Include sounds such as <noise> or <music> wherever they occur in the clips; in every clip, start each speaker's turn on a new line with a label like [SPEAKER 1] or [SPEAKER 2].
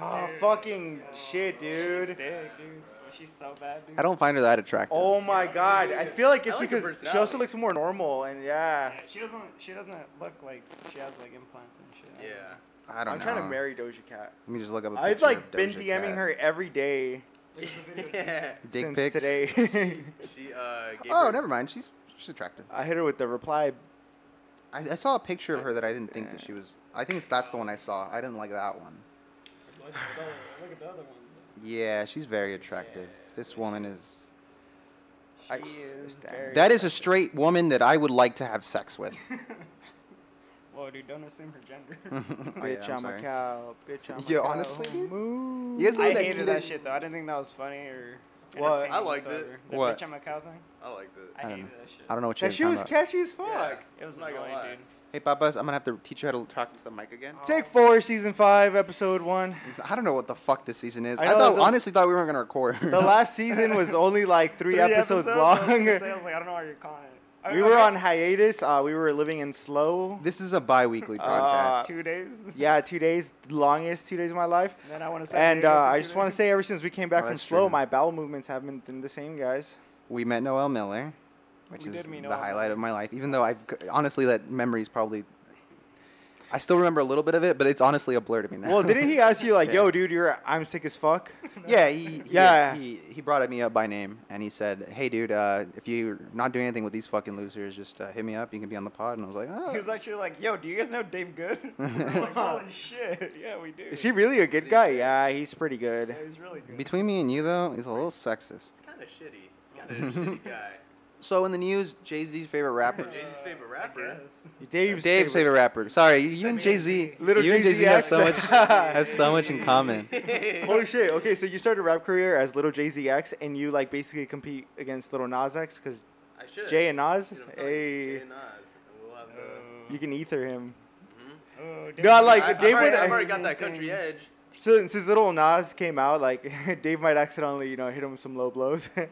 [SPEAKER 1] Ah, fucking shit, dude.
[SPEAKER 2] Dick, dude. She's so bad, dude.
[SPEAKER 3] I don't find her that attractive.
[SPEAKER 1] Oh my god. I feel like it's
[SPEAKER 4] I like her
[SPEAKER 1] because she
[SPEAKER 4] personality.
[SPEAKER 1] also looks more normal and yeah.
[SPEAKER 2] Yeah, she doesn't. She doesn't look like she has like implants and shit. I
[SPEAKER 4] Yeah.
[SPEAKER 2] don't know.
[SPEAKER 3] I don't
[SPEAKER 1] I'm
[SPEAKER 3] know.
[SPEAKER 1] trying to marry Doja Cat.
[SPEAKER 3] Let me just look up. A
[SPEAKER 1] I've
[SPEAKER 3] picture
[SPEAKER 1] like
[SPEAKER 3] of
[SPEAKER 1] been
[SPEAKER 3] Doja
[SPEAKER 1] DMing
[SPEAKER 3] Cat.
[SPEAKER 1] her every day
[SPEAKER 4] yeah. <laughs>
[SPEAKER 1] since
[SPEAKER 3] Dick pics. <laughs>
[SPEAKER 1] today.
[SPEAKER 4] She uh. Gave
[SPEAKER 3] Oh,
[SPEAKER 4] her-
[SPEAKER 3] never mind. She's she's attractive.
[SPEAKER 1] I hit her with the reply.
[SPEAKER 3] I, I saw a picture of her that I didn't think that she was. I think it's that's the one I saw. I didn't like that one.
[SPEAKER 2] Look at the other- look at the other ones.
[SPEAKER 3] Yeah, she's very attractive. This woman is.
[SPEAKER 2] She
[SPEAKER 3] I-
[SPEAKER 2] is
[SPEAKER 1] That
[SPEAKER 2] very.
[SPEAKER 3] That is a straight woman that I would like to have sex with. <laughs>
[SPEAKER 2] Whoa, dude, don't assume her gender.
[SPEAKER 3] Oh, yeah,
[SPEAKER 1] Bitch,
[SPEAKER 3] I'm
[SPEAKER 1] I'm, a
[SPEAKER 3] sorry.
[SPEAKER 1] cow. Bitch, I'm a
[SPEAKER 3] Yeah,
[SPEAKER 1] cow.
[SPEAKER 3] honestly, dude.
[SPEAKER 1] Move.
[SPEAKER 3] You guys know
[SPEAKER 2] I
[SPEAKER 3] that
[SPEAKER 2] hated
[SPEAKER 3] kid
[SPEAKER 2] that
[SPEAKER 3] in-
[SPEAKER 2] shit though. I didn't think that was funny or.
[SPEAKER 1] What?
[SPEAKER 2] entertaining
[SPEAKER 4] I liked it.
[SPEAKER 2] whatsoever. The
[SPEAKER 3] What?
[SPEAKER 2] bitch I'm a cow thing.
[SPEAKER 4] I like that.
[SPEAKER 2] I,
[SPEAKER 3] I don't
[SPEAKER 2] hated
[SPEAKER 3] know.
[SPEAKER 2] that shit.
[SPEAKER 3] I don't know what you're
[SPEAKER 1] That shit was
[SPEAKER 3] talking about.
[SPEAKER 1] catchy as fuck.
[SPEAKER 4] Yeah.
[SPEAKER 2] It was
[SPEAKER 4] I'm not
[SPEAKER 2] annoying,
[SPEAKER 4] gonna lie.
[SPEAKER 2] dude.
[SPEAKER 3] Hey, Papas, I'm gonna have to teach you how to talk to the mic again.
[SPEAKER 1] Take four, season five, episode
[SPEAKER 3] <laughs>
[SPEAKER 1] one.
[SPEAKER 3] I don't know what the fuck this season is.
[SPEAKER 1] I
[SPEAKER 3] I,
[SPEAKER 1] know
[SPEAKER 3] thought,
[SPEAKER 1] the-
[SPEAKER 3] honestly, thought we weren't gonna record.
[SPEAKER 1] The last season was only like three, episodes,
[SPEAKER 2] I was,
[SPEAKER 1] long.
[SPEAKER 2] gonna say, I was like, I don't know why you're calling
[SPEAKER 3] <laughs>
[SPEAKER 1] <laughs>
[SPEAKER 2] it.
[SPEAKER 1] we
[SPEAKER 2] I,
[SPEAKER 1] were
[SPEAKER 2] I,
[SPEAKER 1] on hiatus. Uh, we were living in slow.
[SPEAKER 3] this is a bi-weekly
[SPEAKER 1] Uh,
[SPEAKER 3] podcast.
[SPEAKER 2] two
[SPEAKER 3] <laughs>
[SPEAKER 2] days. And
[SPEAKER 1] Yeah, two days, longest two days of my life.
[SPEAKER 2] then I want to say.
[SPEAKER 1] And uh, I just want to say, ever since we came back
[SPEAKER 3] Oh,
[SPEAKER 1] from
[SPEAKER 3] that's
[SPEAKER 1] slow,
[SPEAKER 3] true.
[SPEAKER 1] my bowel movements have been been the same,
[SPEAKER 4] <laughs>
[SPEAKER 1] guys.
[SPEAKER 3] we met Noel Miller, which
[SPEAKER 2] We
[SPEAKER 3] is
[SPEAKER 2] did meet
[SPEAKER 3] the
[SPEAKER 2] Noel
[SPEAKER 3] highlight of my life. Even though I honestly that memory is probably, I still remember a little bit of it, but it's honestly a blur to me now.
[SPEAKER 1] Well, didn't he ask you like,
[SPEAKER 3] Yeah.
[SPEAKER 1] "Yo, dude, you're I'm sick
[SPEAKER 4] <laughs>
[SPEAKER 1] as fuck"?
[SPEAKER 3] <laughs> yeah, he, yeah.
[SPEAKER 1] Yeah.
[SPEAKER 3] He, he brought me up by name and he said, "Hey, dude, uh, if you're not doing anything with these fucking losers, just uh, hit me up. You can be on the pod." And I was like,
[SPEAKER 2] <laughs>
[SPEAKER 3] "Oh,
[SPEAKER 2] He was actually like, "Yo, do you guys know Dave Good?"
[SPEAKER 3] <laughs>
[SPEAKER 2] <laughs> I'm like, Holy shit! <laughs> Yeah, we do.
[SPEAKER 1] Is he really a good guy? Yeah, he's pretty good.
[SPEAKER 2] Yeah, he's really good.
[SPEAKER 3] between me and you though, he's a little sexist."
[SPEAKER 4] It's kind of shitty. It's
[SPEAKER 1] <laughs>
[SPEAKER 4] kind of a shitty guy.
[SPEAKER 3] So in the news, Jay Z's
[SPEAKER 1] <laughs>
[SPEAKER 3] favorite rapper,
[SPEAKER 4] Jay-Z's favorite
[SPEAKER 2] Uh, I
[SPEAKER 4] rapper.
[SPEAKER 3] <laughs>
[SPEAKER 2] guess.
[SPEAKER 1] Dave's,
[SPEAKER 3] Dave's favorite rapper. Sorry, you, you and
[SPEAKER 4] me
[SPEAKER 3] Jay Z,
[SPEAKER 1] Little
[SPEAKER 3] you and Jay Z have so much
[SPEAKER 1] Jay-Z
[SPEAKER 3] have so
[SPEAKER 1] <laughs>
[SPEAKER 3] much in common.
[SPEAKER 1] Holy Oh, shit! Okay, so you started a rap career as Little Jay ZX, and you like basically compete against Little Nas X because
[SPEAKER 4] <laughs> I should.
[SPEAKER 1] Jay and Nas.
[SPEAKER 4] You know what I'm talking-
[SPEAKER 1] Hey,
[SPEAKER 4] Jay and Nas. And we'll have the.
[SPEAKER 1] you can ether him.
[SPEAKER 2] Oh, Dave
[SPEAKER 1] God,
[SPEAKER 2] Good.
[SPEAKER 1] like,
[SPEAKER 4] I, I've,
[SPEAKER 1] Dave
[SPEAKER 4] already,
[SPEAKER 1] would-
[SPEAKER 4] I've already got that country
[SPEAKER 2] Things.
[SPEAKER 4] edge.
[SPEAKER 1] So since Little Nas came out, like <laughs> Dave might accidentally, you know, hit him with some low blows. <laughs>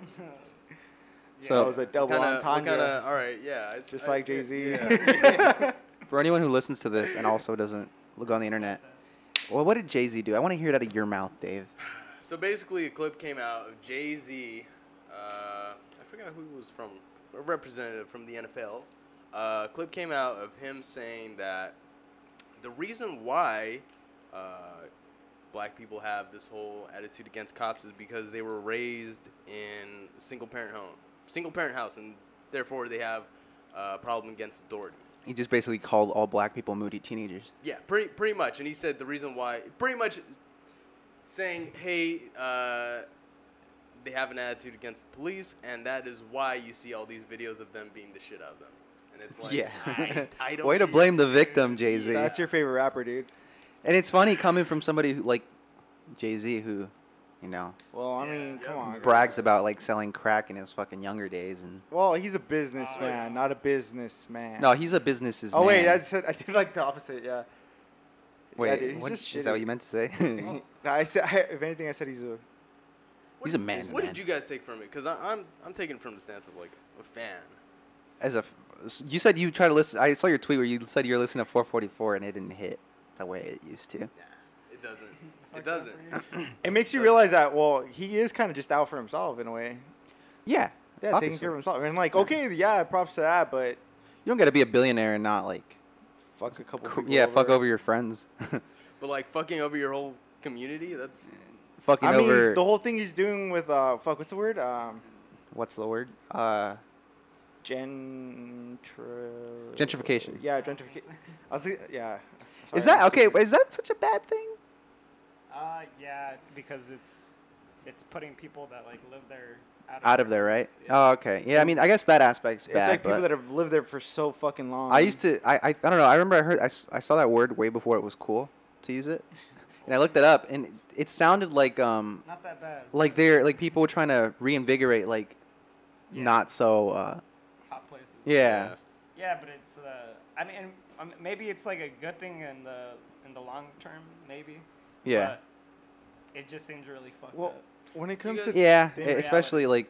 [SPEAKER 3] So-
[SPEAKER 1] so it was a double
[SPEAKER 4] Kinda, what
[SPEAKER 1] entendre.
[SPEAKER 4] kind of? All right, yeah. it's-
[SPEAKER 1] Just
[SPEAKER 4] I-
[SPEAKER 1] like Jay-Z. <laughs>
[SPEAKER 4] yeah. <laughs>
[SPEAKER 3] For anyone who listens to this and also doesn't look on the internet, well, what did Jay Z do? I want to hear it out of your mouth, Dave.
[SPEAKER 4] so basically, a clip came out of Jay Z. Uh, I forgot who it was from. A representative from the NFL. Uh, clip came out of him saying that the reason why uh, black people have this whole attitude against cops is because they were raised in a single parent home, single parent house, and therefore they have a problem against authority.
[SPEAKER 3] He just basically called all black people moody teenagers.
[SPEAKER 4] Yeah, pretty pretty much. And he said the reason why, pretty much, saying, "Hey, uh, they have an attitude against the police, and that is why you see all these videos of them beating the shit out of them." And it's like,
[SPEAKER 3] yeah. <laughs>
[SPEAKER 4] I, I don't.
[SPEAKER 3] Way to blame the victim, Jay Z.
[SPEAKER 1] That's your favorite rapper, dude.
[SPEAKER 3] And it's funny coming from somebody who, like Jay Z, who, you know,
[SPEAKER 1] Well, I
[SPEAKER 4] Yeah,
[SPEAKER 1] mean,
[SPEAKER 4] yeah.
[SPEAKER 1] come on.
[SPEAKER 3] brags about like selling crack in his fucking younger days. And
[SPEAKER 1] Well, he's a businessman, not a businessman.
[SPEAKER 3] no, he's a businessman.
[SPEAKER 1] Oh wait, that's I did like the opposite.
[SPEAKER 3] <laughs>
[SPEAKER 1] Yeah.
[SPEAKER 3] wait.
[SPEAKER 1] dude, he's
[SPEAKER 3] what-
[SPEAKER 1] just
[SPEAKER 3] is that what
[SPEAKER 1] shitty.
[SPEAKER 3] you meant to <laughs> say?
[SPEAKER 1] I said, <laughs> I, if anything, I said he's a.
[SPEAKER 4] What
[SPEAKER 3] He's a
[SPEAKER 4] did-
[SPEAKER 3] man's
[SPEAKER 4] What
[SPEAKER 3] man.
[SPEAKER 4] did you guys take from it? Because I'm I'm taking from the stance of like a fan.
[SPEAKER 3] As a, f- you said you try to listen. I saw your tweet where you said you were listening to 444 and it didn't hit the way it used to.
[SPEAKER 4] Nah, it
[SPEAKER 2] <laughs>
[SPEAKER 4] doesn't.
[SPEAKER 2] Fuck
[SPEAKER 4] It doesn't.
[SPEAKER 2] that for you.
[SPEAKER 1] It makes you realize that well, he is kind of just out for himself in a way.
[SPEAKER 3] Yeah.
[SPEAKER 1] Yeah, taking
[SPEAKER 3] obviously.
[SPEAKER 1] care of himself. And like, okay, yeah, props to that, but
[SPEAKER 3] You don't got to be a billionaire and not like,
[SPEAKER 1] fuck a couple.
[SPEAKER 3] cr-
[SPEAKER 1] people
[SPEAKER 3] yeah, fuck
[SPEAKER 1] over.
[SPEAKER 3] over your friends, <laughs>
[SPEAKER 4] But like fucking over your whole community. That's
[SPEAKER 3] fucking
[SPEAKER 1] I mean,
[SPEAKER 3] over.
[SPEAKER 1] the whole thing he's doing with uh, fuck, what's the word? Um,
[SPEAKER 3] what's the word? Uh,
[SPEAKER 1] gentr.
[SPEAKER 3] Gentrification.
[SPEAKER 1] Yeah, gentrification. I was, like, yeah.
[SPEAKER 3] is
[SPEAKER 1] Sorry.
[SPEAKER 3] that okay? Is that such a bad thing?
[SPEAKER 2] <laughs> Uh, yeah, because it's it's putting people that like live there out of,
[SPEAKER 3] Out of
[SPEAKER 2] their
[SPEAKER 3] there, right?
[SPEAKER 2] house,
[SPEAKER 3] Oh, okay. Yeah, I mean, I guess that aspect's
[SPEAKER 1] It's
[SPEAKER 3] bad.
[SPEAKER 1] like people
[SPEAKER 3] but
[SPEAKER 1] that have lived there for so fucking long.
[SPEAKER 3] I used to. I, I I don't know. I remember I heard. I, s- I saw that word way before it was cool to
[SPEAKER 1] <laughs>
[SPEAKER 3] use it, and I looked it up, and it, it sounded like um
[SPEAKER 2] Not that bad.
[SPEAKER 3] like they're like people were trying to reinvigorate like
[SPEAKER 2] Yeah.
[SPEAKER 3] not so uh
[SPEAKER 2] hot places.
[SPEAKER 3] yeah.
[SPEAKER 2] Yeah, but it's uh, I mean, and, um, maybe it's like a good thing in the in the long term, maybe.
[SPEAKER 3] Yeah.
[SPEAKER 2] But it just seems really fucked
[SPEAKER 1] Well,
[SPEAKER 2] up.
[SPEAKER 1] when it
[SPEAKER 4] You
[SPEAKER 1] comes
[SPEAKER 4] guys-
[SPEAKER 1] to
[SPEAKER 3] Yeah,
[SPEAKER 2] <laughs> In
[SPEAKER 3] e- especially like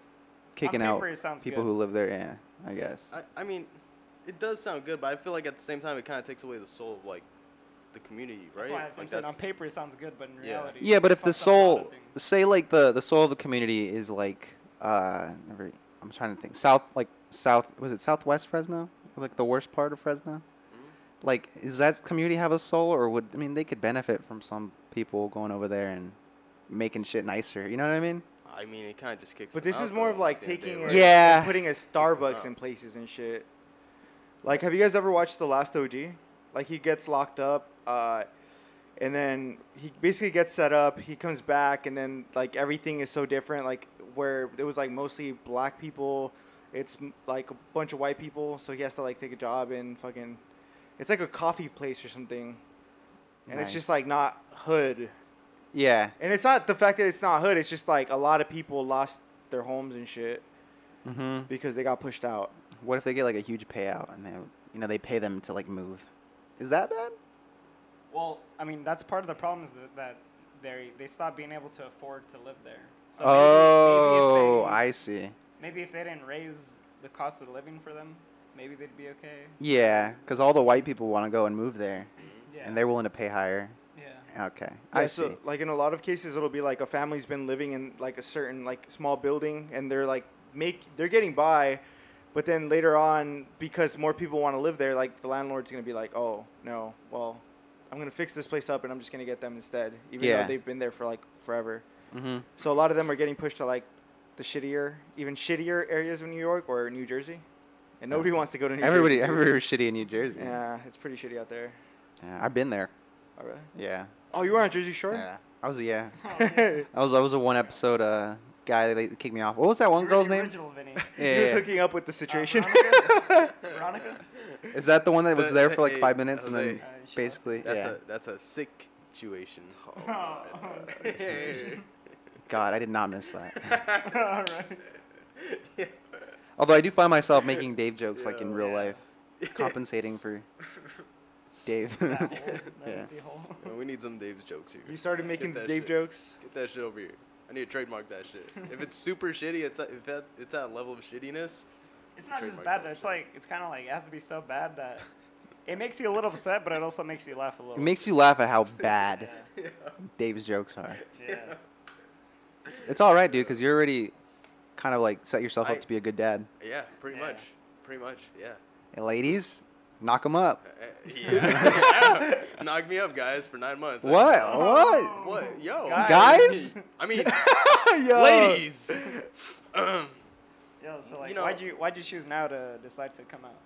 [SPEAKER 3] kicking out
[SPEAKER 2] paper, it sounds
[SPEAKER 3] people
[SPEAKER 2] good.
[SPEAKER 3] who live there. Yeah, I guess.
[SPEAKER 4] I, I mean, it does sound good, but I feel like at the same time it kind of takes away the soul of like the community, right?
[SPEAKER 2] That's why I was- I'm
[SPEAKER 4] Like,
[SPEAKER 2] saying on
[SPEAKER 4] that's-
[SPEAKER 2] paper it sounds good, but in
[SPEAKER 4] Yeah.
[SPEAKER 2] reality,
[SPEAKER 3] Yeah, but
[SPEAKER 2] it
[SPEAKER 3] if the
[SPEAKER 2] fucks up a lot
[SPEAKER 3] soul,
[SPEAKER 2] of things.
[SPEAKER 3] say like the the soul of the community is like, uh, never, I'm trying to think south, like south, was it southwest Fresno, like the worst part of Fresno?
[SPEAKER 2] Mm-hmm.
[SPEAKER 3] Like, does that community have a soul, or would I mean they could benefit from some people going over there and making shit nicer? You know what I mean?
[SPEAKER 4] I mean, it kind of just kicks.
[SPEAKER 1] But
[SPEAKER 4] them
[SPEAKER 1] this is
[SPEAKER 4] out,
[SPEAKER 1] more
[SPEAKER 4] though,
[SPEAKER 1] of like
[SPEAKER 4] at the end of the day,
[SPEAKER 1] taking a-
[SPEAKER 4] right?
[SPEAKER 1] and
[SPEAKER 3] Yeah.
[SPEAKER 1] putting a
[SPEAKER 4] up.
[SPEAKER 1] Starbucks in places and shit. Like, have you guys ever watched The Last OG? Like, he gets locked up, uh, and then he basically gets set up. He comes back, and then like everything is so different. Like where it was like mostly black people, it's m- like a bunch of white people. So he has to like take a job and fucking. It's like a coffee place or something, and it's just
[SPEAKER 3] Nice.
[SPEAKER 1] like not hood.
[SPEAKER 3] Yeah.
[SPEAKER 1] And it's not the fact that it's not hood. It's just like a lot of people lost their homes and shit
[SPEAKER 3] hmm
[SPEAKER 1] because they got pushed out.
[SPEAKER 3] What if they get like a huge payout and they, you know, they pay them to like move? Is that bad?
[SPEAKER 2] Well, I mean, that's part of the problem is that, that they they stop being able to afford to live there. So maybe-
[SPEAKER 3] oh,
[SPEAKER 2] maybe,
[SPEAKER 3] I
[SPEAKER 2] if
[SPEAKER 3] see.
[SPEAKER 2] they, maybe if they didn't raise the cost of living for them, maybe they'd be okay.
[SPEAKER 3] Yeah, because all the white people want to go and move there,
[SPEAKER 2] Yeah.
[SPEAKER 3] Mm-hmm. and they're willing to pay higher.
[SPEAKER 2] yeah.
[SPEAKER 3] Okay,
[SPEAKER 1] Yeah,
[SPEAKER 3] I see.
[SPEAKER 1] so, like in a lot of cases, it'll be like a family's been living in like a certain like small building, and they're like make they're getting by, but then later on, because more people want to live there, like the landlord's gonna be like, oh no, well, I'm gonna fix this place up, and I'm just gonna get them instead, even
[SPEAKER 3] Yeah.
[SPEAKER 1] though they've been there for like forever.
[SPEAKER 3] mm-hmm.
[SPEAKER 1] So a lot of them are getting pushed to like the shittier, even shittier areas of New York or New Jersey, and nobody wants to go to New
[SPEAKER 3] Everybody,
[SPEAKER 1] Jersey.
[SPEAKER 3] everybody was shitty in New Jersey.
[SPEAKER 1] Yeah, it's pretty shitty out there.
[SPEAKER 3] Yeah, I've been there.
[SPEAKER 1] Oh really?
[SPEAKER 3] Yeah.
[SPEAKER 1] Oh, you were on Jersey Shore.
[SPEAKER 3] Yeah. I was a yeah.
[SPEAKER 2] Oh,
[SPEAKER 3] I was I was a one episode uh guy that they kicked me off. What was that one
[SPEAKER 2] you're
[SPEAKER 3] girl's
[SPEAKER 2] the
[SPEAKER 3] name?
[SPEAKER 2] Original Vinny.
[SPEAKER 3] Yeah,
[SPEAKER 1] he was
[SPEAKER 3] yeah,
[SPEAKER 1] hooking up with the
[SPEAKER 4] <laughs>
[SPEAKER 1] situation.
[SPEAKER 2] Uh,
[SPEAKER 3] <laughs>
[SPEAKER 2] Veronica? Veronica?
[SPEAKER 3] yeah. Is that the one that was
[SPEAKER 4] The-
[SPEAKER 3] there for like
[SPEAKER 4] hey,
[SPEAKER 3] five minutes and
[SPEAKER 4] Jose,
[SPEAKER 3] then
[SPEAKER 2] Uh, she was.
[SPEAKER 3] basically
[SPEAKER 4] That's
[SPEAKER 3] yeah.
[SPEAKER 4] a that's a sick situation.
[SPEAKER 1] <laughs>
[SPEAKER 2] <laughs> Oh,
[SPEAKER 4] Hey.
[SPEAKER 3] God, I did not miss that.
[SPEAKER 2] <laughs>
[SPEAKER 3] <laughs>
[SPEAKER 2] All right.
[SPEAKER 3] Although I do find myself making Dave jokes like in
[SPEAKER 4] Yeah.
[SPEAKER 3] real life, compensating for Dave. <laughs>
[SPEAKER 2] That hole, that
[SPEAKER 3] Yeah.
[SPEAKER 2] empty hole.
[SPEAKER 4] we need some Dave's jokes here.
[SPEAKER 1] You started making
[SPEAKER 4] that
[SPEAKER 1] the Dave
[SPEAKER 4] shit.
[SPEAKER 1] jokes.
[SPEAKER 4] Get that shit over here. I need to trademark that shit. if it's
[SPEAKER 1] <laughs>
[SPEAKER 4] super shitty, it's at, if that, it's at a level of shittiness.
[SPEAKER 2] It's not just
[SPEAKER 4] Trademark
[SPEAKER 2] bad.
[SPEAKER 4] that
[SPEAKER 2] Though. It's
[SPEAKER 4] shit.
[SPEAKER 2] like it's kind of like it has to be so bad that it makes you a little upset, but it also makes you laugh a little.
[SPEAKER 3] it makes you laugh at how bad
[SPEAKER 2] Yeah.
[SPEAKER 3] Dave's jokes are.
[SPEAKER 2] yeah.
[SPEAKER 3] It's, it's all right, dude, because you're already kind of like set yourself
[SPEAKER 4] I-
[SPEAKER 3] up to be a good dad.
[SPEAKER 4] Yeah, pretty
[SPEAKER 2] Yeah.
[SPEAKER 4] much. Pretty much.
[SPEAKER 1] <laughs>
[SPEAKER 4] Yeah.
[SPEAKER 3] Hey, ladies, knock them up.
[SPEAKER 4] Uh, yeah. Knock me up, guys, for nine months. I-
[SPEAKER 3] What?
[SPEAKER 2] Oh.
[SPEAKER 3] What?
[SPEAKER 4] What? Yo.
[SPEAKER 2] Guys. <laughs>
[SPEAKER 3] Guys?
[SPEAKER 4] I
[SPEAKER 3] <laughs>
[SPEAKER 4] mean,
[SPEAKER 1] Yo.
[SPEAKER 4] ladies. Um,
[SPEAKER 2] Yo, so like,
[SPEAKER 4] know-
[SPEAKER 2] why'd you why'd you choose now to decide to come out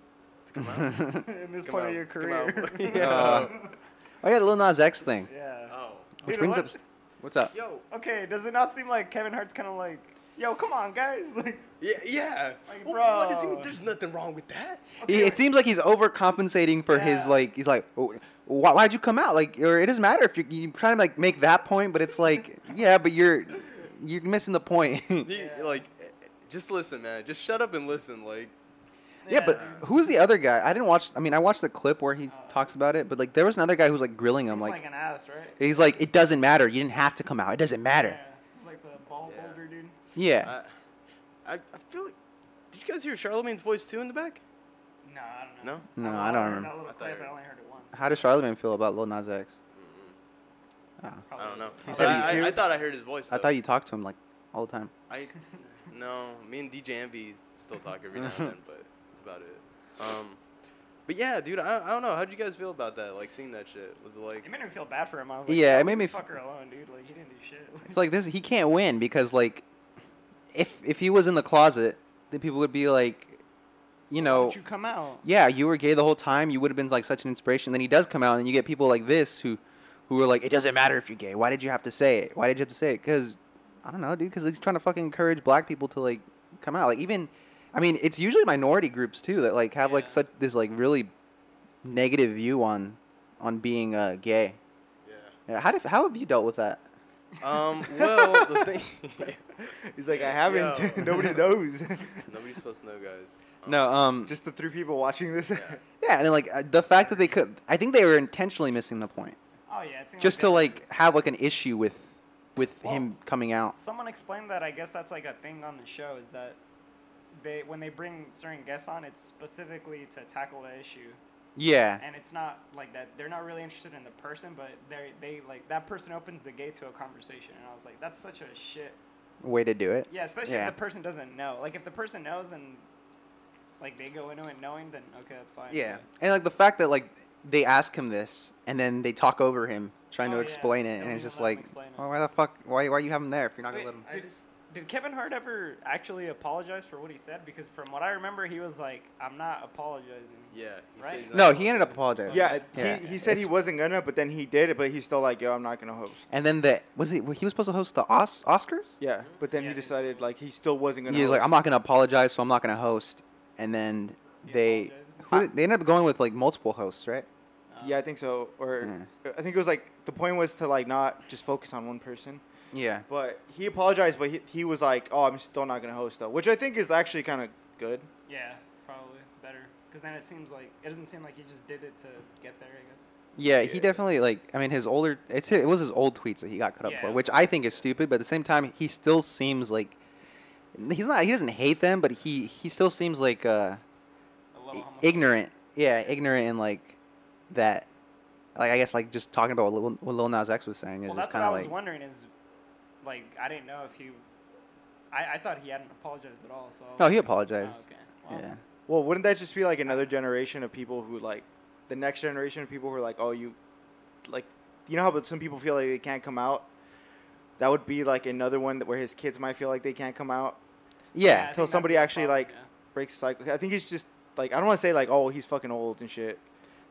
[SPEAKER 2] <laughs>
[SPEAKER 4] come out.
[SPEAKER 2] in this
[SPEAKER 4] Come
[SPEAKER 2] point
[SPEAKER 4] out.
[SPEAKER 2] of your
[SPEAKER 4] Come out.
[SPEAKER 2] career?
[SPEAKER 4] <laughs>
[SPEAKER 2] <laughs>
[SPEAKER 4] Yeah.
[SPEAKER 3] <laughs> Oh yeah, the Lil Nas X thing.
[SPEAKER 2] yeah.
[SPEAKER 4] oh.
[SPEAKER 3] Which
[SPEAKER 2] Dude,
[SPEAKER 3] brings
[SPEAKER 2] what-
[SPEAKER 3] up. What's up?
[SPEAKER 4] Yo.
[SPEAKER 2] Okay, does it not seem like Kevin Hart's kind of like, yo, come on, guys, <laughs> like,
[SPEAKER 4] Yeah. Yeah.
[SPEAKER 2] Like,
[SPEAKER 4] Well, what does he
[SPEAKER 2] bro.
[SPEAKER 4] mean? There's nothing wrong with that.
[SPEAKER 2] okay,
[SPEAKER 3] He,
[SPEAKER 2] like,
[SPEAKER 3] it seems like he's overcompensating for his
[SPEAKER 2] Yeah.
[SPEAKER 3] like. He's like, "Oh, why, why'd you come out? Like, or it doesn't matter if you're, you're trying to like make that point, but it's like, yeah, but you're you're missing the point. <laughs>
[SPEAKER 4] You,
[SPEAKER 2] Yeah.
[SPEAKER 4] Like, just listen, man. Just shut up and listen. Like,
[SPEAKER 3] yeah, but who's the other guy? I didn't watch. I mean, I watched the clip where he talks about it, but like there was another guy who's like grilling
[SPEAKER 2] seemed
[SPEAKER 3] him. Like,
[SPEAKER 2] like an ass, right?
[SPEAKER 3] he's like, it doesn't matter. You didn't have to come out. It doesn't matter.
[SPEAKER 2] Yeah, he's like the ball
[SPEAKER 4] Yeah.
[SPEAKER 2] holder dude.
[SPEAKER 3] Yeah.
[SPEAKER 4] I, I, I feel like. Did you guys hear Charlemagne's voice too in the back?
[SPEAKER 2] No, I don't know.
[SPEAKER 3] No? No,
[SPEAKER 2] I,
[SPEAKER 3] I don't
[SPEAKER 2] heard
[SPEAKER 3] remember.
[SPEAKER 2] That little
[SPEAKER 4] I thought
[SPEAKER 2] clip,
[SPEAKER 4] I
[SPEAKER 2] I
[SPEAKER 4] heard-
[SPEAKER 2] only heard it once.
[SPEAKER 3] How does Charlemagne feel about Lil Nas X? Oh.
[SPEAKER 4] I don't know.
[SPEAKER 3] He
[SPEAKER 4] I,
[SPEAKER 3] said he's
[SPEAKER 4] I- I
[SPEAKER 3] cute.
[SPEAKER 4] thought I heard his voice.
[SPEAKER 3] I
[SPEAKER 4] though.
[SPEAKER 3] thought you talked to him like all the time.
[SPEAKER 4] I no, me and DJ Envy still talk every now and
[SPEAKER 3] <laughs>
[SPEAKER 4] then, but that's about it. Um, but yeah, dude, I, I don't know. How'd you guys feel about that? Like seeing that shit was it like?
[SPEAKER 2] <laughs> It made me feel bad for him. I was like,
[SPEAKER 3] Yeah, it
[SPEAKER 2] yo,
[SPEAKER 3] made me
[SPEAKER 2] leave this
[SPEAKER 3] f-
[SPEAKER 2] fucker alone, dude. Like, he didn't do shit. <laughs>
[SPEAKER 3] It's like this. He can't win because like, if if he was in the closet, then people would be like, you
[SPEAKER 2] Why
[SPEAKER 3] know,
[SPEAKER 2] don't you come out?
[SPEAKER 3] yeah, you were gay the whole time. You would have been like such an inspiration. Then he does come out, and you get people like this who, who are like, it doesn't matter if you're gay. Why did you have to say it? Why did you have to say it? Because I don't know, dude. Because he's trying to fucking encourage black people to like come out. Like even, I mean, it's usually minority groups too that like have
[SPEAKER 2] Yeah.
[SPEAKER 3] like such this like really negative view on on being uh, gay.
[SPEAKER 4] Yeah.
[SPEAKER 3] Yeah, How did, how have you dealt with that?
[SPEAKER 4] Um. Well, the thing. <laughs>
[SPEAKER 1] He's like, I haven't.
[SPEAKER 4] Yo.
[SPEAKER 1] <laughs> Nobody
[SPEAKER 4] <laughs>
[SPEAKER 1] knows.
[SPEAKER 4] Nobody's supposed to know, guys. Um,
[SPEAKER 3] No, um,
[SPEAKER 1] Just the three people watching this.
[SPEAKER 4] Yeah.
[SPEAKER 3] Yeah, and then, like uh, the fact that they could, I think they were intentionally missing the point,
[SPEAKER 2] Oh yeah, it seemed
[SPEAKER 3] just
[SPEAKER 2] they
[SPEAKER 3] to
[SPEAKER 2] were-
[SPEAKER 3] like have like an issue with, with
[SPEAKER 2] Well-
[SPEAKER 3] him coming out.
[SPEAKER 2] Someone explained that. I guess that's like a thing on the show is that they when they bring certain guests on, it's specifically to tackle the issue.
[SPEAKER 3] Yeah.
[SPEAKER 2] and it's not like that they're not really interested in the person but they they like that person opens the gate to a conversation and i was like that's such a shit
[SPEAKER 3] Way to do it.
[SPEAKER 2] yeah especially
[SPEAKER 3] Yeah.
[SPEAKER 2] if the person doesn't know like if the person knows and like they go into it knowing then okay that's fine
[SPEAKER 3] Yeah.
[SPEAKER 2] but-
[SPEAKER 3] And like the fact that like they ask him this and then they talk over him trying
[SPEAKER 2] Oh,
[SPEAKER 3] to
[SPEAKER 2] yeah.
[SPEAKER 3] explain
[SPEAKER 2] They
[SPEAKER 3] it
[SPEAKER 2] don't
[SPEAKER 3] and it's
[SPEAKER 2] even
[SPEAKER 3] just
[SPEAKER 2] let him
[SPEAKER 3] like
[SPEAKER 2] explain it.
[SPEAKER 3] well, why the fuck why why you have him there if you're not
[SPEAKER 2] Wait,
[SPEAKER 3] gonna let him
[SPEAKER 2] did, did Kevin Hart ever actually apologize for what he said? Because from what I remember, he was like, "I'm not apologizing."
[SPEAKER 4] Yeah. he
[SPEAKER 2] Right.
[SPEAKER 4] said he's
[SPEAKER 3] No,
[SPEAKER 4] not
[SPEAKER 3] he ended up
[SPEAKER 1] <laughs>
[SPEAKER 3] apologizing.
[SPEAKER 1] Yeah,
[SPEAKER 3] Yeah.
[SPEAKER 1] He, he said he
[SPEAKER 3] It's-
[SPEAKER 1] wasn't gonna, but then he did it. But he's still like, yo, I'm not gonna host.
[SPEAKER 3] And then the was he he was supposed to host the Os- Oscars?
[SPEAKER 1] Yeah, but then he
[SPEAKER 2] Yeah, I think so.
[SPEAKER 1] decided like he still wasn't gonna.
[SPEAKER 3] He's
[SPEAKER 1] host.
[SPEAKER 3] like, I'm not gonna apologize, so I'm not gonna host. And then
[SPEAKER 2] He
[SPEAKER 3] they
[SPEAKER 2] apologized.
[SPEAKER 3] who, did- they ended up going with like multiple hosts, right?
[SPEAKER 2] Uh,
[SPEAKER 1] Yeah, I think so. Or I think it was like the point was to like not just focus on one person.
[SPEAKER 3] Yeah.
[SPEAKER 1] But he apologized, but he, he was like, oh, I'm still not gonna host though, which I think is actually kind of good.
[SPEAKER 2] Yeah, probably it's better because then it seems like it doesn't seem like he just did it to get there. I guess.
[SPEAKER 3] Yeah, he
[SPEAKER 4] Yeah.
[SPEAKER 3] definitely like. I mean, his older it's it was his old tweets that he got cut up
[SPEAKER 2] Yeah.
[SPEAKER 3] for, which I think is stupid. But at the same time, he still seems like he's not. He doesn't hate them, but he he still seems like uh,
[SPEAKER 2] A little
[SPEAKER 3] i-
[SPEAKER 2] homophobic.
[SPEAKER 3] ignorant. Yeah, ignorant and like that. Like I guess like just talking about what Lil, what Lil Nas X was saying is
[SPEAKER 2] Well,
[SPEAKER 3] just
[SPEAKER 2] that's what
[SPEAKER 3] kind
[SPEAKER 2] I
[SPEAKER 3] of
[SPEAKER 2] was
[SPEAKER 3] like
[SPEAKER 2] wondering. Is like I didn't know if he. I, I thought he hadn't apologized at all. So. I
[SPEAKER 3] no,
[SPEAKER 2] was
[SPEAKER 3] he
[SPEAKER 2] like, oh,
[SPEAKER 3] apologized.
[SPEAKER 2] okay. Well,
[SPEAKER 3] yeah,
[SPEAKER 1] Well, wouldn't that just be like another generation of people who like the next generation of people who are like, oh, you like, you know how but some people feel like they can't come out. That would be like another one that where his kids might feel like they can't come out.
[SPEAKER 2] I
[SPEAKER 3] yeah,
[SPEAKER 2] think
[SPEAKER 1] till
[SPEAKER 2] that'd
[SPEAKER 1] somebody
[SPEAKER 2] be a
[SPEAKER 1] actually,
[SPEAKER 2] problem,
[SPEAKER 1] like,
[SPEAKER 2] yeah.
[SPEAKER 1] breaks the cycle. I think it's just like I don't want to say like oh he's fucking old and shit,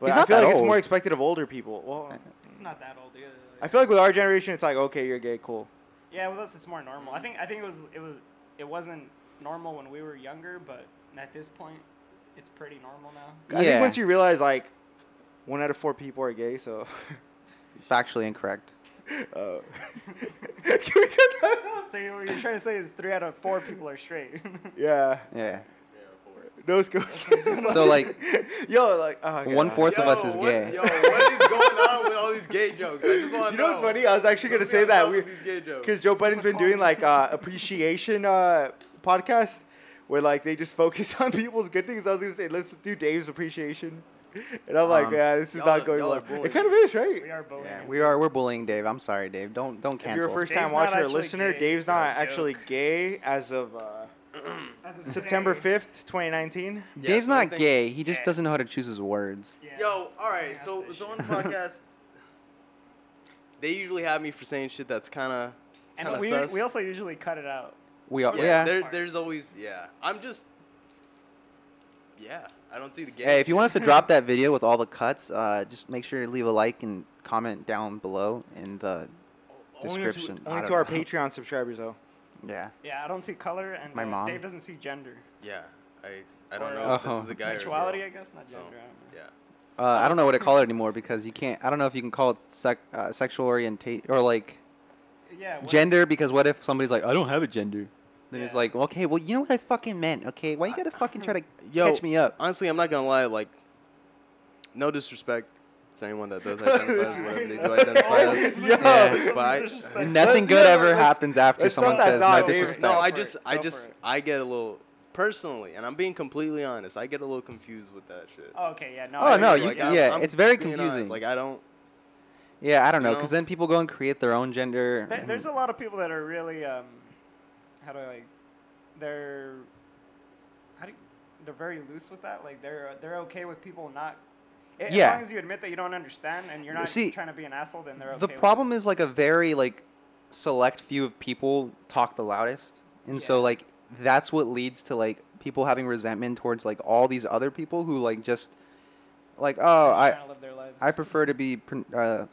[SPEAKER 1] but
[SPEAKER 3] He's
[SPEAKER 1] I
[SPEAKER 3] not
[SPEAKER 1] feel
[SPEAKER 3] that
[SPEAKER 1] like it's
[SPEAKER 3] old.
[SPEAKER 1] more expected of older people. Well,
[SPEAKER 2] He's not that old either. like-
[SPEAKER 1] I feel like with our generation it's like okay you're gay, cool.
[SPEAKER 2] Yeah, with us it's more normal. I think I think it was it was it wasn't normal when we were younger, but at this point, it's pretty normal now.
[SPEAKER 1] I
[SPEAKER 3] Yeah.
[SPEAKER 1] think once you realize like one out of four people are gay, so <laughs>
[SPEAKER 3] factually incorrect.
[SPEAKER 1] uh, <laughs> can we cut that out?
[SPEAKER 2] So you, what you're trying to say is three out of four people are straight. <laughs>
[SPEAKER 1] Yeah,
[SPEAKER 3] Yeah,
[SPEAKER 4] Yeah, for it.
[SPEAKER 1] <laughs> no scopes.
[SPEAKER 3] <laughs> so like
[SPEAKER 1] <laughs> yo, like oh, God.
[SPEAKER 3] One-fourth- Both
[SPEAKER 1] <laughs>
[SPEAKER 3] of us is
[SPEAKER 4] what's-
[SPEAKER 3] gay.
[SPEAKER 4] Yo, what is going on with all these gay jokes? I just want
[SPEAKER 1] You
[SPEAKER 4] to
[SPEAKER 1] know what's funny? I was actually gonna say that we,
[SPEAKER 4] these gay jokes.
[SPEAKER 1] because Joe Biden's been doing like uh, appreciation uh, podcast where like they just focus <laughs> on people's good things. I was gonna say let's do Dave's appreciation, and I'm like,
[SPEAKER 3] Um,
[SPEAKER 1] yeah, this is
[SPEAKER 4] y'all
[SPEAKER 1] not
[SPEAKER 4] are-
[SPEAKER 1] going
[SPEAKER 4] y'all
[SPEAKER 1] well.
[SPEAKER 4] are
[SPEAKER 1] It
[SPEAKER 4] bullying.
[SPEAKER 1] kind of is, right?
[SPEAKER 2] we are both.
[SPEAKER 3] yeah, we are we're bullying Dave. I'm sorry, Dave. Don't don't
[SPEAKER 1] If
[SPEAKER 3] cancel.
[SPEAKER 1] you're a
[SPEAKER 3] us.
[SPEAKER 1] first
[SPEAKER 2] Dave's
[SPEAKER 1] time
[SPEAKER 2] not
[SPEAKER 1] watcher or
[SPEAKER 2] actually
[SPEAKER 1] listener,
[SPEAKER 2] gay,
[SPEAKER 1] Dave's
[SPEAKER 2] it's just a
[SPEAKER 1] not actually
[SPEAKER 2] joke.
[SPEAKER 1] gay as of uh, September 5th, 2019.
[SPEAKER 4] Yeah,
[SPEAKER 3] Dave's
[SPEAKER 4] one
[SPEAKER 3] not
[SPEAKER 4] thing-
[SPEAKER 3] gay. He just
[SPEAKER 2] Yeah.
[SPEAKER 3] doesn't know how to choose his words.
[SPEAKER 4] Yo, all
[SPEAKER 2] Yeah,
[SPEAKER 4] right. So,
[SPEAKER 2] that's
[SPEAKER 4] so
[SPEAKER 2] the
[SPEAKER 4] on the podcast, they usually have me for saying shit that's kind of
[SPEAKER 2] And
[SPEAKER 4] kind of
[SPEAKER 2] we,
[SPEAKER 4] sus.
[SPEAKER 2] we also usually cut it out.
[SPEAKER 3] We are.
[SPEAKER 4] yeah,
[SPEAKER 3] Yeah.
[SPEAKER 4] There, there's always yeah. I'm just yeah. I don't see the gay.
[SPEAKER 3] Hey, if you
[SPEAKER 4] shit.
[SPEAKER 3] want us to drop that video with all the cuts, uh, just make sure to leave a like and comment down below in the description.
[SPEAKER 1] Only
[SPEAKER 3] I
[SPEAKER 1] to, only
[SPEAKER 3] don't
[SPEAKER 1] to our
[SPEAKER 3] know.
[SPEAKER 1] Patreon subscribers though.
[SPEAKER 3] <laughs> Yeah.
[SPEAKER 2] Yeah, I don't see color, and
[SPEAKER 3] My
[SPEAKER 2] uh,
[SPEAKER 3] mom.
[SPEAKER 2] Dave doesn't see gender.
[SPEAKER 4] yeah. I I don't
[SPEAKER 2] Or,
[SPEAKER 4] know if
[SPEAKER 1] Uh-huh.
[SPEAKER 3] uh,
[SPEAKER 4] this is a guy
[SPEAKER 2] Sexuality,
[SPEAKER 4] or
[SPEAKER 2] I
[SPEAKER 4] a girl.
[SPEAKER 2] guess, not
[SPEAKER 4] So,
[SPEAKER 2] gender. I don't know.
[SPEAKER 4] yeah.
[SPEAKER 3] Uh, I don't know what to call it anymore because you can't. I don't know if you can call it sec, uh, sexual orientation or like
[SPEAKER 2] Yeah. what-
[SPEAKER 3] gender because what if somebody's like, I don't have a gender. Then it's
[SPEAKER 2] Yeah.
[SPEAKER 3] like, okay, well, you know what I fucking meant, okay? Why you gotta fucking try to catch me up?
[SPEAKER 4] Honestly, I'm not gonna lie. Like, no disrespect to anyone that
[SPEAKER 3] <laughs>
[SPEAKER 4] does identify as
[SPEAKER 2] <laughs>
[SPEAKER 4] whatever they do identify as.
[SPEAKER 1] Yo.
[SPEAKER 4] But I-
[SPEAKER 2] Disrespect.
[SPEAKER 3] Nothing
[SPEAKER 1] Let's-
[SPEAKER 3] good
[SPEAKER 1] yeah,
[SPEAKER 3] ever
[SPEAKER 1] let's-
[SPEAKER 3] happens after
[SPEAKER 1] let's
[SPEAKER 3] someone
[SPEAKER 1] stop that
[SPEAKER 3] says
[SPEAKER 1] thought,
[SPEAKER 3] no
[SPEAKER 1] Dave.
[SPEAKER 3] disrespect.
[SPEAKER 4] No,
[SPEAKER 2] Go
[SPEAKER 4] I
[SPEAKER 2] for
[SPEAKER 4] just,
[SPEAKER 2] it.
[SPEAKER 4] I
[SPEAKER 2] Go
[SPEAKER 4] just,
[SPEAKER 2] for it.
[SPEAKER 4] I get a little personally, and I'm being completely honest. I get a little confused with that shit.
[SPEAKER 2] Oh, okay, yeah. No.
[SPEAKER 3] Oh,
[SPEAKER 2] I
[SPEAKER 3] no,
[SPEAKER 2] agree.
[SPEAKER 3] you-
[SPEAKER 4] Like, I'm-
[SPEAKER 3] yeah,
[SPEAKER 4] I'm
[SPEAKER 3] it's very
[SPEAKER 4] being
[SPEAKER 3] confusing.
[SPEAKER 4] Like I don't.
[SPEAKER 3] Yeah, I don't know
[SPEAKER 4] You know?
[SPEAKER 3] because then people go and create their own gender.
[SPEAKER 2] There, there's
[SPEAKER 3] and-
[SPEAKER 2] a lot of people that are really um, how do I like they're how do you, they're very loose with that. Like they're they're okay with people not. a- As
[SPEAKER 3] Yeah.
[SPEAKER 2] long as you admit that you don't understand and you're not
[SPEAKER 3] See,
[SPEAKER 2] trying to be an asshole, then they're okay.
[SPEAKER 3] the
[SPEAKER 2] with it.
[SPEAKER 3] problem is like a very like select few of people talk the loudest and so
[SPEAKER 2] Yeah.
[SPEAKER 3] like that's what leads to like people having resentment towards like all these other people who like just like oh
[SPEAKER 2] They're just
[SPEAKER 3] i
[SPEAKER 2] trying to live their lives.
[SPEAKER 3] i prefer to be pron- uh,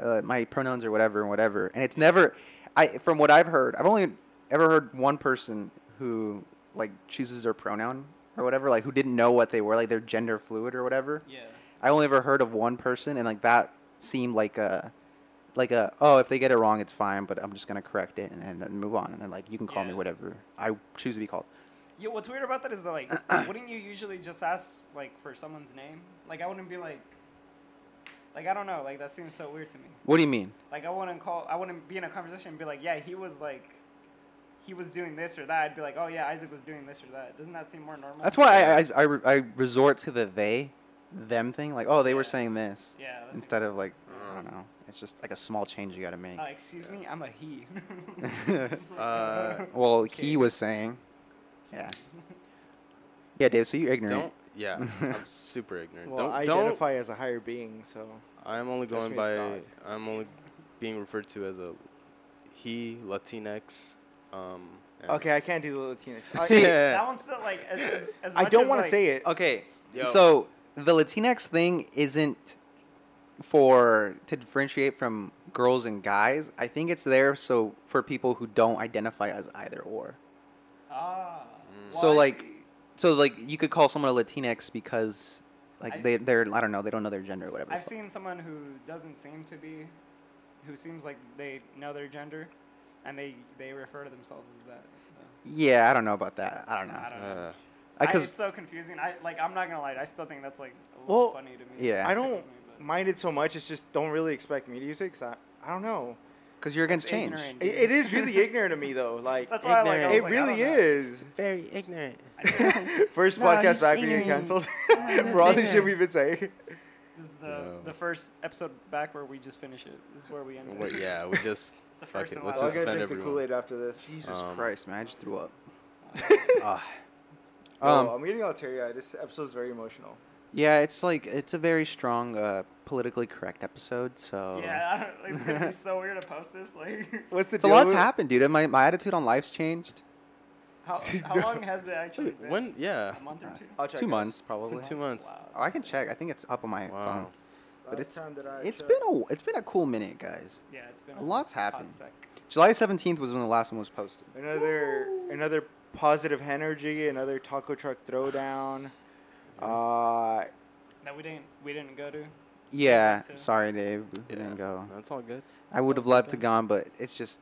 [SPEAKER 3] uh, my pronouns or whatever and whatever and it's never i from what i've heard i've only ever heard one person who like chooses their pronoun or whatever like who didn't know what they were like they're gender fluid or whatever
[SPEAKER 2] yeah.
[SPEAKER 3] I only ever heard of one person, and like that seemed like a, like a oh if they get it wrong it's fine, but I'm just gonna correct it and, and then move on. And then like you can call me
[SPEAKER 2] Yeah.
[SPEAKER 3] whatever I choose to be called.
[SPEAKER 2] Yeah. What's weird about that is
[SPEAKER 1] <clears throat>
[SPEAKER 2] that like, wouldn't you usually just ask like for someone's name? Like I wouldn't be like. Like I don't know. Like that seems so weird to me.
[SPEAKER 3] What do you mean?
[SPEAKER 2] Like I wouldn't call. I wouldn't be in a conversation and be like, yeah, he was like, he was doing this or that. I'd be like, oh yeah, Isaac was doing this or that. Doesn't that seem more normal?
[SPEAKER 3] That's why I I, I, re- I resort to the they them thing. Like, oh, they were
[SPEAKER 2] Yeah.
[SPEAKER 3] saying this
[SPEAKER 2] Yeah. That's a-
[SPEAKER 3] instead of like, I don't know. It's just like a small change you got to make.
[SPEAKER 2] uh, excuse me, I'm a he. <laughs> It's like, <laughs>
[SPEAKER 4] Uh,
[SPEAKER 3] well,
[SPEAKER 2] okay.
[SPEAKER 3] he was saying, yeah, yeah, Dave. So you're
[SPEAKER 4] Don't.
[SPEAKER 3] ignorant.
[SPEAKER 4] Yeah,
[SPEAKER 3] <laughs>
[SPEAKER 4] I'm super ignorant.
[SPEAKER 1] Well,
[SPEAKER 4] don't
[SPEAKER 1] I
[SPEAKER 4] don't
[SPEAKER 1] identify as a higher being, so
[SPEAKER 4] I'm only
[SPEAKER 1] Just
[SPEAKER 4] going
[SPEAKER 1] means
[SPEAKER 4] by.
[SPEAKER 1] God.
[SPEAKER 4] I'm only being referred to as a he Latinx. Um, and-
[SPEAKER 1] okay, I can't do the Latinx.
[SPEAKER 4] <laughs>
[SPEAKER 1] I,
[SPEAKER 3] See,
[SPEAKER 2] that one's still like as, as, as
[SPEAKER 1] I
[SPEAKER 2] much
[SPEAKER 1] don't
[SPEAKER 2] as,
[SPEAKER 1] want to
[SPEAKER 2] like,
[SPEAKER 1] say it.
[SPEAKER 3] Okay.
[SPEAKER 4] Yo.
[SPEAKER 3] So the Latinx thing isn't for to differentiate from girls and guys. I think it's there so for people who don't identify as either or.
[SPEAKER 2] Ah. well,
[SPEAKER 3] So,
[SPEAKER 2] I
[SPEAKER 3] like,
[SPEAKER 2] see.
[SPEAKER 3] So like you could call someone a Latinx because like
[SPEAKER 2] I-
[SPEAKER 3] they they're I don't know they don't know their gender or whatever. the
[SPEAKER 2] I've
[SPEAKER 3] fuck.
[SPEAKER 2] seen someone who doesn't seem to be, who seems like they know their gender, and they they refer to themselves as that. though.
[SPEAKER 3] Yeah, I don't know about that. I don't know.
[SPEAKER 2] I don't know.
[SPEAKER 4] Uh,
[SPEAKER 3] I-
[SPEAKER 2] I,
[SPEAKER 3] 'cause-
[SPEAKER 2] it's so confusing. I like. I'm not gonna lie. I still think that's like a
[SPEAKER 1] Well,
[SPEAKER 2] little funny to me.
[SPEAKER 3] yeah.
[SPEAKER 1] I don't
[SPEAKER 2] Tickles me, but-
[SPEAKER 1] mind it so much. It's just don't really expect me to use it because I, I don't know.
[SPEAKER 3] Because you're against
[SPEAKER 2] It's
[SPEAKER 3] change.
[SPEAKER 2] ignorant.
[SPEAKER 1] It, it is
[SPEAKER 2] <laughs>
[SPEAKER 1] really ignorant of me though. Like
[SPEAKER 2] That's why I like. I
[SPEAKER 4] ignorant.
[SPEAKER 1] it
[SPEAKER 2] was like, I
[SPEAKER 1] really
[SPEAKER 2] don't know.
[SPEAKER 1] is.
[SPEAKER 2] <laughs>
[SPEAKER 4] very ignorant.
[SPEAKER 1] <laughs> First
[SPEAKER 3] No, he's
[SPEAKER 1] podcast back when you
[SPEAKER 3] ignorant.
[SPEAKER 1] canceled <laughs>
[SPEAKER 3] he's
[SPEAKER 1] for all the shit
[SPEAKER 3] ignorant.
[SPEAKER 1] we've been saying.
[SPEAKER 2] This is the
[SPEAKER 4] No.
[SPEAKER 2] the first episode back where we just finish it. This is where we end. it.
[SPEAKER 4] Wait, yeah, we
[SPEAKER 1] <laughs>
[SPEAKER 4] just
[SPEAKER 2] It's the
[SPEAKER 4] fuck
[SPEAKER 2] first
[SPEAKER 4] it,
[SPEAKER 2] and
[SPEAKER 4] let's
[SPEAKER 2] last
[SPEAKER 4] just
[SPEAKER 1] I'm gonna
[SPEAKER 4] offend
[SPEAKER 1] drink the
[SPEAKER 4] everyone.
[SPEAKER 1] Kool Aid after this.
[SPEAKER 3] Jesus
[SPEAKER 4] Um,
[SPEAKER 3] Christ, man! I just threw up.
[SPEAKER 2] <laughs>
[SPEAKER 4] Ah,
[SPEAKER 3] Um,
[SPEAKER 1] oh, I'm getting all teary eyed. This episode's very emotional.
[SPEAKER 3] yeah, it's like it's a very strong uh, politically correct episode. So
[SPEAKER 2] Yeah, I don't, it's gonna be so weird to post this. Like, <laughs>
[SPEAKER 1] What's the
[SPEAKER 3] So a
[SPEAKER 1] deal
[SPEAKER 3] lot's
[SPEAKER 1] with-
[SPEAKER 3] happened, dude. My, my attitude on life's changed.
[SPEAKER 4] <laughs>
[SPEAKER 2] how how long has it actually
[SPEAKER 4] wait,
[SPEAKER 2] been?
[SPEAKER 4] when? Yeah,
[SPEAKER 2] A month or two.
[SPEAKER 1] I'll check
[SPEAKER 3] two
[SPEAKER 1] guys.
[SPEAKER 3] months, probably.
[SPEAKER 4] two months.
[SPEAKER 2] Wow,
[SPEAKER 3] Oh, I can
[SPEAKER 2] that's-
[SPEAKER 3] check. I think it's up on my
[SPEAKER 4] Wow.
[SPEAKER 3] phone.
[SPEAKER 1] Last
[SPEAKER 3] it's-
[SPEAKER 1] time that I
[SPEAKER 3] It's
[SPEAKER 1] checked-
[SPEAKER 3] been a it's been a cool minute, guys.
[SPEAKER 2] Yeah, it's been
[SPEAKER 3] A lot's
[SPEAKER 2] hot
[SPEAKER 3] happened.
[SPEAKER 2] sec.
[SPEAKER 3] July seventeenth was when the last one was posted.
[SPEAKER 1] another another positive energy, another taco truck throwdown. Uh,
[SPEAKER 2] that we didn't we didn't go to.
[SPEAKER 3] Yeah,
[SPEAKER 2] too.
[SPEAKER 3] sorry, Dave. We
[SPEAKER 4] Yeah,
[SPEAKER 3] didn't go.
[SPEAKER 4] That's all good.
[SPEAKER 3] I would have
[SPEAKER 4] all
[SPEAKER 3] loved to
[SPEAKER 4] good.
[SPEAKER 3] gone, but it's just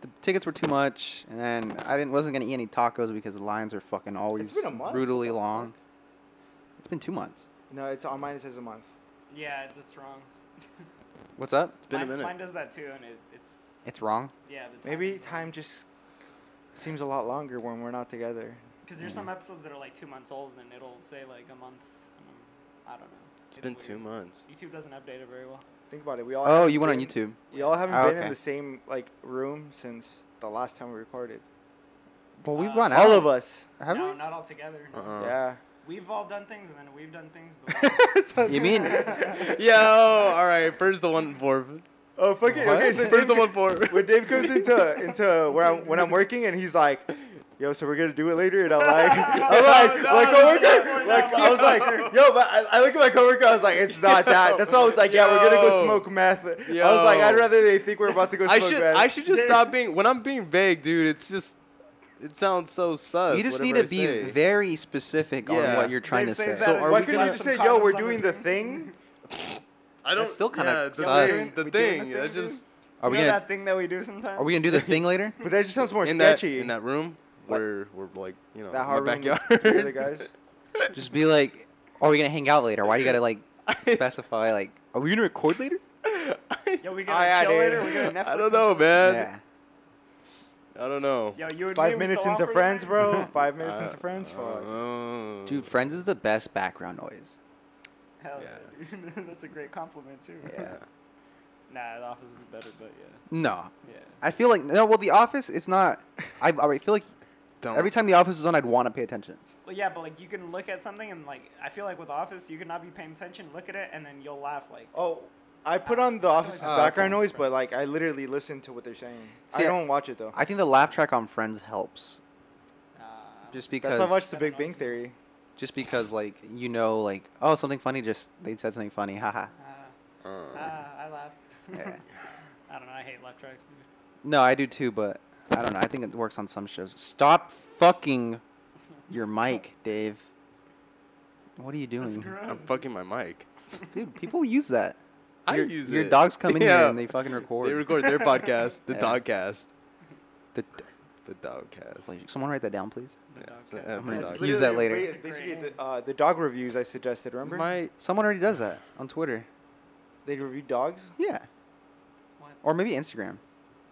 [SPEAKER 3] the tickets were too much, and then I didn't wasn't gonna eat any tacos because the lines are fucking always
[SPEAKER 1] been a month,
[SPEAKER 3] brutally
[SPEAKER 1] what the
[SPEAKER 3] long. It's been two months.
[SPEAKER 1] no, it's on mine. It says a month.
[SPEAKER 2] Yeah, it's, it's wrong.
[SPEAKER 3] What's up?
[SPEAKER 4] It's been
[SPEAKER 2] mine,
[SPEAKER 4] a minute.
[SPEAKER 2] Mine does that too, and it, it's
[SPEAKER 3] It's wrong.
[SPEAKER 2] yeah. The time
[SPEAKER 1] Maybe
[SPEAKER 2] is wrong.
[SPEAKER 1] time just seems a lot longer when we're not together.
[SPEAKER 2] Because there's
[SPEAKER 4] Mm-hmm.
[SPEAKER 2] some episodes that are like two months old, and it'll say like a month. And I'm- I don't know.
[SPEAKER 4] it's been two
[SPEAKER 2] weird.
[SPEAKER 4] months.
[SPEAKER 2] YouTube doesn't update it very well.
[SPEAKER 1] Think about it. We all.
[SPEAKER 3] Oh,
[SPEAKER 1] haven't
[SPEAKER 3] you went on
[SPEAKER 1] been-
[SPEAKER 3] YouTube.
[SPEAKER 1] We all haven't
[SPEAKER 3] Ah,
[SPEAKER 1] been in
[SPEAKER 3] okay.
[SPEAKER 1] the same like room since the last time we recorded.
[SPEAKER 3] Well, we've
[SPEAKER 2] Uh,
[SPEAKER 3] run out.
[SPEAKER 1] All of us.
[SPEAKER 3] Have
[SPEAKER 2] no,
[SPEAKER 3] we?
[SPEAKER 2] not all together. no.
[SPEAKER 4] Uh-uh.
[SPEAKER 3] <laughs>
[SPEAKER 1] Yeah. <laughs>
[SPEAKER 2] We've all done things, and then we've done things.
[SPEAKER 4] <laughs>
[SPEAKER 2] But
[SPEAKER 3] You mean?
[SPEAKER 4] Yo, all right. First the one for.
[SPEAKER 1] <laughs> Oh fucking
[SPEAKER 3] What?
[SPEAKER 1] okay. So
[SPEAKER 4] First
[SPEAKER 1] Dave,
[SPEAKER 4] the one
[SPEAKER 1] <laughs>
[SPEAKER 4] for.
[SPEAKER 1] when Dave comes into into where I'm when I'm working and he's like, "Yo, so we're gonna do it later," and I'm
[SPEAKER 2] <laughs>
[SPEAKER 1] like, I'm like,
[SPEAKER 2] No, no,
[SPEAKER 1] my coworker,
[SPEAKER 2] no,
[SPEAKER 1] like
[SPEAKER 2] no,
[SPEAKER 1] I was like, "Yo," but I, I look at my coworker, I was like, "It's not that." That's why I was like, "Yeah, we're gonna
[SPEAKER 4] Yo.
[SPEAKER 1] go smoke meth." I was like,
[SPEAKER 4] Yo.
[SPEAKER 1] "I'd rather they think we're about to go
[SPEAKER 4] I
[SPEAKER 1] smoke
[SPEAKER 4] should.
[SPEAKER 1] meth."
[SPEAKER 4] I should just stop being. When I'm being vague, dude, it's just. It sounds so sus.
[SPEAKER 3] you just
[SPEAKER 4] whatever
[SPEAKER 3] need
[SPEAKER 4] I
[SPEAKER 3] to be
[SPEAKER 4] say.
[SPEAKER 3] very specific on
[SPEAKER 4] Yeah.
[SPEAKER 3] what you're trying
[SPEAKER 2] Dave
[SPEAKER 3] to say.
[SPEAKER 2] says that
[SPEAKER 4] So
[SPEAKER 2] in
[SPEAKER 4] are
[SPEAKER 1] Why
[SPEAKER 4] we
[SPEAKER 1] couldn't you
[SPEAKER 4] gonna-
[SPEAKER 1] just
[SPEAKER 2] some
[SPEAKER 1] say, "Yo,
[SPEAKER 2] condoms
[SPEAKER 1] we're
[SPEAKER 2] on
[SPEAKER 1] doing the thing"?
[SPEAKER 4] I don't.
[SPEAKER 3] That's still kinda
[SPEAKER 4] yeah, the
[SPEAKER 3] sus.
[SPEAKER 4] thing. The
[SPEAKER 1] We doing the
[SPEAKER 4] thing. That's
[SPEAKER 1] thing,
[SPEAKER 4] just
[SPEAKER 3] are we
[SPEAKER 2] you know
[SPEAKER 3] gonna
[SPEAKER 2] that thing that we do sometimes?
[SPEAKER 3] are we gonna do the thing later?
[SPEAKER 1] But that just sounds more
[SPEAKER 4] in that
[SPEAKER 1] sketchy.
[SPEAKER 4] in that room.
[SPEAKER 1] What?
[SPEAKER 4] We're we're like you know
[SPEAKER 1] that
[SPEAKER 4] in
[SPEAKER 1] hard
[SPEAKER 4] the
[SPEAKER 1] room with
[SPEAKER 4] backyard. <laughs>
[SPEAKER 1] the other
[SPEAKER 2] <laughs>
[SPEAKER 1] guys.
[SPEAKER 3] Just be like, are we gonna hang out later? Why do you gotta like specify like, are we gonna record later?
[SPEAKER 2] Yo, we
[SPEAKER 1] Oh,
[SPEAKER 2] gonna
[SPEAKER 1] yeah,
[SPEAKER 2] chill
[SPEAKER 1] dude.
[SPEAKER 2] later. We gonna
[SPEAKER 4] <laughs>
[SPEAKER 2] Netflix.
[SPEAKER 4] I don't
[SPEAKER 2] and
[SPEAKER 4] know,
[SPEAKER 2] shit?
[SPEAKER 4] man.
[SPEAKER 3] Yeah.
[SPEAKER 4] I don't know.
[SPEAKER 2] Yo, you and me,
[SPEAKER 1] Five
[SPEAKER 2] we
[SPEAKER 1] minutes
[SPEAKER 2] still
[SPEAKER 1] into
[SPEAKER 2] off for
[SPEAKER 1] friends,
[SPEAKER 2] that?
[SPEAKER 1] bro. Five minutes
[SPEAKER 4] I-
[SPEAKER 1] into friends.
[SPEAKER 4] I
[SPEAKER 1] Fuck.
[SPEAKER 4] don't know.
[SPEAKER 3] Dude, Friends is the best background noise.
[SPEAKER 2] <laughs> Hell
[SPEAKER 4] Yeah.
[SPEAKER 2] yeah, <laughs> dude. that's a great compliment too.
[SPEAKER 3] Yeah.
[SPEAKER 2] Nah, The Office is better, but
[SPEAKER 3] <laughs> No,
[SPEAKER 2] yeah, yeah.
[SPEAKER 3] I feel like no. Well, The Office, it's not. I, I feel like
[SPEAKER 4] Don't.
[SPEAKER 3] every time The Office is on, I'd want to pay attention.
[SPEAKER 2] Well, yeah, but like you can look at something and like I feel like with Office, you could not be paying attention, look at it, and then you'll laugh like.
[SPEAKER 1] Oh, I put on the office's
[SPEAKER 3] Oh, okay.
[SPEAKER 1] background noise, but like I literally listen to what they're saying.
[SPEAKER 3] See,
[SPEAKER 1] I
[SPEAKER 3] I-
[SPEAKER 1] don't watch it though.
[SPEAKER 3] I think the laugh track on Friends helps,
[SPEAKER 2] Uh,
[SPEAKER 3] just
[SPEAKER 1] That's
[SPEAKER 3] because
[SPEAKER 1] how I watch The
[SPEAKER 2] That
[SPEAKER 1] Big Bang
[SPEAKER 2] annoys me.
[SPEAKER 1] Theory.
[SPEAKER 3] just because like you know like oh something funny just they said something funny <laughs> haha
[SPEAKER 2] ah,
[SPEAKER 4] Uh,
[SPEAKER 2] ah, I laughed.
[SPEAKER 3] yeah.
[SPEAKER 2] <laughs> I don't know. I hate laugh tracks, dude.
[SPEAKER 3] no I do too but I don't know I think it works on some shows stop fucking your mic Dave what are you
[SPEAKER 2] That's
[SPEAKER 3] <laughs> doing
[SPEAKER 4] I'm
[SPEAKER 2] gross.
[SPEAKER 4] fucking my mic.
[SPEAKER 3] dude people use that
[SPEAKER 4] I
[SPEAKER 3] your,
[SPEAKER 4] use
[SPEAKER 3] your
[SPEAKER 4] it.
[SPEAKER 3] dogs come in here
[SPEAKER 4] Yeah.
[SPEAKER 3] and they fucking record
[SPEAKER 4] They record their podcast, the
[SPEAKER 3] <laughs> Yeah.
[SPEAKER 4] Dogcast,
[SPEAKER 3] the,
[SPEAKER 4] the Dogcast.
[SPEAKER 3] someone write that down please
[SPEAKER 2] The
[SPEAKER 4] Yeah,
[SPEAKER 2] dog
[SPEAKER 4] so,
[SPEAKER 2] cast.
[SPEAKER 4] uh, my
[SPEAKER 3] Yeah,
[SPEAKER 4] dog.
[SPEAKER 3] it's Use that later.
[SPEAKER 1] It's basically the, uh, the dog reviews I suggested. Remember?
[SPEAKER 4] My
[SPEAKER 3] someone already does that on Twitter
[SPEAKER 1] they review dogs.
[SPEAKER 3] yeah
[SPEAKER 2] What?
[SPEAKER 3] or maybe Instagram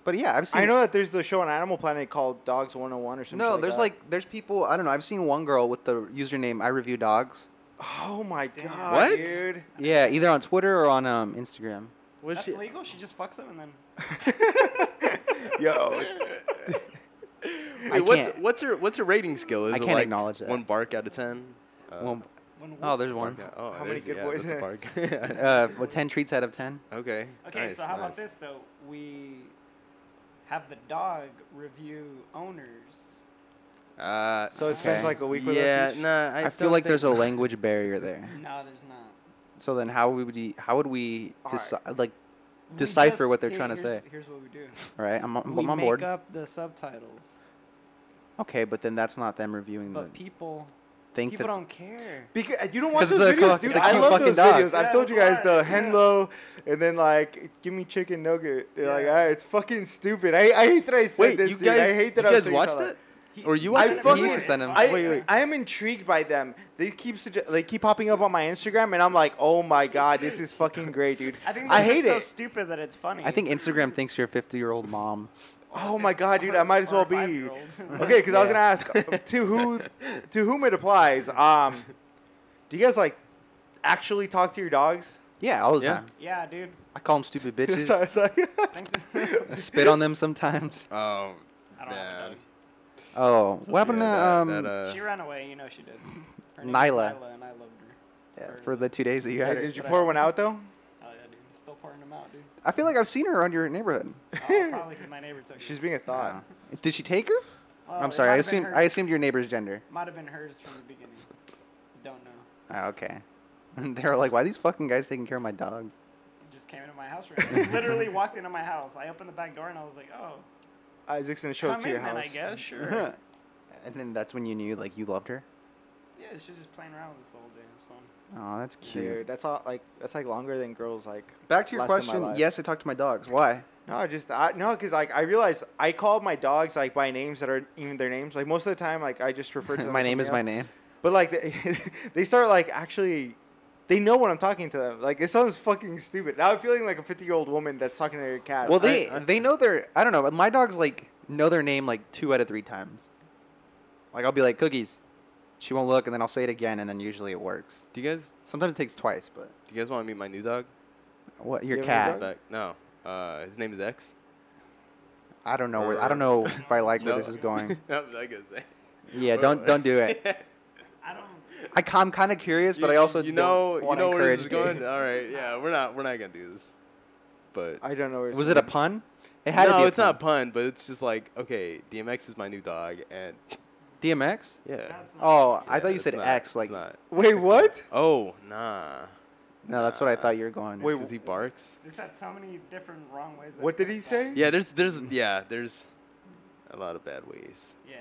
[SPEAKER 3] but yeah I've seen
[SPEAKER 1] I know that there's the show on Animal Planet called Dogs 101 or something.
[SPEAKER 3] No, there's like there's people I don't know. I've seen one girl with the username I review dogs,
[SPEAKER 1] Oh my
[SPEAKER 2] Damn.
[SPEAKER 1] god,
[SPEAKER 3] What?
[SPEAKER 1] dude!
[SPEAKER 3] Yeah, either on Twitter or on um, Instagram.
[SPEAKER 4] What
[SPEAKER 2] That's
[SPEAKER 4] she,
[SPEAKER 2] legal. She just fucks him and then.
[SPEAKER 1] <laughs> Yo,
[SPEAKER 3] I
[SPEAKER 4] Wait, what's
[SPEAKER 3] can't-
[SPEAKER 4] what's her what's her rating skill? Is
[SPEAKER 3] I
[SPEAKER 4] it
[SPEAKER 3] can't
[SPEAKER 4] like
[SPEAKER 3] acknowledge that.
[SPEAKER 4] one bark out of ten? Uh,
[SPEAKER 3] Well,
[SPEAKER 2] when Wolf-
[SPEAKER 3] oh, there's one.
[SPEAKER 4] Yeah, oh,
[SPEAKER 1] How many
[SPEAKER 4] there's-
[SPEAKER 1] good
[SPEAKER 4] yeah,
[SPEAKER 1] boys
[SPEAKER 4] That's a
[SPEAKER 1] are-
[SPEAKER 4] bark.
[SPEAKER 3] <laughs> Uh, what, 10 treats out of 10?
[SPEAKER 4] <laughs> okay.
[SPEAKER 2] Okay,
[SPEAKER 4] nice,
[SPEAKER 2] so how about
[SPEAKER 4] nice.
[SPEAKER 2] this though? We have the dog review owners.
[SPEAKER 4] Uh,
[SPEAKER 1] so it spends
[SPEAKER 3] Okay.
[SPEAKER 1] like a week with
[SPEAKER 4] yeah,
[SPEAKER 1] us. each?
[SPEAKER 4] nah. I,
[SPEAKER 3] I,
[SPEAKER 4] don't
[SPEAKER 3] feel like
[SPEAKER 4] think-
[SPEAKER 3] there's a language barrier there.
[SPEAKER 2] No, there's not.
[SPEAKER 3] So then how would we, how would we
[SPEAKER 1] All right.
[SPEAKER 3] decide, like,
[SPEAKER 2] We
[SPEAKER 3] Decipher
[SPEAKER 2] just-
[SPEAKER 3] what they're
[SPEAKER 2] here-
[SPEAKER 3] trying to
[SPEAKER 2] here's-
[SPEAKER 3] say.
[SPEAKER 2] Here's what we do.
[SPEAKER 3] all right, I'm, on-
[SPEAKER 2] we
[SPEAKER 3] I'm on
[SPEAKER 2] make
[SPEAKER 3] board.
[SPEAKER 2] up the subtitles,
[SPEAKER 3] Okay, but then that's not them reviewing the
[SPEAKER 2] but people
[SPEAKER 3] thing.
[SPEAKER 2] people
[SPEAKER 3] That,
[SPEAKER 2] don't care.
[SPEAKER 1] Because you don't watch
[SPEAKER 3] 'Cause it's
[SPEAKER 1] those
[SPEAKER 3] a cool-
[SPEAKER 1] videos, dude.
[SPEAKER 3] it's a
[SPEAKER 1] I
[SPEAKER 3] cute
[SPEAKER 1] love
[SPEAKER 3] fucking
[SPEAKER 1] those
[SPEAKER 3] dog.
[SPEAKER 1] videos. I've
[SPEAKER 2] Yeah,
[SPEAKER 1] told you guys
[SPEAKER 2] that's
[SPEAKER 1] the
[SPEAKER 2] why,
[SPEAKER 1] hen
[SPEAKER 2] yeah.
[SPEAKER 1] low, and then like give me chicken nugget. They're Like
[SPEAKER 2] Yeah.
[SPEAKER 1] ah, it's fucking stupid. I, I hate that I <laughs> said
[SPEAKER 4] Wait,
[SPEAKER 1] this.
[SPEAKER 4] you
[SPEAKER 1] dude. I
[SPEAKER 4] guys,
[SPEAKER 1] hate
[SPEAKER 4] you
[SPEAKER 1] that I was
[SPEAKER 4] guys
[SPEAKER 1] thinking
[SPEAKER 4] watched
[SPEAKER 1] about
[SPEAKER 4] it?
[SPEAKER 1] that.
[SPEAKER 2] He-
[SPEAKER 4] Or you
[SPEAKER 2] I
[SPEAKER 4] watched it?
[SPEAKER 2] fucking-
[SPEAKER 4] You used to send
[SPEAKER 2] it's
[SPEAKER 4] him.
[SPEAKER 1] I,
[SPEAKER 4] Wait, wait.
[SPEAKER 1] I am intrigued by them. They keep sugge- they keep popping up on my Instagram, and I'm like, oh my god, this is fucking great, dude.
[SPEAKER 2] <laughs> I think
[SPEAKER 1] I
[SPEAKER 2] they're just
[SPEAKER 1] hate
[SPEAKER 2] so
[SPEAKER 1] it.
[SPEAKER 2] stupid that it's funny.
[SPEAKER 3] I think Instagram thinks you're a 50 year old mom.
[SPEAKER 1] Oh my god, dude!
[SPEAKER 2] Or-
[SPEAKER 1] I might as
[SPEAKER 2] or
[SPEAKER 1] well
[SPEAKER 2] a
[SPEAKER 1] be.
[SPEAKER 2] five-year-old.
[SPEAKER 1] Okay, because I was
[SPEAKER 3] Yeah.
[SPEAKER 1] gonna ask uh, to
[SPEAKER 2] <laughs>
[SPEAKER 1] who to whom it applies. Um, do you guys like actually talk to your dogs? <laughs>
[SPEAKER 3] Yeah, all the
[SPEAKER 4] Yeah.
[SPEAKER 3] time.
[SPEAKER 2] yeah, dude.
[SPEAKER 3] I call
[SPEAKER 2] <laughs>
[SPEAKER 3] them stupid
[SPEAKER 1] Sorry,
[SPEAKER 3] bitches.
[SPEAKER 1] sorry.
[SPEAKER 2] Thanks. <laughs>
[SPEAKER 3] I spit on them sometimes.
[SPEAKER 4] Um,
[SPEAKER 2] I don't
[SPEAKER 4] man.
[SPEAKER 2] know.
[SPEAKER 3] Oh, what happened
[SPEAKER 4] Yeah,
[SPEAKER 3] to
[SPEAKER 4] that-
[SPEAKER 3] um,
[SPEAKER 4] that, uh,
[SPEAKER 2] She ran away. You know she did. Her name is
[SPEAKER 3] Nyla.
[SPEAKER 2] Nyla, and I loved her.
[SPEAKER 3] yeah, for the two days that you
[SPEAKER 1] Hey,
[SPEAKER 3] had
[SPEAKER 1] did
[SPEAKER 3] it?
[SPEAKER 1] you pour one out though?
[SPEAKER 2] Oh yeah, dude. Still pouring them out, dude.
[SPEAKER 3] I feel like I've seen her around
[SPEAKER 4] <laughs>
[SPEAKER 3] your neighborhood.
[SPEAKER 2] Oh, probably because my neighbor took
[SPEAKER 1] She's
[SPEAKER 2] it.
[SPEAKER 1] being a thought.
[SPEAKER 3] Uh, Did she take her?
[SPEAKER 2] Well,
[SPEAKER 3] I'm
[SPEAKER 2] Oh, it
[SPEAKER 3] sorry. I
[SPEAKER 2] might have been
[SPEAKER 3] assumed I
[SPEAKER 2] hers.
[SPEAKER 3] assumed your neighbor's gender.
[SPEAKER 2] Might have been hers from the beginning. Don't know.
[SPEAKER 3] Ah, okay. <laughs> And they were like, "Why are these fucking guys taking care of my dog?"
[SPEAKER 2] Just came into my house right now. Literally walked into my house. I opened the back door and I was like, oh,
[SPEAKER 1] Isaac's gonna show it
[SPEAKER 2] come
[SPEAKER 1] to your
[SPEAKER 2] in
[SPEAKER 1] house.
[SPEAKER 2] then, I guess. Sure.
[SPEAKER 1] <laughs>
[SPEAKER 3] And then that's when you knew, like, you loved her.
[SPEAKER 2] yeah, she was just playing around with us the whole day. It was fun.
[SPEAKER 3] Oh, that's cute.
[SPEAKER 1] Dude, that's all. Like that's like longer than girls. Like
[SPEAKER 3] Back to your
[SPEAKER 1] last in my
[SPEAKER 3] question.
[SPEAKER 1] life.
[SPEAKER 3] Yes, I talk to my dogs. Why?
[SPEAKER 1] No, just I, no, because like I realized I called my dogs like by names that aren't even their names. Like most of the time, like I just
[SPEAKER 3] <laughs>
[SPEAKER 1] refer to them.
[SPEAKER 3] my
[SPEAKER 1] as
[SPEAKER 3] name is
[SPEAKER 1] something
[SPEAKER 3] my
[SPEAKER 1] else.
[SPEAKER 3] name.
[SPEAKER 1] But like they, <laughs> they start like actually, they know when I'm talking to them. Like it sounds fucking stupid. Now I'm feeling like a 50 year old woman that's talking to her cat.
[SPEAKER 3] Well,
[SPEAKER 1] I-
[SPEAKER 3] they they know their. I don't know. but My dogs like know their name like two out of three times. Like I'll be like cookies, she won't look, and then I'll say it again, and then usually it works.
[SPEAKER 4] Do you guys
[SPEAKER 3] Sometimes it takes twice, but
[SPEAKER 4] do you guys want to meet my new dog?
[SPEAKER 3] what your
[SPEAKER 1] You have any
[SPEAKER 3] cat?
[SPEAKER 1] dogs?
[SPEAKER 4] Back? No. Uh, his name is X.
[SPEAKER 3] I don't know. Where, I don't know if I like
[SPEAKER 4] <laughs>
[SPEAKER 3] where
[SPEAKER 4] No.
[SPEAKER 3] this is going.
[SPEAKER 4] I'm not gonna say.
[SPEAKER 3] <laughs> Yeah, don't don't
[SPEAKER 4] <laughs>
[SPEAKER 3] do it.
[SPEAKER 2] I don't.
[SPEAKER 3] I, am kind of curious, but
[SPEAKER 4] You-
[SPEAKER 3] I also
[SPEAKER 4] you
[SPEAKER 3] don't
[SPEAKER 4] know you
[SPEAKER 3] wanna
[SPEAKER 4] know where this is
[SPEAKER 3] encourage it.
[SPEAKER 4] going. All right, yeah, we're not we're not gonna do this. But
[SPEAKER 1] I don't know.
[SPEAKER 3] <laughs>
[SPEAKER 1] Where it's
[SPEAKER 3] Was it a
[SPEAKER 1] going.
[SPEAKER 3] pun? It had to
[SPEAKER 4] no,
[SPEAKER 3] be. a
[SPEAKER 4] it's not a pun, but it's just like okay, DMX is my new dog, and
[SPEAKER 3] DMX.
[SPEAKER 4] yeah.
[SPEAKER 2] That's not
[SPEAKER 3] Oh, I
[SPEAKER 4] Yeah,
[SPEAKER 3] thought you
[SPEAKER 4] it's
[SPEAKER 3] said
[SPEAKER 4] not-
[SPEAKER 3] X.
[SPEAKER 4] it's
[SPEAKER 3] Like,
[SPEAKER 4] not.
[SPEAKER 1] Wait, what?
[SPEAKER 4] oh nah.
[SPEAKER 3] no, that's what I thought you were going.
[SPEAKER 1] Wait,
[SPEAKER 4] Since he barks.
[SPEAKER 2] This had so many different wrong ways. that
[SPEAKER 1] What
[SPEAKER 2] it
[SPEAKER 1] did
[SPEAKER 2] could
[SPEAKER 1] he
[SPEAKER 2] have
[SPEAKER 1] say?
[SPEAKER 2] gone.
[SPEAKER 4] Yeah, there's there's yeah there's a lot of bad ways.
[SPEAKER 2] Yeah.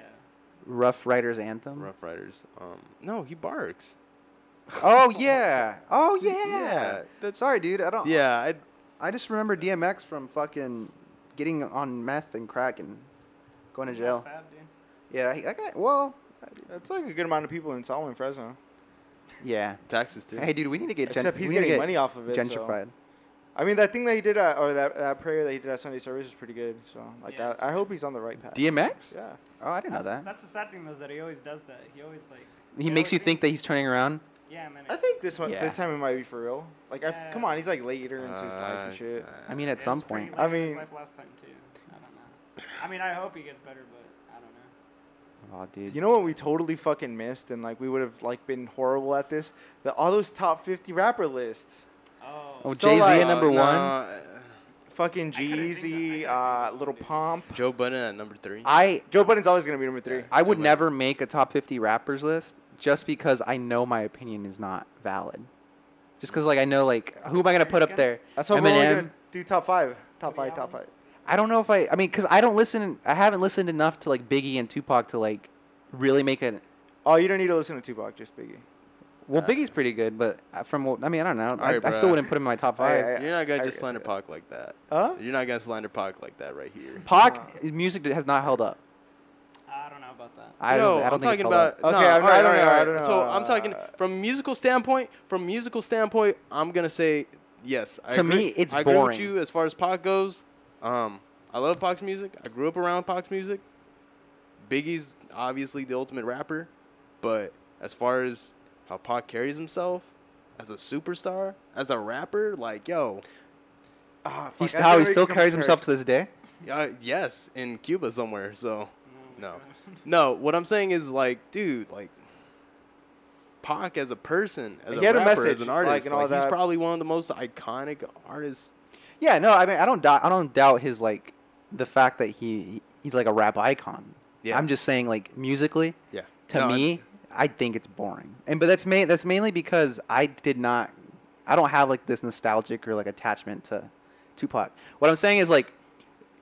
[SPEAKER 3] Rough Riders anthem.
[SPEAKER 4] Rough Riders. Um, no, he barks.
[SPEAKER 3] Oh yeah. Oh
[SPEAKER 4] See,
[SPEAKER 3] yeah.
[SPEAKER 4] yeah, that's-
[SPEAKER 3] Sorry, dude. I don't.
[SPEAKER 4] Yeah, I
[SPEAKER 3] I just remember DMX from fucking getting on meth and crack and going to jail.
[SPEAKER 2] That's sad, dude.
[SPEAKER 3] Yeah. He, that guy. Well.
[SPEAKER 1] That's like a good amount of people in Solomon, Fresno.
[SPEAKER 3] Yeah.
[SPEAKER 4] taxes too.
[SPEAKER 3] Hey, dude. We need to get. Gen-
[SPEAKER 1] Except he's
[SPEAKER 3] we need to
[SPEAKER 1] getting
[SPEAKER 3] get
[SPEAKER 1] money off of it, so-
[SPEAKER 3] Gentrified.
[SPEAKER 1] I mean, that thing that he did, at, or that, that prayer that he did at Sunday service is pretty good. So, like,
[SPEAKER 2] Yeah, it's
[SPEAKER 1] I, I hope he's on the right path.
[SPEAKER 3] DMX.
[SPEAKER 1] yeah.
[SPEAKER 3] Oh, I didn't know
[SPEAKER 2] That's,
[SPEAKER 3] that.
[SPEAKER 2] that's the sad thing though is that he always does that. He always like.
[SPEAKER 3] He makes you think that he's turning around.
[SPEAKER 2] Yeah, and then.
[SPEAKER 1] I
[SPEAKER 2] it-
[SPEAKER 1] think this one,
[SPEAKER 3] Yeah.
[SPEAKER 1] this time it might be for real. Like, I f
[SPEAKER 2] Yeah.
[SPEAKER 1] come on, he's like later into his life and
[SPEAKER 4] Uh,
[SPEAKER 1] shit.
[SPEAKER 4] uh,
[SPEAKER 3] I mean, at
[SPEAKER 2] it
[SPEAKER 3] some
[SPEAKER 2] was pretty
[SPEAKER 3] point.
[SPEAKER 2] late
[SPEAKER 1] I
[SPEAKER 2] in his
[SPEAKER 1] mean-
[SPEAKER 2] life last time too. I don't know. I mean, I hope he gets better, but I don't know.
[SPEAKER 3] Oh, dude.
[SPEAKER 1] You know what we totally fucking missed, and like we would have like been horrible at this. The, all those top fifty rapper lists,
[SPEAKER 2] Oh.
[SPEAKER 3] Oh,
[SPEAKER 1] So,
[SPEAKER 3] Jay Z
[SPEAKER 1] like-
[SPEAKER 3] at number
[SPEAKER 4] no,
[SPEAKER 3] one.
[SPEAKER 4] uh,
[SPEAKER 1] fucking
[SPEAKER 2] I couldn't think of- I
[SPEAKER 1] Jeezy,
[SPEAKER 2] couldn't think
[SPEAKER 1] uh,
[SPEAKER 2] of
[SPEAKER 1] Little
[SPEAKER 2] one, dude.
[SPEAKER 1] Pump.
[SPEAKER 4] Joe Budden at number three.
[SPEAKER 3] I
[SPEAKER 1] Joe Budden's always gonna be number three.
[SPEAKER 4] Yeah.
[SPEAKER 3] I would
[SPEAKER 4] Joe Budden.
[SPEAKER 3] never make a top 50 rappers list just because I know my opinion is not valid. Just because, like, I know, like, who am I going to put up there?
[SPEAKER 1] That's why we're only
[SPEAKER 3] Eminem.
[SPEAKER 1] gonna do top five, top
[SPEAKER 2] Woody
[SPEAKER 1] five, top
[SPEAKER 2] Allen.
[SPEAKER 1] five.
[SPEAKER 3] I don't know if I, I mean, because I don't listen, I haven't listened enough to, like, Biggie and Tupac to, like, really make an.
[SPEAKER 1] Oh, you don't need to listen to Tupac, just Biggie.
[SPEAKER 3] Well,
[SPEAKER 4] Uh,
[SPEAKER 3] Biggie's pretty good, but uh, from what, I mean, I don't know. I,
[SPEAKER 4] right,
[SPEAKER 3] I still
[SPEAKER 4] bruh.
[SPEAKER 3] wouldn't put him in my top five.
[SPEAKER 1] I-
[SPEAKER 4] You're not gonna
[SPEAKER 1] I
[SPEAKER 4] just
[SPEAKER 1] guess
[SPEAKER 4] slander
[SPEAKER 1] I-
[SPEAKER 4] Pac like that.
[SPEAKER 1] Huh?
[SPEAKER 4] You're not gonna slander Pac like that right here.
[SPEAKER 3] Pac,
[SPEAKER 1] uh,
[SPEAKER 3] his music has not held up.
[SPEAKER 2] I don't know about that.
[SPEAKER 3] I
[SPEAKER 4] no,
[SPEAKER 3] don't, I don't
[SPEAKER 4] am
[SPEAKER 3] think it's
[SPEAKER 4] talking
[SPEAKER 3] held
[SPEAKER 4] about.
[SPEAKER 3] up.
[SPEAKER 1] up.
[SPEAKER 4] no,
[SPEAKER 1] Okay, I'm
[SPEAKER 4] all right,
[SPEAKER 1] not-
[SPEAKER 4] all right,
[SPEAKER 1] I don't know,
[SPEAKER 4] all
[SPEAKER 1] I
[SPEAKER 4] right.
[SPEAKER 1] don't know,
[SPEAKER 4] So
[SPEAKER 1] uh,
[SPEAKER 4] I'm talking from musical standpoint. From musical standpoint, I'm gonna say yes. I
[SPEAKER 3] To
[SPEAKER 4] agree-
[SPEAKER 3] me, it's
[SPEAKER 4] I agree
[SPEAKER 3] boring.
[SPEAKER 4] with you as far as Pac goes. Um, I love Pac's music. I grew up around Pac's music. Biggie's obviously the ultimate rapper, but as far as how Pac carries himself as a superstar, as a rapper. Like, yo,
[SPEAKER 1] Ah, fuck,
[SPEAKER 3] He's
[SPEAKER 1] I
[SPEAKER 3] how he
[SPEAKER 1] remember
[SPEAKER 3] still
[SPEAKER 1] comes
[SPEAKER 3] carries himself
[SPEAKER 1] first.
[SPEAKER 3] to this day.
[SPEAKER 4] uh, yes, in Cuba somewhere.
[SPEAKER 3] Oh,
[SPEAKER 4] So, no,
[SPEAKER 3] <laughs>
[SPEAKER 4] no. What I'm saying is like, dude, like. Pac as a person, as
[SPEAKER 1] He
[SPEAKER 4] a
[SPEAKER 1] had
[SPEAKER 4] rapper,
[SPEAKER 1] a
[SPEAKER 4] as
[SPEAKER 1] message,
[SPEAKER 4] an
[SPEAKER 1] like,
[SPEAKER 4] artist,
[SPEAKER 1] and all
[SPEAKER 4] like, he's
[SPEAKER 1] that.
[SPEAKER 4] probably one of the most iconic artists
[SPEAKER 3] Yeah, no, I mean, I don't doubt, I don't doubt his like the fact that he he's like a rap icon.
[SPEAKER 4] Yeah.
[SPEAKER 3] I'm just saying, like musically,
[SPEAKER 4] Yeah.
[SPEAKER 3] to
[SPEAKER 4] No, I-
[SPEAKER 3] me, I think it's boring. And but that's ma- that's mainly because I did not, I don't have like this nostalgic or like attachment to Tupac. What I'm saying is like,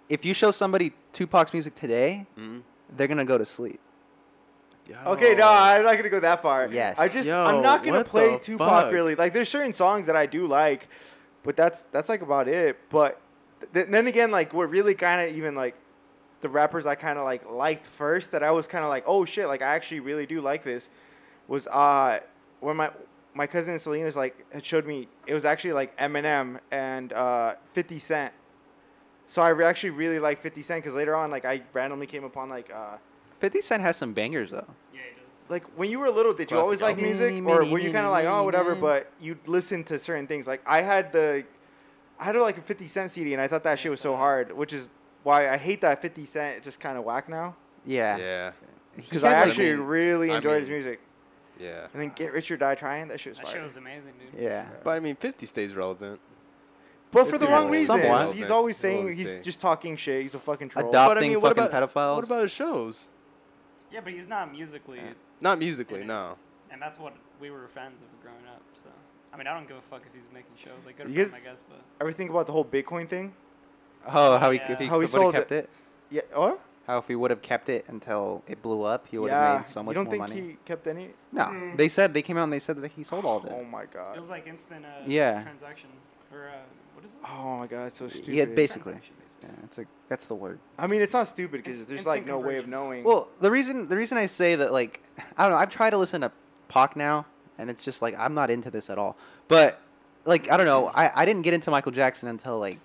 [SPEAKER 3] if you show somebody Tupac's music today, they're gonna go to sleep.
[SPEAKER 1] Okay, no,
[SPEAKER 4] Oh.
[SPEAKER 1] I'm not gonna go that far.
[SPEAKER 3] Yes.
[SPEAKER 1] I just
[SPEAKER 4] Yo,
[SPEAKER 1] I'm not gonna
[SPEAKER 4] what the
[SPEAKER 1] play Tupac
[SPEAKER 4] fuck?
[SPEAKER 1] really. Like there's certain songs that I do like, but that's that's like about it. But th- then again, like what really kind of even like the rappers I kind of like liked first that I was kind of like oh shit like I actually really do like this was uh when my my cousin Selena's like had showed me it was actually like Eminem and uh 50 Cent. So I re- actually really like 50 Cent because later on like I randomly came upon like uh
[SPEAKER 3] Fifty Cent has some bangers though.
[SPEAKER 2] Yeah, he does.
[SPEAKER 1] like when you were little, did you
[SPEAKER 4] Classic
[SPEAKER 1] always like
[SPEAKER 3] album.
[SPEAKER 1] music,
[SPEAKER 3] Mini,
[SPEAKER 1] or
[SPEAKER 3] mini,
[SPEAKER 1] were you kind
[SPEAKER 3] mini,
[SPEAKER 1] of like, oh,
[SPEAKER 3] mini,
[SPEAKER 1] whatever?
[SPEAKER 3] mini.
[SPEAKER 1] But you listened to certain things. Like I had the, I had like a Fifty Cent CD, and I thought that shit was so hard, which is why I hate that Fifty Cent is just kind of whack now.
[SPEAKER 3] Yeah.
[SPEAKER 4] Yeah.
[SPEAKER 3] He
[SPEAKER 1] Because I
[SPEAKER 3] had, like-
[SPEAKER 1] actually
[SPEAKER 4] I mean-
[SPEAKER 1] really
[SPEAKER 4] I
[SPEAKER 1] enjoy his
[SPEAKER 4] mean-
[SPEAKER 1] music.
[SPEAKER 4] Yeah.
[SPEAKER 1] And
[SPEAKER 3] uh,
[SPEAKER 1] then Get Rich or Die Trying, that shit was
[SPEAKER 2] That
[SPEAKER 1] fire.
[SPEAKER 2] shit was amazing, dude.
[SPEAKER 3] yeah.
[SPEAKER 4] But I mean, 50 stays relevant.
[SPEAKER 1] but for
[SPEAKER 4] It's
[SPEAKER 1] the
[SPEAKER 4] the
[SPEAKER 1] wrong
[SPEAKER 4] one.
[SPEAKER 1] reasons.
[SPEAKER 3] Somewhat.
[SPEAKER 1] He's always
[SPEAKER 4] It'll
[SPEAKER 1] saying
[SPEAKER 4] always
[SPEAKER 1] he's
[SPEAKER 4] stay.
[SPEAKER 1] just talking shit. He's a fucking troll.
[SPEAKER 3] Adopt-
[SPEAKER 4] but I mean,
[SPEAKER 3] Adopting
[SPEAKER 4] what
[SPEAKER 3] fucking
[SPEAKER 4] about
[SPEAKER 3] pedophiles.
[SPEAKER 4] What about his shows?
[SPEAKER 2] Yeah, but he's not musically,
[SPEAKER 4] Not musically, no.
[SPEAKER 2] and that's what we were fans of growing up. So, I mean, I don't give a fuck if he's making shows. Like, good for
[SPEAKER 1] You
[SPEAKER 2] him, I
[SPEAKER 1] guys-
[SPEAKER 2] guess. But
[SPEAKER 1] Ever think about the whole Bitcoin thing?
[SPEAKER 3] Oh, how he,
[SPEAKER 2] Yeah.
[SPEAKER 3] if he,
[SPEAKER 1] How he
[SPEAKER 3] would have
[SPEAKER 1] sold
[SPEAKER 3] kept it.
[SPEAKER 1] Yeah. Oh.
[SPEAKER 3] How if he would have kept it until it blew up, he would have
[SPEAKER 1] Yeah.
[SPEAKER 3] made so
[SPEAKER 1] you
[SPEAKER 3] much
[SPEAKER 1] don't
[SPEAKER 3] more
[SPEAKER 1] think
[SPEAKER 3] money.
[SPEAKER 1] he kept any?
[SPEAKER 3] No, they said they came out and they said that he sold all of it.
[SPEAKER 1] Oh my
[SPEAKER 2] it
[SPEAKER 1] god.
[SPEAKER 2] was like instant uh,
[SPEAKER 3] Yeah.
[SPEAKER 2] transaction or uh, what is it?
[SPEAKER 1] Oh my god. It's so stupid.
[SPEAKER 3] yeah, basically.
[SPEAKER 2] Transaction,
[SPEAKER 3] Yeah,
[SPEAKER 2] basically.
[SPEAKER 3] it's a, that's the word.
[SPEAKER 1] I mean, it's not stupid because
[SPEAKER 2] Ins-
[SPEAKER 1] there's like
[SPEAKER 2] instant
[SPEAKER 1] no way of
[SPEAKER 2] conversion.
[SPEAKER 1] knowing.
[SPEAKER 3] Well, the reason the reason I say that like <laughs> I don't know, I've tried to listen to Pac now, and it's just like I'm not into this at all. But like I don't know, I, I didn't get into Michael Jackson until like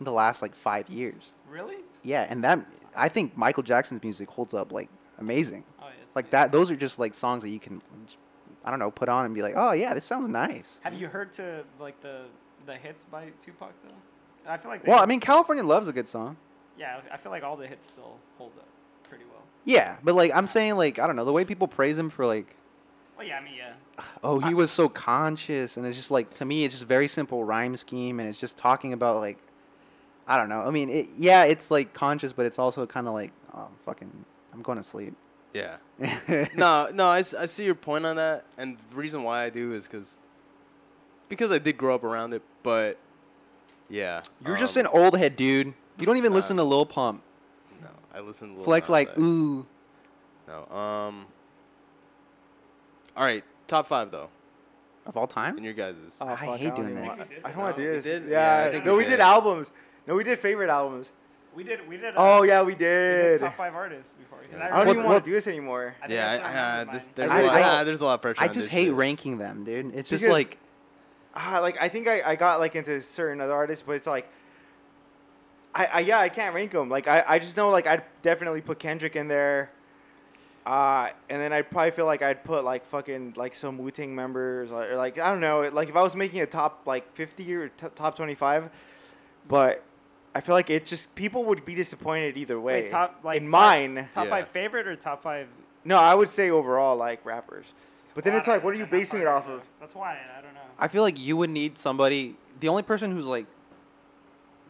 [SPEAKER 3] the last like five years.
[SPEAKER 2] Really?
[SPEAKER 3] Yeah, and that I think Michael Jackson's music holds up like amazing.
[SPEAKER 2] Oh, yeah, it's
[SPEAKER 3] Like
[SPEAKER 2] amazing.
[SPEAKER 3] that, those are just like songs that you can, I don't know, put on and be like, oh yeah, this sounds nice.
[SPEAKER 2] Have you heard to like the the hits by Tupac though? I feel like. the
[SPEAKER 3] Well, I
[SPEAKER 2] hits-
[SPEAKER 3] mean, California Love's a good song.
[SPEAKER 2] Yeah, I feel like all the hits still hold up pretty well.
[SPEAKER 3] Yeah, but like I'm saying, like I don't know, the way people praise him for like,
[SPEAKER 2] Well, yeah, I mean, yeah.
[SPEAKER 3] oh, he was so conscious, and it's just like to me, it's just very simple rhyme scheme, and it's just talking about like, I don't know. I mean, it, yeah, it's like conscious, but it's also kind of like, oh, fucking, I'm going to sleep. <laughs>
[SPEAKER 4] Yeah.
[SPEAKER 3] yeah,
[SPEAKER 4] no, no, I, s- I see your point on that. And the reason why I do is because because I did grow up around it, but yeah.
[SPEAKER 3] you're just
[SPEAKER 4] um,
[SPEAKER 3] an old head, dude. You don't even listen to Lil Pump.
[SPEAKER 4] No, I listen to Lil
[SPEAKER 3] Flex
[SPEAKER 4] Nas
[SPEAKER 3] like,
[SPEAKER 4] X.
[SPEAKER 3] ooh,
[SPEAKER 4] No. Um. All right, top five though,
[SPEAKER 3] of all time.
[SPEAKER 4] in your guys's.
[SPEAKER 1] Oh,
[SPEAKER 3] I
[SPEAKER 1] fuck,
[SPEAKER 3] hate
[SPEAKER 1] don't
[SPEAKER 3] doing
[SPEAKER 1] even
[SPEAKER 3] this.
[SPEAKER 1] wa-
[SPEAKER 2] I think
[SPEAKER 1] I
[SPEAKER 2] we
[SPEAKER 1] don't want to
[SPEAKER 4] did.
[SPEAKER 1] do
[SPEAKER 4] No,
[SPEAKER 1] this.
[SPEAKER 4] we did. Yeah, I
[SPEAKER 1] Yeah,
[SPEAKER 4] think
[SPEAKER 1] no,
[SPEAKER 4] we
[SPEAKER 1] we did
[SPEAKER 4] did.
[SPEAKER 1] albums. No, we did favorite albums.
[SPEAKER 2] We did. We did. uh,
[SPEAKER 1] Oh yeah, we
[SPEAKER 2] we did
[SPEAKER 1] did.
[SPEAKER 2] top five artists before. 'cause
[SPEAKER 4] Yeah.
[SPEAKER 1] I don't
[SPEAKER 3] What-
[SPEAKER 1] even
[SPEAKER 3] what-
[SPEAKER 1] want to do this anymore.
[SPEAKER 2] I think
[SPEAKER 4] yeah,
[SPEAKER 2] still
[SPEAKER 4] I, uh,
[SPEAKER 2] remember
[SPEAKER 4] this,
[SPEAKER 2] mine.
[SPEAKER 4] there's,
[SPEAKER 3] I
[SPEAKER 4] a lot,
[SPEAKER 3] think-
[SPEAKER 4] ah, there's a lot of pressure.
[SPEAKER 3] I
[SPEAKER 4] on
[SPEAKER 3] just
[SPEAKER 4] this
[SPEAKER 3] hate
[SPEAKER 4] shit.
[SPEAKER 3] ranking them, dude. It's just
[SPEAKER 1] Because-
[SPEAKER 3] like,
[SPEAKER 1] Ah, like I think I, I got like into certain other artists, but it's like, I, I yeah I can't rank them. Like I, I just know like I'd definitely put Kendrick in there. Uh, and then I'd probably feel like I'd put like fucking like some Wu Tang members or, or, like I don't know like if I was making a top like fifty or t- top twenty five, but I feel like it just people would be disappointed either way.
[SPEAKER 2] Wait, top like
[SPEAKER 1] in
[SPEAKER 2] five-
[SPEAKER 1] mine,
[SPEAKER 2] Top
[SPEAKER 4] Yeah.
[SPEAKER 2] five favorite or top five?
[SPEAKER 1] no, I would say overall like rappers, but then
[SPEAKER 2] Well,
[SPEAKER 1] it's
[SPEAKER 2] I don't-
[SPEAKER 1] like what are you
[SPEAKER 2] I'm not
[SPEAKER 1] basing it
[SPEAKER 2] sorry,
[SPEAKER 1] off
[SPEAKER 2] I don't
[SPEAKER 1] of?
[SPEAKER 2] know. That's why I don't know.
[SPEAKER 3] I feel like you would need somebody. The only person who's like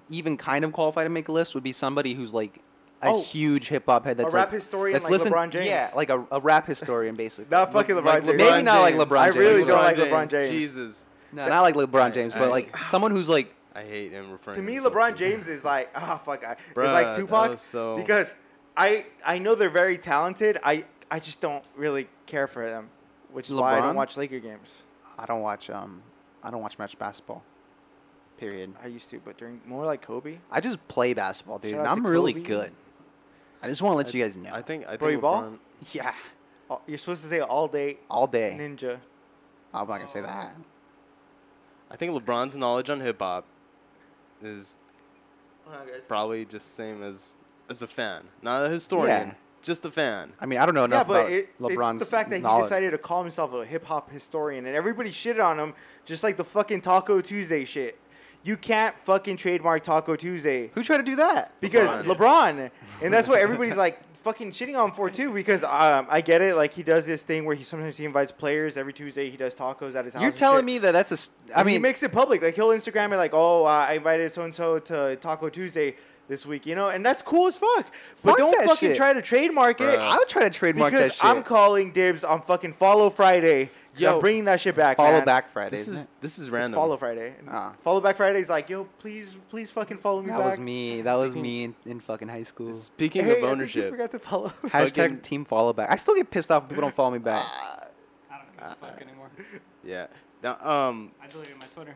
[SPEAKER 3] even kind of qualified to make a list would be somebody who's like a
[SPEAKER 1] Oh.
[SPEAKER 3] huge hip hop head. That's
[SPEAKER 1] rap
[SPEAKER 3] like,
[SPEAKER 1] historian
[SPEAKER 3] that's
[SPEAKER 1] like
[SPEAKER 3] listen-
[SPEAKER 1] LeBron James.
[SPEAKER 3] Yeah, like a, a rap historian, basically.
[SPEAKER 1] <laughs> Not
[SPEAKER 3] Like-
[SPEAKER 1] fucking LeBron
[SPEAKER 3] like
[SPEAKER 1] James.
[SPEAKER 3] Maybe not like
[SPEAKER 4] James.
[SPEAKER 3] LeBron
[SPEAKER 1] I
[SPEAKER 3] James.
[SPEAKER 1] really don't like
[SPEAKER 4] James,
[SPEAKER 1] LeBron James.
[SPEAKER 4] Jesus,
[SPEAKER 3] No, not like LeBron James,
[SPEAKER 4] I-
[SPEAKER 3] but like someone who's like
[SPEAKER 4] I hate him referring
[SPEAKER 1] to me,
[SPEAKER 4] himself
[SPEAKER 1] LeBron James is like ah fuck, I
[SPEAKER 4] Bruh,
[SPEAKER 1] it's like
[SPEAKER 4] that
[SPEAKER 1] Tupac
[SPEAKER 4] was so-
[SPEAKER 1] because I I know they're very talented. I I just don't really care for them, which is why I
[SPEAKER 3] LeBron?
[SPEAKER 1] don't watch Laker games.
[SPEAKER 3] I don't watch um I don't watch match basketball. Period.
[SPEAKER 1] I used to, but during more like Kobe.
[SPEAKER 3] I just play basketball, dude.
[SPEAKER 1] Shout
[SPEAKER 3] and
[SPEAKER 1] out to
[SPEAKER 3] I'm really
[SPEAKER 1] Kobe.
[SPEAKER 3] good. I just want to let you guys know.
[SPEAKER 4] I think I think
[SPEAKER 1] Bro, you ball?
[SPEAKER 4] LeBron.
[SPEAKER 3] yeah,
[SPEAKER 1] all- You're supposed to say all day
[SPEAKER 3] all day.
[SPEAKER 1] ninja.
[SPEAKER 3] I'm not gonna say that.
[SPEAKER 4] I think LeBron's knowledge on hip hop is probably just same as as a fan, not a historian.
[SPEAKER 3] Yeah.
[SPEAKER 4] just a fan.
[SPEAKER 3] I mean, I don't know
[SPEAKER 1] Yeah,
[SPEAKER 3] enough
[SPEAKER 1] but
[SPEAKER 3] about
[SPEAKER 1] it,
[SPEAKER 3] LeBron's
[SPEAKER 1] it's the fact that he
[SPEAKER 3] knowledge.
[SPEAKER 1] decided to call himself a hip hop historian and everybody shitted on him, just like the fucking Taco Tuesday shit. You can't fucking trademark Taco Tuesday
[SPEAKER 3] Who tried to do that?
[SPEAKER 1] because
[SPEAKER 4] LeBron.
[SPEAKER 1] LeBron, and that's what
[SPEAKER 3] <laughs>
[SPEAKER 1] everybody's like fucking shitting on him for too. Because um, I get it, like he does this thing where he sometimes he invites players every Tuesday. He does tacos at his house.
[SPEAKER 3] You're
[SPEAKER 1] and
[SPEAKER 3] telling
[SPEAKER 1] shit.
[SPEAKER 3] me that that's a. St- I
[SPEAKER 1] And he
[SPEAKER 3] mean,
[SPEAKER 1] makes it public. Like he'll Instagram it, like, "Oh, uh, I invited so and so to Taco Tuesday this week," you know, and that's cool as fuck. But
[SPEAKER 3] Fuck
[SPEAKER 1] don't
[SPEAKER 3] that
[SPEAKER 1] fucking
[SPEAKER 3] shit.
[SPEAKER 1] try to trademark
[SPEAKER 4] Bruh.
[SPEAKER 1] it.
[SPEAKER 3] I would try to trademark
[SPEAKER 1] Because
[SPEAKER 3] that shit.
[SPEAKER 1] I'm calling dibs on fucking Follow Friday. 'Cause
[SPEAKER 4] Yo.
[SPEAKER 1] I'm bringing that shit back.
[SPEAKER 3] follow
[SPEAKER 1] man.
[SPEAKER 3] back Friday.
[SPEAKER 4] This
[SPEAKER 3] isn't
[SPEAKER 4] is
[SPEAKER 3] it?
[SPEAKER 4] this is
[SPEAKER 1] It's
[SPEAKER 4] random.
[SPEAKER 1] Follow Friday. And
[SPEAKER 3] Ah.
[SPEAKER 1] Follow back Friday's like, yo, please, please fucking follow me
[SPEAKER 3] that
[SPEAKER 1] back.
[SPEAKER 3] was me. That was me in, in fucking high school.
[SPEAKER 4] Speaking of
[SPEAKER 1] Hey, I think you
[SPEAKER 4] ownership,
[SPEAKER 1] forgot to follow.
[SPEAKER 3] Hashtag
[SPEAKER 4] fucking-
[SPEAKER 3] team follow back. I still get pissed off when people don't follow me back.
[SPEAKER 2] I don't give
[SPEAKER 1] Uh,
[SPEAKER 2] a fuck anymore.
[SPEAKER 4] yeah. Now, um,
[SPEAKER 2] I deleted my Twitter.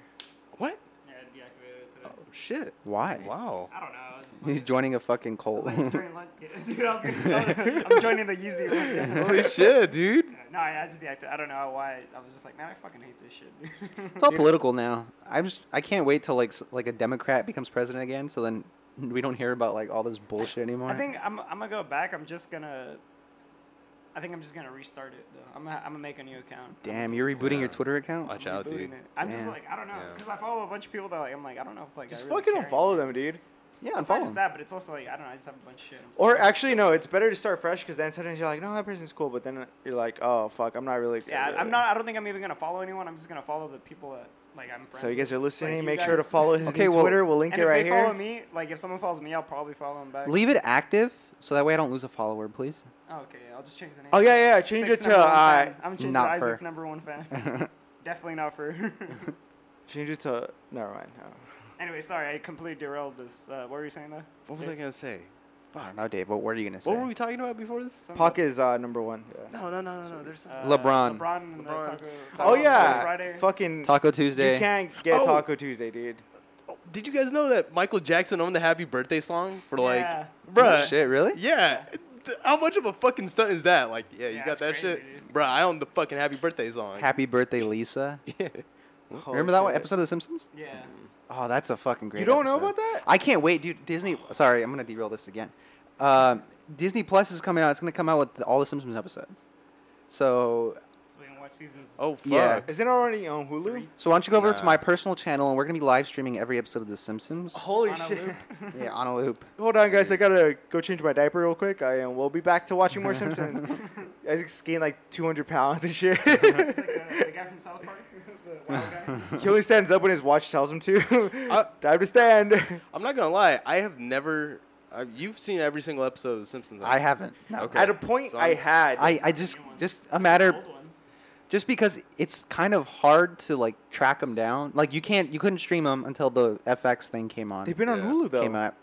[SPEAKER 4] what?
[SPEAKER 2] Yeah, I deactivated it today.
[SPEAKER 4] Oh shit!
[SPEAKER 3] Why? <laughs>
[SPEAKER 4] Wow.
[SPEAKER 2] I don't know. I was just
[SPEAKER 3] He's
[SPEAKER 2] fucking-
[SPEAKER 3] joining a fucking
[SPEAKER 2] I
[SPEAKER 1] <laughs>
[SPEAKER 3] cult.
[SPEAKER 2] was
[SPEAKER 3] <laughs>
[SPEAKER 2] like during <laughs> lunch. Dude, I was gonna, I'm joining the Yeezy. one.
[SPEAKER 4] Holy shit, dude!
[SPEAKER 2] No, I I just deactivated. I don't know why. I was just like, man, I fucking hate this shit. dude." <laughs>
[SPEAKER 3] It's all political now. I'm just I can't wait till like s- like a Democrat becomes president again. So then <laughs> we don't hear about like all this bullshit anymore.
[SPEAKER 2] I think I'm, I'm gonna go back. I'm just gonna. I think I'm just gonna restart it though. I'm gonna, I'm gonna make a new account.
[SPEAKER 3] Damn, you're rebooting your
[SPEAKER 4] Yeah.
[SPEAKER 3] Twitter account.
[SPEAKER 4] Watch out,
[SPEAKER 2] Rebooting
[SPEAKER 4] dude.
[SPEAKER 2] it. I'm just
[SPEAKER 3] Damn.
[SPEAKER 2] like I don't know
[SPEAKER 4] Yeah.
[SPEAKER 2] because I follow a bunch of people that like I'm like I don't know if like
[SPEAKER 1] Just
[SPEAKER 2] I really
[SPEAKER 1] fucking
[SPEAKER 2] care
[SPEAKER 1] unfollow
[SPEAKER 2] anymore.
[SPEAKER 1] them, dude.
[SPEAKER 3] Yeah, and
[SPEAKER 2] It's not
[SPEAKER 3] follow.
[SPEAKER 2] just
[SPEAKER 3] him.
[SPEAKER 2] that, but it's also like I don't know. I just have a bunch of shit. I'm just
[SPEAKER 1] Or
[SPEAKER 2] like-
[SPEAKER 1] actually, no, it's better to start fresh because then sometimes you're like, no, that person's cool, but then you're like, oh fuck, I'm not really. uh,
[SPEAKER 2] Yeah, I'm not. I don't think I'm even gonna follow anyone. I'm just gonna follow the people that like I'm friends.
[SPEAKER 1] So you guys are
[SPEAKER 2] with.
[SPEAKER 1] listening.
[SPEAKER 2] Like, you
[SPEAKER 1] make sure to
[SPEAKER 2] guys-
[SPEAKER 1] follow his
[SPEAKER 3] <laughs> Okay,
[SPEAKER 1] new
[SPEAKER 3] well-
[SPEAKER 1] Twitter. We'll link
[SPEAKER 2] And
[SPEAKER 1] it
[SPEAKER 2] if
[SPEAKER 1] right
[SPEAKER 2] they
[SPEAKER 1] here.
[SPEAKER 2] follow me, like if someone follows me, I'll probably follow them back.
[SPEAKER 3] Leave it active so that way I don't lose a follower, please.
[SPEAKER 2] Oh, okay, I'll just change the name.
[SPEAKER 1] Oh, yeah, yeah, yeah, change
[SPEAKER 2] Six
[SPEAKER 1] it to,
[SPEAKER 2] number one
[SPEAKER 1] uh,
[SPEAKER 2] fan. I'm changing
[SPEAKER 3] not
[SPEAKER 2] to Isaac's
[SPEAKER 3] for-
[SPEAKER 2] number one fan.
[SPEAKER 1] <laughs>
[SPEAKER 2] Definitely not for.
[SPEAKER 1] Change it to. Never mind. no.
[SPEAKER 2] <laughs> anyway, sorry, I completely derailed this. Uh, what were you saying though?
[SPEAKER 4] What was I gonna say?
[SPEAKER 3] I don't know, Dave. What were you gonna say?
[SPEAKER 4] What were we talking about before this?
[SPEAKER 2] Something
[SPEAKER 1] Pocket is uh, number one. Yeah.
[SPEAKER 4] No, no, no, no, no. There's
[SPEAKER 2] about,
[SPEAKER 4] something.
[SPEAKER 2] uh,
[SPEAKER 3] LeBron.
[SPEAKER 2] LeBron. and the
[SPEAKER 4] LeBron.
[SPEAKER 2] Taco-
[SPEAKER 1] Oh
[SPEAKER 2] Taco
[SPEAKER 1] yeah.
[SPEAKER 2] Friday.
[SPEAKER 1] Fucking.
[SPEAKER 3] Taco
[SPEAKER 1] you
[SPEAKER 3] Tuesday.
[SPEAKER 1] can't get
[SPEAKER 4] Oh.
[SPEAKER 1] Taco Tuesday, dude.
[SPEAKER 4] Oh, did you guys know that Michael Jackson owned the Happy Birthday song for like,
[SPEAKER 2] Yeah.
[SPEAKER 4] bruh?
[SPEAKER 3] Shit, really?
[SPEAKER 4] Yeah. Th- How much of a fucking stunt is that? Like, yeah, you
[SPEAKER 2] Yeah,
[SPEAKER 4] got
[SPEAKER 2] it's
[SPEAKER 4] that
[SPEAKER 2] crazy,
[SPEAKER 4] shit,
[SPEAKER 2] dude.
[SPEAKER 4] bruh. I own the fucking Happy Birthday song.
[SPEAKER 3] Happy birthday, Lisa.
[SPEAKER 4] <laughs> Yeah.
[SPEAKER 1] Holy
[SPEAKER 3] Remember that one
[SPEAKER 1] shit.
[SPEAKER 3] episode of The Simpsons?
[SPEAKER 2] Yeah.
[SPEAKER 3] Oh, that's a fucking great.
[SPEAKER 1] You don't know
[SPEAKER 3] episode.
[SPEAKER 1] about that?
[SPEAKER 3] I can't wait, dude. Disney. Sorry, I'm gonna derail this again. Um, Disney Plus is coming out. It's gonna come out with the, all the Simpsons episodes. So,
[SPEAKER 2] So we can watch seasons.
[SPEAKER 4] Oh fuck.
[SPEAKER 3] Yeah.
[SPEAKER 1] Isn't it already on Hulu?
[SPEAKER 2] Three.
[SPEAKER 3] so why don't you go over to
[SPEAKER 4] Nah.
[SPEAKER 3] my personal channel and we're gonna be live streaming every episode of The <laughs> Simpsons.
[SPEAKER 1] Holy
[SPEAKER 2] On a
[SPEAKER 1] shit.
[SPEAKER 2] loop. <laughs>
[SPEAKER 3] yeah, on a loop.
[SPEAKER 1] Hold on, guys. I gotta go change my diaper real quick. I um, will be back to watching more <laughs> Simpsons. I just gained like 200 pounds and shit.
[SPEAKER 2] It's like uh, the guy from South Park, <laughs> the wild
[SPEAKER 1] <laughs>
[SPEAKER 2] guy.
[SPEAKER 1] he only stands up when his watch tells him to.
[SPEAKER 4] Uh,
[SPEAKER 1] <laughs> Time to stand.
[SPEAKER 4] I'm not gonna lie. I have never. Uh, you've seen every single episode of The Simpsons.
[SPEAKER 3] <laughs> I haven't. No.
[SPEAKER 4] Okay.
[SPEAKER 1] At a point,
[SPEAKER 4] So
[SPEAKER 1] I
[SPEAKER 4] I'm-
[SPEAKER 1] had.
[SPEAKER 3] <laughs> I, I just just a matter
[SPEAKER 2] Old ones.
[SPEAKER 3] just because it's kind of hard to like track them down. Like you can't you couldn't stream them until the FX thing came on.
[SPEAKER 1] They've been on
[SPEAKER 4] Yeah.
[SPEAKER 1] Hulu though.
[SPEAKER 3] came out.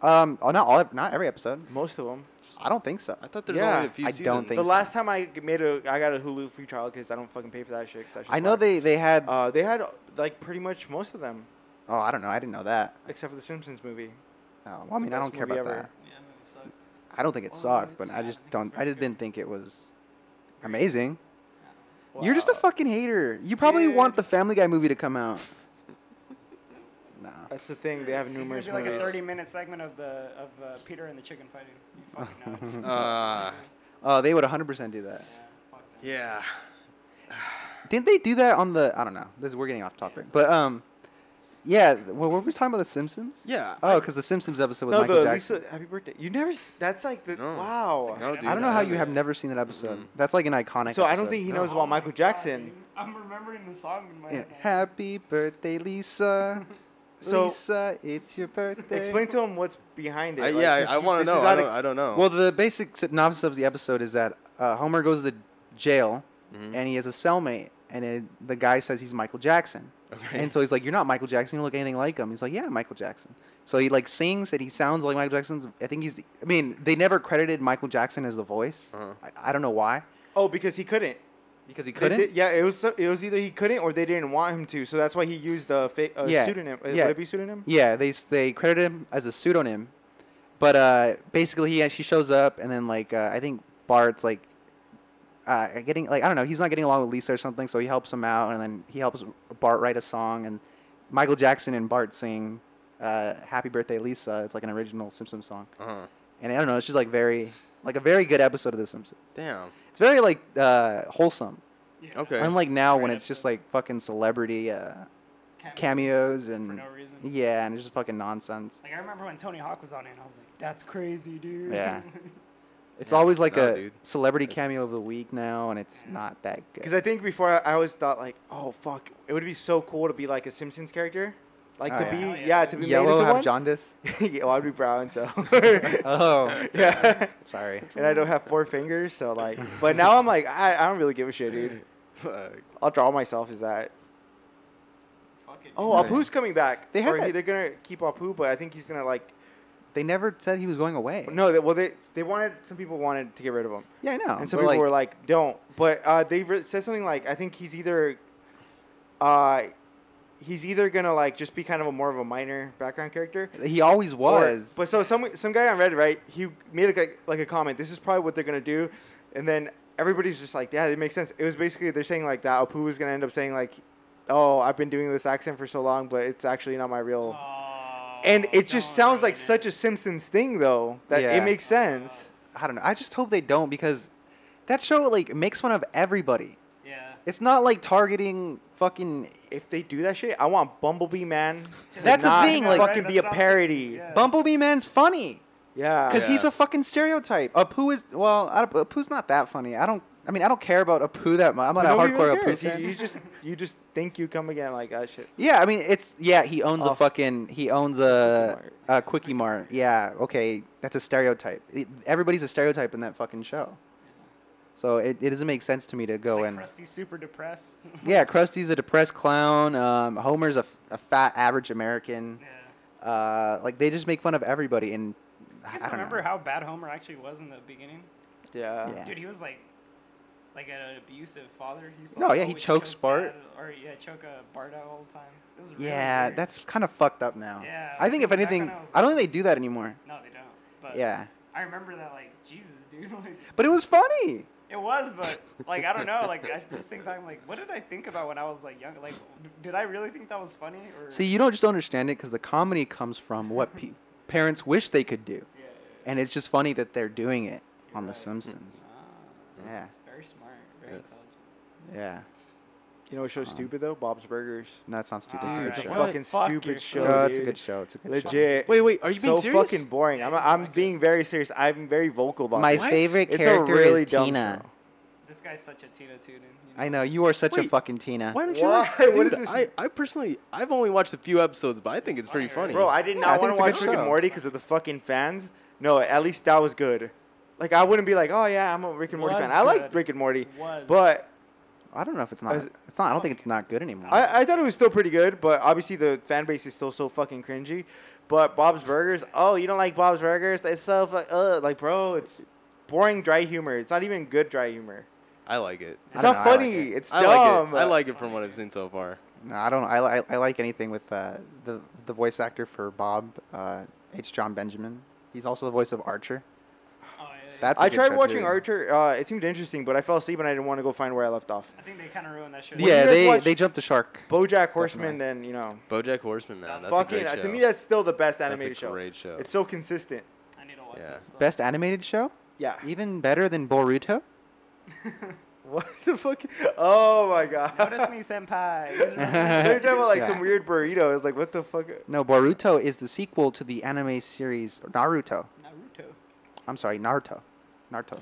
[SPEAKER 3] Um, oh, not all, not every episode.
[SPEAKER 1] Most of them.
[SPEAKER 3] I don't think so.
[SPEAKER 4] I thought there was
[SPEAKER 1] Yeah,
[SPEAKER 4] only a few
[SPEAKER 3] I
[SPEAKER 4] seasons.
[SPEAKER 3] don't think
[SPEAKER 1] The
[SPEAKER 3] so.
[SPEAKER 1] last time I g- made a, I got a Hulu free trial because I don't fucking pay for that shit. 'cause that's just
[SPEAKER 3] I know
[SPEAKER 1] whack.
[SPEAKER 3] they they had.
[SPEAKER 1] Uh, they had like pretty much most of them
[SPEAKER 3] oh, I don't know. I didn't know that.
[SPEAKER 1] except for the Simpsons movie.
[SPEAKER 3] Oh, well, I mean, I
[SPEAKER 1] Best
[SPEAKER 3] don't care
[SPEAKER 1] movie
[SPEAKER 3] about
[SPEAKER 1] ever.
[SPEAKER 3] that.
[SPEAKER 2] Yeah, that movie sucked.
[SPEAKER 3] I don't think it
[SPEAKER 2] Well,
[SPEAKER 3] sucked, but
[SPEAKER 2] it's-
[SPEAKER 3] I
[SPEAKER 2] yeah,
[SPEAKER 3] just
[SPEAKER 2] I think it's
[SPEAKER 3] don't. I
[SPEAKER 2] very
[SPEAKER 3] just
[SPEAKER 2] good.
[SPEAKER 3] didn't think it was amazing.
[SPEAKER 1] Wow.
[SPEAKER 3] You're just a fucking hater. You probably
[SPEAKER 1] Dude.
[SPEAKER 3] want the Family Guy movie to come out. <laughs> nah.
[SPEAKER 1] That's the thing. They have
[SPEAKER 2] It's
[SPEAKER 1] numerous
[SPEAKER 2] gonna be like a
[SPEAKER 1] movies.
[SPEAKER 2] 30 minute segment of the of uh, Peter and the chicken fighting. You fucking
[SPEAKER 1] <laughs>
[SPEAKER 2] know. It's
[SPEAKER 4] Uh,
[SPEAKER 3] Oh, they would 100% do
[SPEAKER 2] yeah,
[SPEAKER 3] that.
[SPEAKER 2] fuck that.
[SPEAKER 4] yeah.
[SPEAKER 3] Didn't they do that on the? I don't know. This we're getting off topic, but um, yeah. What were we talking about? The Simpsons.
[SPEAKER 4] Yeah.
[SPEAKER 3] Oh, because the Simpsons episode with
[SPEAKER 1] no,
[SPEAKER 3] Michael
[SPEAKER 1] the
[SPEAKER 3] Jackson.
[SPEAKER 1] Lisa, happy birthday. You never. s- That's like the
[SPEAKER 4] No.
[SPEAKER 1] wow.
[SPEAKER 4] No, dude,
[SPEAKER 3] I don't know how you have
[SPEAKER 4] haven't.
[SPEAKER 3] never seen that episode. That's like an iconic.
[SPEAKER 1] Mm. So I don't
[SPEAKER 3] episode.
[SPEAKER 1] think he
[SPEAKER 4] No.
[SPEAKER 1] knows
[SPEAKER 2] Oh
[SPEAKER 1] about
[SPEAKER 2] my
[SPEAKER 1] Michael
[SPEAKER 2] God,
[SPEAKER 1] Jackson.
[SPEAKER 2] dude. I'm remembering the song <laughs> in my
[SPEAKER 3] Yeah.
[SPEAKER 2] head. now.
[SPEAKER 3] Happy birthday, Lisa.
[SPEAKER 1] <laughs> So-
[SPEAKER 3] Lisa, it's your birthday.
[SPEAKER 1] Explain to him what's behind it.
[SPEAKER 4] I,
[SPEAKER 1] Like,
[SPEAKER 4] Uh, yeah,
[SPEAKER 1] this-
[SPEAKER 4] I, I want to
[SPEAKER 1] this
[SPEAKER 4] know.
[SPEAKER 1] is
[SPEAKER 4] I
[SPEAKER 1] out of-
[SPEAKER 4] don't, I don't know.
[SPEAKER 3] Well, the basic synopsis of the episode is that uh, Homer goes to jail,
[SPEAKER 1] Mm-hmm.
[SPEAKER 3] and he has a cellmate, and it, the guy says he's Michael Jackson.
[SPEAKER 4] Okay.
[SPEAKER 3] And so he's like, "You're not Michael Jackson. You look anything like him." He's like, "Yeah, Michael Jackson." So he like sings and he sounds like Michael Jackson's. I think he's. I mean, they never credited Michael Jackson as the voice.
[SPEAKER 4] Uh-huh.
[SPEAKER 3] I, I don't know why,
[SPEAKER 1] oh, because he couldn't.
[SPEAKER 3] because he
[SPEAKER 1] They
[SPEAKER 3] couldn't.
[SPEAKER 1] did- yeah, it was so- it was either he couldn't or they didn't want him to. So that's why he used the fake uh,
[SPEAKER 3] Yeah,
[SPEAKER 1] pseudonym. Uh,
[SPEAKER 3] yeah.
[SPEAKER 1] Would it be pseudonym?
[SPEAKER 3] Yeah, they s- they credited him as a pseudonym, but uh, basically he she shows up and then like uh, I think Bart's like uh, getting like I don't know he's not getting along with Lisa or something, so he helps him out and then he helps Bart write a song and Michael Jackson and Bart sing uh, "Happy Birthday Lisa." It's like an original Simpsons song,
[SPEAKER 4] uh-huh.
[SPEAKER 3] and I don't know it's just like very Like a very good episode of The Simpsons.
[SPEAKER 4] Damn.
[SPEAKER 3] It's very like uh, wholesome.
[SPEAKER 2] Yeah.
[SPEAKER 4] Okay.
[SPEAKER 3] Unlike now when
[SPEAKER 2] Great
[SPEAKER 3] it's just
[SPEAKER 2] episode.
[SPEAKER 3] like fucking celebrity uh,
[SPEAKER 2] Cameo.
[SPEAKER 3] cameos and
[SPEAKER 2] For no reason.
[SPEAKER 3] yeah, and it's just fucking nonsense.
[SPEAKER 2] Like I remember when Tony Hawk was on it, and I was like, "That's crazy, dude."
[SPEAKER 3] Yeah. It's
[SPEAKER 4] Yeah.
[SPEAKER 3] always like
[SPEAKER 4] Nah,
[SPEAKER 3] a
[SPEAKER 4] dude.
[SPEAKER 3] celebrity cameo of the week now, and it's not that
[SPEAKER 1] Because
[SPEAKER 3] good.
[SPEAKER 1] I think before I, I always thought like, oh fuck, it would be so cool to be like a Simpsons character, like
[SPEAKER 3] Oh,
[SPEAKER 1] to
[SPEAKER 3] yeah.
[SPEAKER 1] be
[SPEAKER 2] Oh,
[SPEAKER 1] yeah.
[SPEAKER 2] yeah.
[SPEAKER 1] to be
[SPEAKER 3] Yellow
[SPEAKER 1] made into
[SPEAKER 3] have
[SPEAKER 1] one.
[SPEAKER 3] jaundice.
[SPEAKER 1] <laughs> yeah, well, I'd be brown, so
[SPEAKER 3] <laughs>
[SPEAKER 1] <laughs>
[SPEAKER 3] oh,
[SPEAKER 1] yeah.
[SPEAKER 3] sorry.
[SPEAKER 1] And I don't have four fingers, so like. But now I'm like, I, I don't really give a shit, dude.
[SPEAKER 4] <laughs> Fuck.
[SPEAKER 1] I'll draw myself as that.
[SPEAKER 2] <laughs> Fuck it.
[SPEAKER 1] Oh,
[SPEAKER 3] Yeah.
[SPEAKER 1] Apu's coming back.
[SPEAKER 3] They had
[SPEAKER 1] Or he-
[SPEAKER 3] that-
[SPEAKER 1] they're gonna keep Apu, but I think he's gonna like.
[SPEAKER 3] They never said he was going away.
[SPEAKER 1] No, they, well they they wanted some people wanted to get rid of him,
[SPEAKER 3] Yeah, I know.
[SPEAKER 1] and some
[SPEAKER 3] but,
[SPEAKER 1] people were like, don't. But uh, they re- said something like, I think he's either, uh, he's either gonna like just be kind of a more of a minor background character.
[SPEAKER 3] he always
[SPEAKER 1] or-
[SPEAKER 3] was.
[SPEAKER 1] but so some some guy on Reddit, right? He made like like a comment. This is probably what they're gonna do, and then everybody's just like, yeah, it makes sense. It was basically they're saying like that. Apu was gonna end up saying like, oh, I've been doing this accent for so long, but it's actually not my real.
[SPEAKER 2] Oh,
[SPEAKER 1] And it just
[SPEAKER 4] Oh,
[SPEAKER 1] sounds like such a Simpsons thing, though, that
[SPEAKER 3] Yeah.
[SPEAKER 1] it makes sense.
[SPEAKER 3] I don't know. I just hope they don't because that show like makes fun of everybody.
[SPEAKER 2] Yeah.
[SPEAKER 3] It's not like targeting fucking
[SPEAKER 1] If they do that shit, I want Bumblebee Man to
[SPEAKER 3] That's the
[SPEAKER 1] not
[SPEAKER 3] thing, like-
[SPEAKER 1] fucking be a
[SPEAKER 2] That's what I was
[SPEAKER 1] parody.
[SPEAKER 2] thinking, yeah.
[SPEAKER 3] Bumblebee Man's funny
[SPEAKER 1] Yeah.
[SPEAKER 3] because he's
[SPEAKER 4] Yeah.
[SPEAKER 3] a fucking stereotype. Apu is well, I, don't- Apu's not that funny. I don't. I mean, I don't care about Apu that much. I'm not
[SPEAKER 1] But
[SPEAKER 3] a
[SPEAKER 1] nobody really
[SPEAKER 3] hardcore Apu
[SPEAKER 1] cares.
[SPEAKER 3] fan.
[SPEAKER 1] You, you just you just think you come again like that shit.
[SPEAKER 3] Yeah, I mean, it's yeah. He owns a
[SPEAKER 1] Off-
[SPEAKER 3] fucking. He owns a a Oh. quickie mart. Yeah, okay, that's a stereotype. It- everybody's a stereotype in that fucking show. So it, it doesn't make sense to me to go
[SPEAKER 2] Like
[SPEAKER 3] in.
[SPEAKER 2] Krusty's super depressed. <laughs>
[SPEAKER 3] Yeah, Krusty's a depressed clown. Um, Homer's a, f- a fat average American.
[SPEAKER 2] yeah.
[SPEAKER 3] Uh, like they just make fun of everybody. And
[SPEAKER 2] You
[SPEAKER 3] I,
[SPEAKER 2] guys
[SPEAKER 3] I don't
[SPEAKER 2] remember
[SPEAKER 3] know.
[SPEAKER 2] how bad Homer actually was in the beginning?
[SPEAKER 1] Yeah.
[SPEAKER 3] Yeah.
[SPEAKER 2] Dude, he was like, like an abusive father. He used to,
[SPEAKER 3] No,
[SPEAKER 2] like,
[SPEAKER 3] yeah, he
[SPEAKER 2] always
[SPEAKER 3] choked
[SPEAKER 2] choke
[SPEAKER 3] Spart.
[SPEAKER 2] Dad, or yeah, choke uh, Bart out all the time. It was really
[SPEAKER 3] yeah,
[SPEAKER 2] weird.
[SPEAKER 3] that's kind of fucked up now.
[SPEAKER 2] Yeah,
[SPEAKER 3] I think if
[SPEAKER 2] back when
[SPEAKER 3] anything,
[SPEAKER 2] I was-
[SPEAKER 3] I don't think they do that anymore.
[SPEAKER 2] No, they don't. But
[SPEAKER 3] Yeah,
[SPEAKER 2] I remember that like Jesus, dude. <laughs> Like
[SPEAKER 3] but it was funny.
[SPEAKER 2] it was, but like I don't know. Like I just think back, I'm like, what did I think about when I was like young? Like, did I really think that was funny? Or
[SPEAKER 3] See, you don't just understand it because the comedy comes from what pe- parents wish they could do,
[SPEAKER 2] Yeah, yeah,
[SPEAKER 3] and it's just funny that they're doing it on The
[SPEAKER 2] Right.
[SPEAKER 3] Simpsons.
[SPEAKER 2] yeah. Ah,
[SPEAKER 3] Yeah,
[SPEAKER 2] very smart, very
[SPEAKER 4] Yes.
[SPEAKER 2] intelligent.
[SPEAKER 3] yeah.
[SPEAKER 1] You know what show's stupid though? Bob's Burgers.
[SPEAKER 3] No, that sounds stupid.
[SPEAKER 2] Dude,
[SPEAKER 3] to
[SPEAKER 2] Alright.
[SPEAKER 3] me.
[SPEAKER 1] It's a
[SPEAKER 4] What?
[SPEAKER 1] fucking
[SPEAKER 2] Fuck your
[SPEAKER 1] stupid show.
[SPEAKER 3] No, Oh, it's a
[SPEAKER 1] dude.
[SPEAKER 3] good show. It's a good show.
[SPEAKER 1] Legit.
[SPEAKER 4] Wait, wait, are you
[SPEAKER 1] so
[SPEAKER 4] being serious?
[SPEAKER 1] fucking boring. I'm,
[SPEAKER 2] Yeah,
[SPEAKER 1] I'm
[SPEAKER 2] it's
[SPEAKER 1] being very serious. I'm very vocal about
[SPEAKER 3] My
[SPEAKER 1] this.
[SPEAKER 4] What?
[SPEAKER 3] favorite
[SPEAKER 1] It's a
[SPEAKER 3] character
[SPEAKER 1] really
[SPEAKER 3] is
[SPEAKER 1] dumb
[SPEAKER 3] Tina.
[SPEAKER 1] show.
[SPEAKER 2] This guy's such a Tina Tune. You
[SPEAKER 3] I know you are such a
[SPEAKER 4] Wait,
[SPEAKER 3] fucking Tina.
[SPEAKER 4] Why don't you?
[SPEAKER 1] Why?
[SPEAKER 4] Like,
[SPEAKER 1] <laughs>
[SPEAKER 4] dude,
[SPEAKER 1] What is this?
[SPEAKER 4] I, I personally, I've only watched a few episodes, but I think it's, pretty funny.
[SPEAKER 2] Inspired.
[SPEAKER 1] Bro, I did
[SPEAKER 3] Yeah,
[SPEAKER 1] not
[SPEAKER 3] I think
[SPEAKER 1] want
[SPEAKER 3] it's
[SPEAKER 1] to
[SPEAKER 3] a
[SPEAKER 1] watch
[SPEAKER 3] good
[SPEAKER 1] Rick and
[SPEAKER 3] show.
[SPEAKER 1] Morty because of the fucking fans. No, at least that was good. Like I wouldn't be like, oh yeah, I'm a Rick and Morty
[SPEAKER 2] Was
[SPEAKER 1] fan. I like
[SPEAKER 2] good.
[SPEAKER 1] Rick and Morty,
[SPEAKER 2] Was.
[SPEAKER 1] but
[SPEAKER 3] I don't know if it's not.
[SPEAKER 1] was-
[SPEAKER 3] It's not. I don't think it's not good anymore.
[SPEAKER 1] I, I thought it was still pretty good. But obviously the fan base is still so fucking cringy. But Bob's Burgers, oh you don't like Bob's Burgers? It's so fuck, uh, like bro, it's boring dry humor. It's not even good dry humor.
[SPEAKER 4] I like it.
[SPEAKER 3] I
[SPEAKER 1] It's
[SPEAKER 3] don't
[SPEAKER 1] not
[SPEAKER 3] know, I like
[SPEAKER 1] funny.
[SPEAKER 3] it.
[SPEAKER 1] It's
[SPEAKER 4] I
[SPEAKER 1] dumb.
[SPEAKER 4] like it. I like it from what I've seen so far.
[SPEAKER 3] no, I don't. I, li- I like anything with uh, the the voice actor for Bob. Uh, H. John Benjamin. He's also the voice of Archer.
[SPEAKER 2] Oh, yeah, yeah.
[SPEAKER 3] That's-
[SPEAKER 1] I
[SPEAKER 3] a good
[SPEAKER 1] tried
[SPEAKER 3] show,
[SPEAKER 1] watching
[SPEAKER 3] too.
[SPEAKER 1] Archer. Uh, it seemed interesting, but I fell asleep and I didn't want to go find where I left off.
[SPEAKER 2] I think they kind of ruined that shit.
[SPEAKER 1] you
[SPEAKER 3] yeah,
[SPEAKER 1] guys
[SPEAKER 3] they
[SPEAKER 1] watch-
[SPEAKER 3] they jumped the shark.
[SPEAKER 1] BoJack Horseman, then you know,
[SPEAKER 4] BoJack Horseman, man. That's a
[SPEAKER 1] fucking
[SPEAKER 4] great
[SPEAKER 1] uh,
[SPEAKER 4] show.
[SPEAKER 1] to me that's still the best
[SPEAKER 4] a
[SPEAKER 1] animated show.
[SPEAKER 4] great show.
[SPEAKER 1] It's so consistent.
[SPEAKER 2] I need to watch
[SPEAKER 4] Yeah.
[SPEAKER 2] that. Stuff.
[SPEAKER 3] Best animated show.
[SPEAKER 1] Yeah.
[SPEAKER 3] Even better than Boruto.
[SPEAKER 1] <laughs> What the fuck? Oh my god. <laughs>
[SPEAKER 2] <laughs> Notice me, senpai. These
[SPEAKER 3] <laughs>
[SPEAKER 2] are-
[SPEAKER 1] They're talking about like some
[SPEAKER 3] Yeah.
[SPEAKER 1] weird burrito. It's like what the fuck?
[SPEAKER 3] No, Boruto is the sequel to the anime series Naruto.
[SPEAKER 2] Naruto. <laughs>
[SPEAKER 3] I'm sorry, Naruto. Naruto.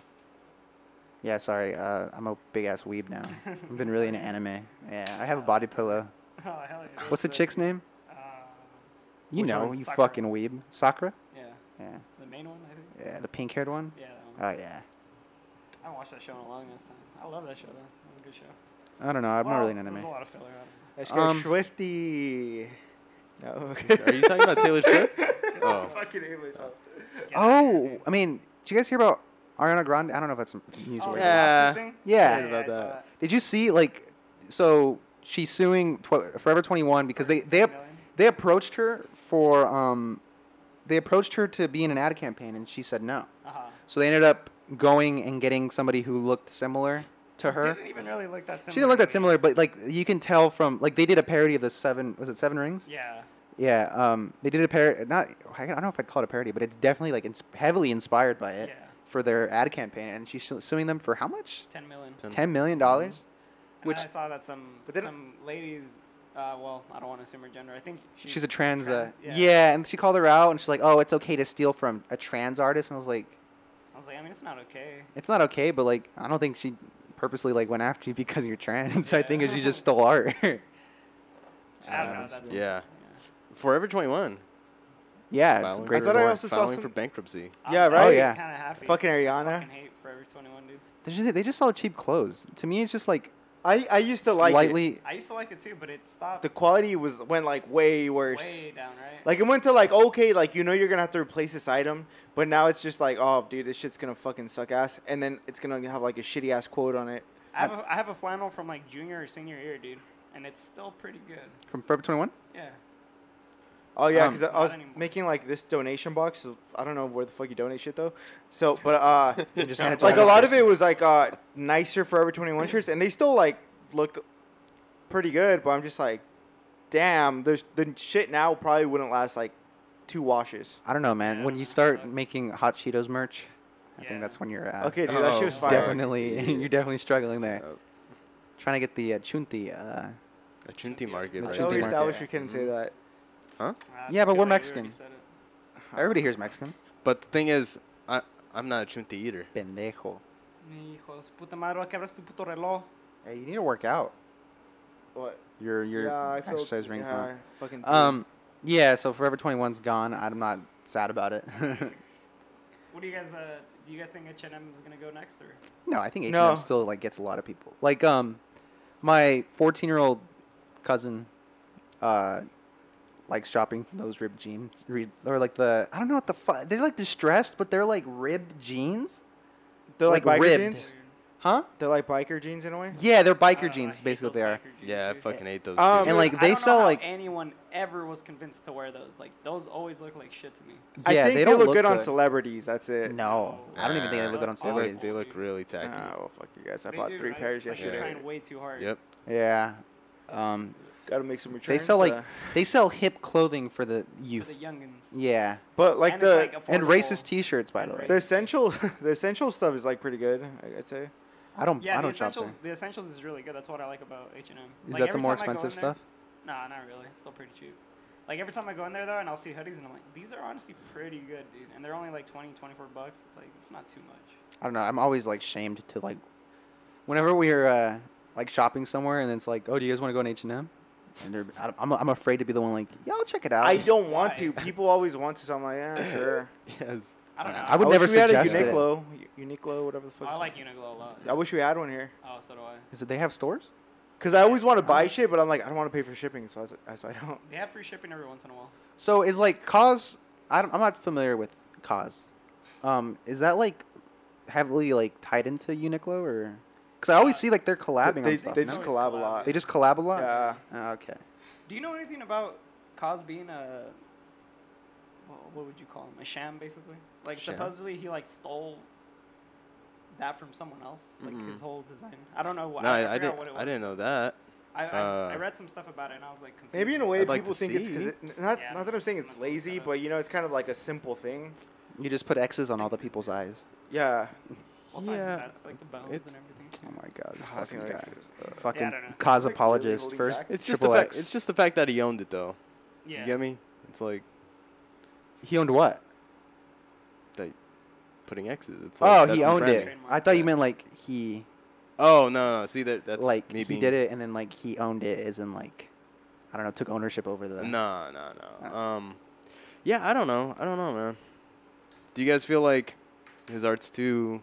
[SPEAKER 3] Yeah, sorry. Uh, I'm a big ass weeb now. I've been really into anime. Yeah, I have a body pillow.
[SPEAKER 2] Oh hell yeah.
[SPEAKER 3] What's the chick's name?
[SPEAKER 2] Uh,
[SPEAKER 3] You
[SPEAKER 1] Which
[SPEAKER 3] know,
[SPEAKER 1] one?
[SPEAKER 3] you
[SPEAKER 2] Sakura.
[SPEAKER 3] fucking weeb. Sakura.
[SPEAKER 2] yeah,
[SPEAKER 3] Yeah.
[SPEAKER 2] the main one I think.
[SPEAKER 3] Yeah, the pink haired one.
[SPEAKER 2] Yeah, that one.
[SPEAKER 3] Oh yeah.
[SPEAKER 2] I watched that show in a long ass time. I love that show though. It was a good show.
[SPEAKER 3] I don't know. I'm not
[SPEAKER 2] Well,
[SPEAKER 3] really an
[SPEAKER 2] There was a
[SPEAKER 3] anime.
[SPEAKER 2] lot of filler. I don't know.
[SPEAKER 1] Let's
[SPEAKER 3] go Um,
[SPEAKER 1] Swifty.
[SPEAKER 4] <laughs>
[SPEAKER 1] No.
[SPEAKER 4] Are you talking about Taylor
[SPEAKER 3] <laughs>
[SPEAKER 4] Swift? Oh,
[SPEAKER 1] fucking English.
[SPEAKER 3] Oh, I mean, did you guys hear about Ariana Grande? I don't know if that's newsworthy.
[SPEAKER 2] Oh, the
[SPEAKER 4] yeah.
[SPEAKER 2] lawsuit thing?
[SPEAKER 3] Yeah.
[SPEAKER 2] yeah,
[SPEAKER 4] About
[SPEAKER 2] I saw
[SPEAKER 4] that.
[SPEAKER 3] Did you see like, so she's suing tw- Forever 21 because they they ap-
[SPEAKER 2] Million?
[SPEAKER 3] they approached her for um, they approached her to be in an ad campaign and she said no.
[SPEAKER 2] Uh-huh.
[SPEAKER 3] So they ended up going and getting somebody who looked similar to her.
[SPEAKER 2] Didn't even really look that similar.
[SPEAKER 3] she didn't look
[SPEAKER 2] to
[SPEAKER 3] that
[SPEAKER 2] me.
[SPEAKER 3] similar, but like you can tell from like they did a parody of the seven was it Seven Rings?
[SPEAKER 2] Yeah.
[SPEAKER 3] Yeah, um, they did a parody. Not I don't know if I'd call it a parody, but it's definitely like ins- heavily inspired by it.
[SPEAKER 2] Yeah.
[SPEAKER 3] for their ad campaign, and she's su- suing them for how much?
[SPEAKER 2] Ten million.
[SPEAKER 4] Ten.
[SPEAKER 3] Ten million dollars.
[SPEAKER 2] And
[SPEAKER 3] Which
[SPEAKER 2] I saw that some
[SPEAKER 1] But they don't-
[SPEAKER 2] some ladies. Uh, well, I don't want to assume her gender. I think she's,
[SPEAKER 3] she's a trans. uh,
[SPEAKER 2] trans,
[SPEAKER 3] yeah.
[SPEAKER 2] yeah.
[SPEAKER 3] and she called her out, and she's like, "Oh, it's okay to steal from a trans artist," and I was like,
[SPEAKER 2] I was like, I mean, it's not okay.
[SPEAKER 3] "It's not okay," but like, I don't think she purposely like went after you <laughs> because you're trans. I think
[SPEAKER 2] Yeah.
[SPEAKER 3] she just stole art. <laughs>
[SPEAKER 2] I don't
[SPEAKER 3] not
[SPEAKER 2] know.
[SPEAKER 3] nice.
[SPEAKER 2] That's
[SPEAKER 4] Yeah.
[SPEAKER 2] yeah.
[SPEAKER 4] Forever 21.
[SPEAKER 3] yeah, it's a
[SPEAKER 4] Filing,
[SPEAKER 3] great.
[SPEAKER 1] I thought I
[SPEAKER 3] story.
[SPEAKER 1] was- also saw
[SPEAKER 4] filing
[SPEAKER 1] some-
[SPEAKER 4] for bankruptcy.
[SPEAKER 1] Yeah,
[SPEAKER 2] I'm
[SPEAKER 1] right?
[SPEAKER 3] Oh, yeah.
[SPEAKER 2] Kind of
[SPEAKER 1] <laughs>
[SPEAKER 2] happy.
[SPEAKER 1] Fucking
[SPEAKER 2] I
[SPEAKER 1] Ariana.
[SPEAKER 2] fucking hate Forever 21, dude.
[SPEAKER 3] They just, they just sell cheap clothes. To me, it's just like
[SPEAKER 1] I, I used to like it.
[SPEAKER 3] slightly.
[SPEAKER 2] I used to like it too, but it stopped
[SPEAKER 1] the quality was went like way worse.
[SPEAKER 2] way down, right?
[SPEAKER 1] Like it went to like okay, like you know you're gonna have to replace this item, but now it's just like oh dude, this shit's gonna fucking suck ass, and then it's gonna have like a shitty ass quote on it.
[SPEAKER 2] I have, a, I have a flannel from like junior or senior year, dude, and it's still pretty good.
[SPEAKER 3] From Forever 21?
[SPEAKER 2] Yeah.
[SPEAKER 1] Oh yeah,
[SPEAKER 4] Um,
[SPEAKER 1] because I
[SPEAKER 2] Not
[SPEAKER 1] was
[SPEAKER 2] anymore.
[SPEAKER 1] making like this donation box. So I don't know where the fuck you donate shit though. So, but uh,
[SPEAKER 4] <laughs>
[SPEAKER 3] You just hand it to
[SPEAKER 1] like a
[SPEAKER 3] homeless
[SPEAKER 1] lot of
[SPEAKER 3] person.
[SPEAKER 1] it was like uh nicer Forever 21 shirts, and they still like looked pretty good. But I'm just like, damn, there's the shit now probably wouldn't last like two washes.
[SPEAKER 3] I don't know, man.
[SPEAKER 2] Yeah,
[SPEAKER 3] when you
[SPEAKER 2] that
[SPEAKER 3] start
[SPEAKER 2] sucks.
[SPEAKER 3] making Hot Cheetos merch, I
[SPEAKER 2] Yeah.
[SPEAKER 3] think that's when you're at.
[SPEAKER 1] Okay, dude, that shit
[SPEAKER 4] Oh,
[SPEAKER 1] was fire.
[SPEAKER 3] Definitely, <laughs> you're definitely struggling there.
[SPEAKER 4] Uh,
[SPEAKER 3] Trying to get the uh, chunti. Uh,
[SPEAKER 4] a Chinti market,
[SPEAKER 3] That's
[SPEAKER 4] right?
[SPEAKER 1] I
[SPEAKER 3] Chunti
[SPEAKER 1] always
[SPEAKER 3] market.
[SPEAKER 1] established you couldn't say
[SPEAKER 3] Mm-hmm.
[SPEAKER 1] that.
[SPEAKER 4] Huh?
[SPEAKER 2] Ah,
[SPEAKER 3] Yeah, but
[SPEAKER 2] too
[SPEAKER 3] we're
[SPEAKER 2] late, you already
[SPEAKER 3] Mexican.
[SPEAKER 2] said it.
[SPEAKER 3] everybody here's Mexican.
[SPEAKER 4] But the thing is, I, I'm not a Chinti eater.
[SPEAKER 3] Pendejo.
[SPEAKER 2] Mi hijo de su puta madre, ¿a qué abres tu puto reloj?
[SPEAKER 3] Hey, you need to work out.
[SPEAKER 1] What?
[SPEAKER 3] Your your
[SPEAKER 1] yeah, I feel,
[SPEAKER 3] exercise ring's
[SPEAKER 1] yeah,
[SPEAKER 3] not.
[SPEAKER 1] I Fucking threw it.
[SPEAKER 3] Um, yeah. So Forever 21's gone. I'm not sad about it. <laughs>
[SPEAKER 2] What do you guys, uh, do you guys think H&M is going to go next? Or?
[SPEAKER 3] no, I think H&M
[SPEAKER 1] No.
[SPEAKER 3] still like gets a lot of people. Like um, my 14 year old cousin, uh, likes shopping those ribbed jeans. Re- or like the I don't know what the fuck. They're like distressed, but they're like ribbed jeans,
[SPEAKER 1] they're like,
[SPEAKER 3] like
[SPEAKER 1] biker
[SPEAKER 3] ribbed.
[SPEAKER 1] jeans.
[SPEAKER 3] huh?
[SPEAKER 1] They're like biker jeans in a way.
[SPEAKER 3] Yeah, they're biker
[SPEAKER 1] Uh,
[SPEAKER 2] I don't know, I
[SPEAKER 3] jeans.
[SPEAKER 2] hate
[SPEAKER 3] Basically,
[SPEAKER 2] those
[SPEAKER 3] what they are.
[SPEAKER 2] biker jeans,
[SPEAKER 4] Yeah, I
[SPEAKER 2] dude.
[SPEAKER 4] fucking hate those.
[SPEAKER 1] Um,
[SPEAKER 4] too.
[SPEAKER 3] And, like,
[SPEAKER 2] I
[SPEAKER 3] they
[SPEAKER 2] don't know
[SPEAKER 3] sell,
[SPEAKER 2] how
[SPEAKER 3] like-
[SPEAKER 2] anyone ever was convinced to wear those. Like those always look like shit to me.
[SPEAKER 1] I
[SPEAKER 3] Yeah,
[SPEAKER 1] think
[SPEAKER 3] they
[SPEAKER 1] they,
[SPEAKER 3] don't
[SPEAKER 1] look,
[SPEAKER 3] look
[SPEAKER 1] good on
[SPEAKER 3] good.
[SPEAKER 1] celebrities. That's it.
[SPEAKER 3] No, I don't even think they
[SPEAKER 4] Nah.
[SPEAKER 3] look good on
[SPEAKER 2] They
[SPEAKER 4] they
[SPEAKER 2] look-
[SPEAKER 3] celebrities.
[SPEAKER 4] look, they look really tacky.
[SPEAKER 1] Ah, well, fuck you guys. I
[SPEAKER 2] They
[SPEAKER 1] bought
[SPEAKER 2] do,
[SPEAKER 1] three
[SPEAKER 2] right?
[SPEAKER 1] pairs
[SPEAKER 2] It's like
[SPEAKER 1] yesterday.
[SPEAKER 2] You're trying way too hard.
[SPEAKER 4] yep. <laughs>
[SPEAKER 3] Yeah. Um,
[SPEAKER 1] Got to make some returns.
[SPEAKER 3] they sell like
[SPEAKER 1] uh,
[SPEAKER 3] they sell hip clothing for the
[SPEAKER 2] For
[SPEAKER 3] youth.
[SPEAKER 2] the youngins.
[SPEAKER 3] Yeah.
[SPEAKER 1] but like
[SPEAKER 2] And
[SPEAKER 1] the
[SPEAKER 2] it's, like,
[SPEAKER 3] And
[SPEAKER 2] affordable.
[SPEAKER 3] racist T-shirts, by
[SPEAKER 2] And
[SPEAKER 3] the way.
[SPEAKER 1] the essential <laughs> the essential stuff is like pretty good. I- I'd say.
[SPEAKER 3] I don't.
[SPEAKER 2] Yeah,
[SPEAKER 3] I
[SPEAKER 2] the
[SPEAKER 3] don't shop there.
[SPEAKER 2] essentials.
[SPEAKER 3] Is
[SPEAKER 2] The essentials is really good. That's what I like about H and M.
[SPEAKER 3] that the more expensive stuff?
[SPEAKER 2] Nah, not really. It's still pretty cheap. Like every time I go in there though, and I'll see hoodies, and I'm like, these are honestly pretty good, dude. And they're only like 20, 24 bucks. It's like it's not too much.
[SPEAKER 3] I don't know. I'm always like shamed to like, whenever we're uh, like shopping somewhere, and it's like, oh, do you guys want to go in H and M? And they're- I don't- I'm I'm afraid to be the one like, yo, check it out.
[SPEAKER 1] I don't want to.
[SPEAKER 2] Why?
[SPEAKER 1] People always want to, so I'm like, yeah, sure.
[SPEAKER 4] Yes.
[SPEAKER 2] I don't know.
[SPEAKER 3] I would
[SPEAKER 1] wish
[SPEAKER 3] never
[SPEAKER 1] we had a
[SPEAKER 3] suggest it.
[SPEAKER 1] Uniqlo, U- Uniqlo, whatever the fuck.
[SPEAKER 2] I
[SPEAKER 1] it's
[SPEAKER 2] like
[SPEAKER 1] called.
[SPEAKER 2] Uniqlo a lot.
[SPEAKER 1] I wish we had one here,
[SPEAKER 2] Oh, so do I.
[SPEAKER 3] Is it they have stores?
[SPEAKER 1] cause I always want to buy shit, but I'm like, I don't want to pay for shipping, so I, s- I- so I don't.
[SPEAKER 2] They have free shipping every once in a while.
[SPEAKER 3] So is like cause. I don't, I'm not familiar with cause. Um, is that like heavily like tied into Uniqlo or? Because I
[SPEAKER 2] Uh,
[SPEAKER 3] always see like they're collabing
[SPEAKER 1] they
[SPEAKER 3] on stuff.
[SPEAKER 1] they
[SPEAKER 3] no?
[SPEAKER 1] just
[SPEAKER 2] Always
[SPEAKER 1] collab a
[SPEAKER 2] collab,
[SPEAKER 1] lot.
[SPEAKER 3] They just collab a lot.
[SPEAKER 1] Yeah.
[SPEAKER 3] Oh, okay.
[SPEAKER 2] Do you know anything about Cos being a wha- what would you call him? A sham, basically. Like
[SPEAKER 4] Sham?
[SPEAKER 2] supposedly he like stole that from someone else, like his whole design. I don't know what.
[SPEAKER 4] Mm-hmm. No, I,
[SPEAKER 2] I,
[SPEAKER 4] I
[SPEAKER 2] forgot
[SPEAKER 4] didn't.
[SPEAKER 2] What it was.
[SPEAKER 4] I didn't know that.
[SPEAKER 2] I, I, I
[SPEAKER 4] uh,
[SPEAKER 2] read some stuff about it, and I was like, confused.
[SPEAKER 1] Maybe in a way,
[SPEAKER 4] I'd
[SPEAKER 1] people
[SPEAKER 4] like to
[SPEAKER 1] think it's because
[SPEAKER 4] see.
[SPEAKER 1] it, n- not
[SPEAKER 2] Yeah,
[SPEAKER 1] not that I'm saying it's
[SPEAKER 2] that's what I
[SPEAKER 1] lazy,
[SPEAKER 2] said.
[SPEAKER 1] but you know, it's kind of like a simple thing.
[SPEAKER 3] You just put X's on all the people's eyes.
[SPEAKER 1] Yeah.
[SPEAKER 2] Well, it's not just
[SPEAKER 4] Yeah.
[SPEAKER 2] that, it's like the bones
[SPEAKER 4] It's-
[SPEAKER 2] and everything.
[SPEAKER 3] Oh my god, this
[SPEAKER 1] Ah, that's
[SPEAKER 3] fucking
[SPEAKER 1] gonna <laughs>
[SPEAKER 3] guy.
[SPEAKER 1] make this, uh,
[SPEAKER 3] Fucking
[SPEAKER 2] Yeah, I don't know.
[SPEAKER 3] cause
[SPEAKER 1] Like, really
[SPEAKER 3] apologist
[SPEAKER 1] holding
[SPEAKER 3] first.
[SPEAKER 1] back?
[SPEAKER 4] It's just the
[SPEAKER 3] Triple
[SPEAKER 4] fact.
[SPEAKER 3] X.
[SPEAKER 4] It's just the fact that he owned it, though.
[SPEAKER 2] Yeah.
[SPEAKER 4] You get me? It's like
[SPEAKER 3] He owned what?
[SPEAKER 4] that putting X's. It's like,
[SPEAKER 3] Oh,
[SPEAKER 4] that's
[SPEAKER 3] he
[SPEAKER 4] his
[SPEAKER 3] owned it.
[SPEAKER 4] branding.
[SPEAKER 2] branding.
[SPEAKER 3] I thought you meant like he,
[SPEAKER 4] Oh no, no. See that? That's
[SPEAKER 3] like
[SPEAKER 4] me
[SPEAKER 3] he
[SPEAKER 4] being,
[SPEAKER 3] did it, and then like he owned it, as in like, I don't know, took ownership over the.
[SPEAKER 4] No, no, no.
[SPEAKER 3] Oh.
[SPEAKER 4] Um, yeah, I don't know. I don't know, man. Do you guys feel like his art's too?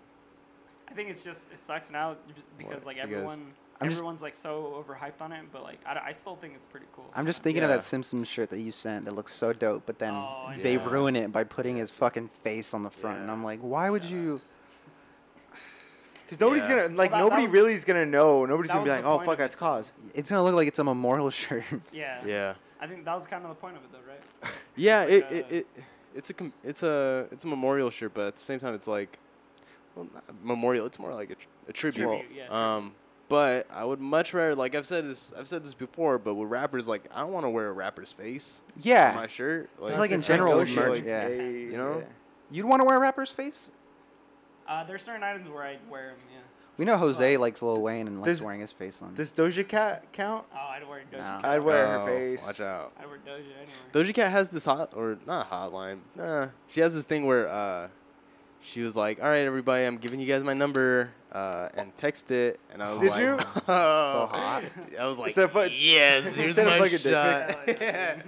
[SPEAKER 2] I think it's just it sucks now just because
[SPEAKER 4] What?
[SPEAKER 2] like
[SPEAKER 4] You guys-
[SPEAKER 2] everyone,
[SPEAKER 3] I'm just-
[SPEAKER 2] everyone's like so overhyped on it, but like I, don't- I still think it's pretty cool.
[SPEAKER 3] I'm just
[SPEAKER 2] sometimes.
[SPEAKER 3] thinking of
[SPEAKER 4] Yeah.
[SPEAKER 3] that Simpsons shirt that you sent that looks so dope, but then
[SPEAKER 2] Oh, I
[SPEAKER 3] they
[SPEAKER 4] know.
[SPEAKER 3] ruin it by putting his fucking face on the front, and
[SPEAKER 4] Yeah.
[SPEAKER 3] I'm like, why would
[SPEAKER 4] Yeah.
[SPEAKER 3] you?
[SPEAKER 1] Because nobody's
[SPEAKER 4] Yeah.
[SPEAKER 1] gonna like
[SPEAKER 2] Well, that- that
[SPEAKER 1] nobody
[SPEAKER 2] was-
[SPEAKER 1] really is gonna know. Nobody's
[SPEAKER 2] that
[SPEAKER 1] gonna be
[SPEAKER 2] was
[SPEAKER 1] like,
[SPEAKER 2] the
[SPEAKER 1] oh
[SPEAKER 2] point
[SPEAKER 1] fuck,
[SPEAKER 2] of
[SPEAKER 1] that's
[SPEAKER 2] it.
[SPEAKER 1] cause.
[SPEAKER 3] It's gonna look like it's a memorial <laughs> shirt.
[SPEAKER 2] Yeah.
[SPEAKER 4] Yeah.
[SPEAKER 2] I think that was kind of the point of it, though, right?
[SPEAKER 4] Yeah.
[SPEAKER 2] Like uh,
[SPEAKER 4] It,
[SPEAKER 2] a-
[SPEAKER 4] it, it it's a com- it's a it's a memorial shirt, but at the same time, it's like well, not a memorial. It's more like a, tr- a tribute.
[SPEAKER 2] Tribute, yeah, tribute.
[SPEAKER 4] Um, but I would much rather like I've said this I've said this before, but with rappers, like I don't want to wear a rapper's face on my
[SPEAKER 3] yeah,
[SPEAKER 4] shirt.
[SPEAKER 3] Just like in
[SPEAKER 1] That's
[SPEAKER 4] it's
[SPEAKER 1] just
[SPEAKER 3] general
[SPEAKER 1] go
[SPEAKER 3] with
[SPEAKER 1] shit,
[SPEAKER 3] merch,
[SPEAKER 1] like,
[SPEAKER 3] yeah.
[SPEAKER 1] hey,
[SPEAKER 4] You know?
[SPEAKER 1] yeah.
[SPEAKER 3] you'd want to wear a rapper's face.
[SPEAKER 2] Uh, there's certain items where I'd wear them. Yeah.
[SPEAKER 3] We know Jose likes Lil Wayne and likes
[SPEAKER 1] Does-
[SPEAKER 3] wearing his face on.
[SPEAKER 1] Does Doja Cat count?
[SPEAKER 2] Oh, I'd wear Doja.
[SPEAKER 3] Nah.
[SPEAKER 2] Cat.
[SPEAKER 1] I'd wear her
[SPEAKER 4] Oh,
[SPEAKER 1] face.
[SPEAKER 4] Watch out.
[SPEAKER 2] I'd wear Doja anywhere. <laughs>
[SPEAKER 4] Doja Cat has this hot or not hotline. Nah, she has this thing where uh, she was like, "All right, everybody, I'm giving you guys my number uh, and text it." And I was
[SPEAKER 1] Did
[SPEAKER 4] like, <laughs>
[SPEAKER 1] you?
[SPEAKER 4] "Oh."
[SPEAKER 3] hot.
[SPEAKER 4] I was like,
[SPEAKER 1] Instead of put-
[SPEAKER 4] "Yes, here's
[SPEAKER 1] instead of
[SPEAKER 4] my
[SPEAKER 1] fucking
[SPEAKER 4] <laughs>
[SPEAKER 1] dick
[SPEAKER 4] shot."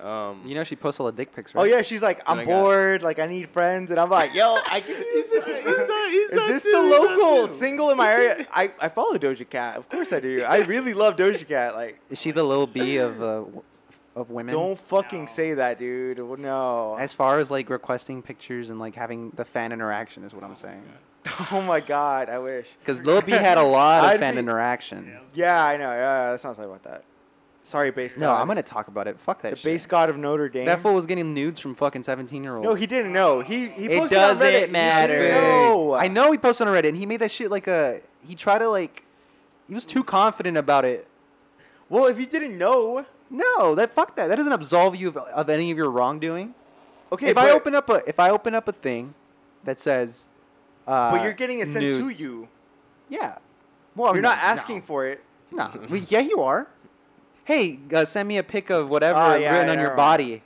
[SPEAKER 4] um,
[SPEAKER 3] you know she posts all the dick pics, right?
[SPEAKER 1] Oh yeah, she's like,
[SPEAKER 4] I
[SPEAKER 1] I'm
[SPEAKER 4] got-
[SPEAKER 1] bored. Like I need friends, and I'm like, yo, I
[SPEAKER 3] <laughs>
[SPEAKER 1] can.
[SPEAKER 4] he's a- he's a- he's
[SPEAKER 1] Is
[SPEAKER 4] a
[SPEAKER 1] this
[SPEAKER 4] dude,
[SPEAKER 1] the
[SPEAKER 4] he's a
[SPEAKER 1] local
[SPEAKER 4] dude.
[SPEAKER 1] single in my area?
[SPEAKER 3] <laughs>
[SPEAKER 1] I, I follow Doja Cat. Of course I do. I really love Doja Cat. Like,
[SPEAKER 3] Is she the Lil B of uh, w- of women?
[SPEAKER 1] don't fucking
[SPEAKER 2] No.
[SPEAKER 1] say that, dude. Well, No.
[SPEAKER 3] As far as like requesting pictures and like having the fan interaction is what I'm saying.
[SPEAKER 1] <laughs> oh my god, I wish.
[SPEAKER 3] Because Lil B
[SPEAKER 1] <laughs>
[SPEAKER 3] had a lot
[SPEAKER 1] I'd
[SPEAKER 3] of fan
[SPEAKER 1] be-
[SPEAKER 3] interaction.
[SPEAKER 2] Yeah, I was-
[SPEAKER 1] Yeah, I know. Yeah, let's not talk about that. Sorry, base god.
[SPEAKER 3] No, I'm gonna talk about it. Fuck that
[SPEAKER 1] the
[SPEAKER 3] shit.
[SPEAKER 1] base god of Notre Dame.
[SPEAKER 3] That fool was getting nudes from fucking 17 year olds.
[SPEAKER 1] no, he didn't know. He he
[SPEAKER 3] it
[SPEAKER 1] posted on
[SPEAKER 3] doesn't
[SPEAKER 1] Reddit. He didn't
[SPEAKER 3] matter.
[SPEAKER 1] know.
[SPEAKER 3] I know he posted on Reddit and he made that shit like a. He tried to like. He was too confident about it.
[SPEAKER 1] Well, if you didn't know,
[SPEAKER 3] No, that fuck that. That doesn't absolve you of, of any of your wrongdoing.
[SPEAKER 1] okay.
[SPEAKER 3] if
[SPEAKER 1] but,
[SPEAKER 3] I open up a if I open up a thing that says, uh,
[SPEAKER 1] but you're getting it sent
[SPEAKER 3] nudes- Oh,
[SPEAKER 1] to you.
[SPEAKER 3] Yeah. Well,
[SPEAKER 1] You're not asking for it.
[SPEAKER 3] No. We- yeah, you are. Hey, uh, send me a pic of whatever
[SPEAKER 1] Oh, yeah,
[SPEAKER 3] written on
[SPEAKER 1] yeah,
[SPEAKER 3] your
[SPEAKER 1] right.
[SPEAKER 3] body.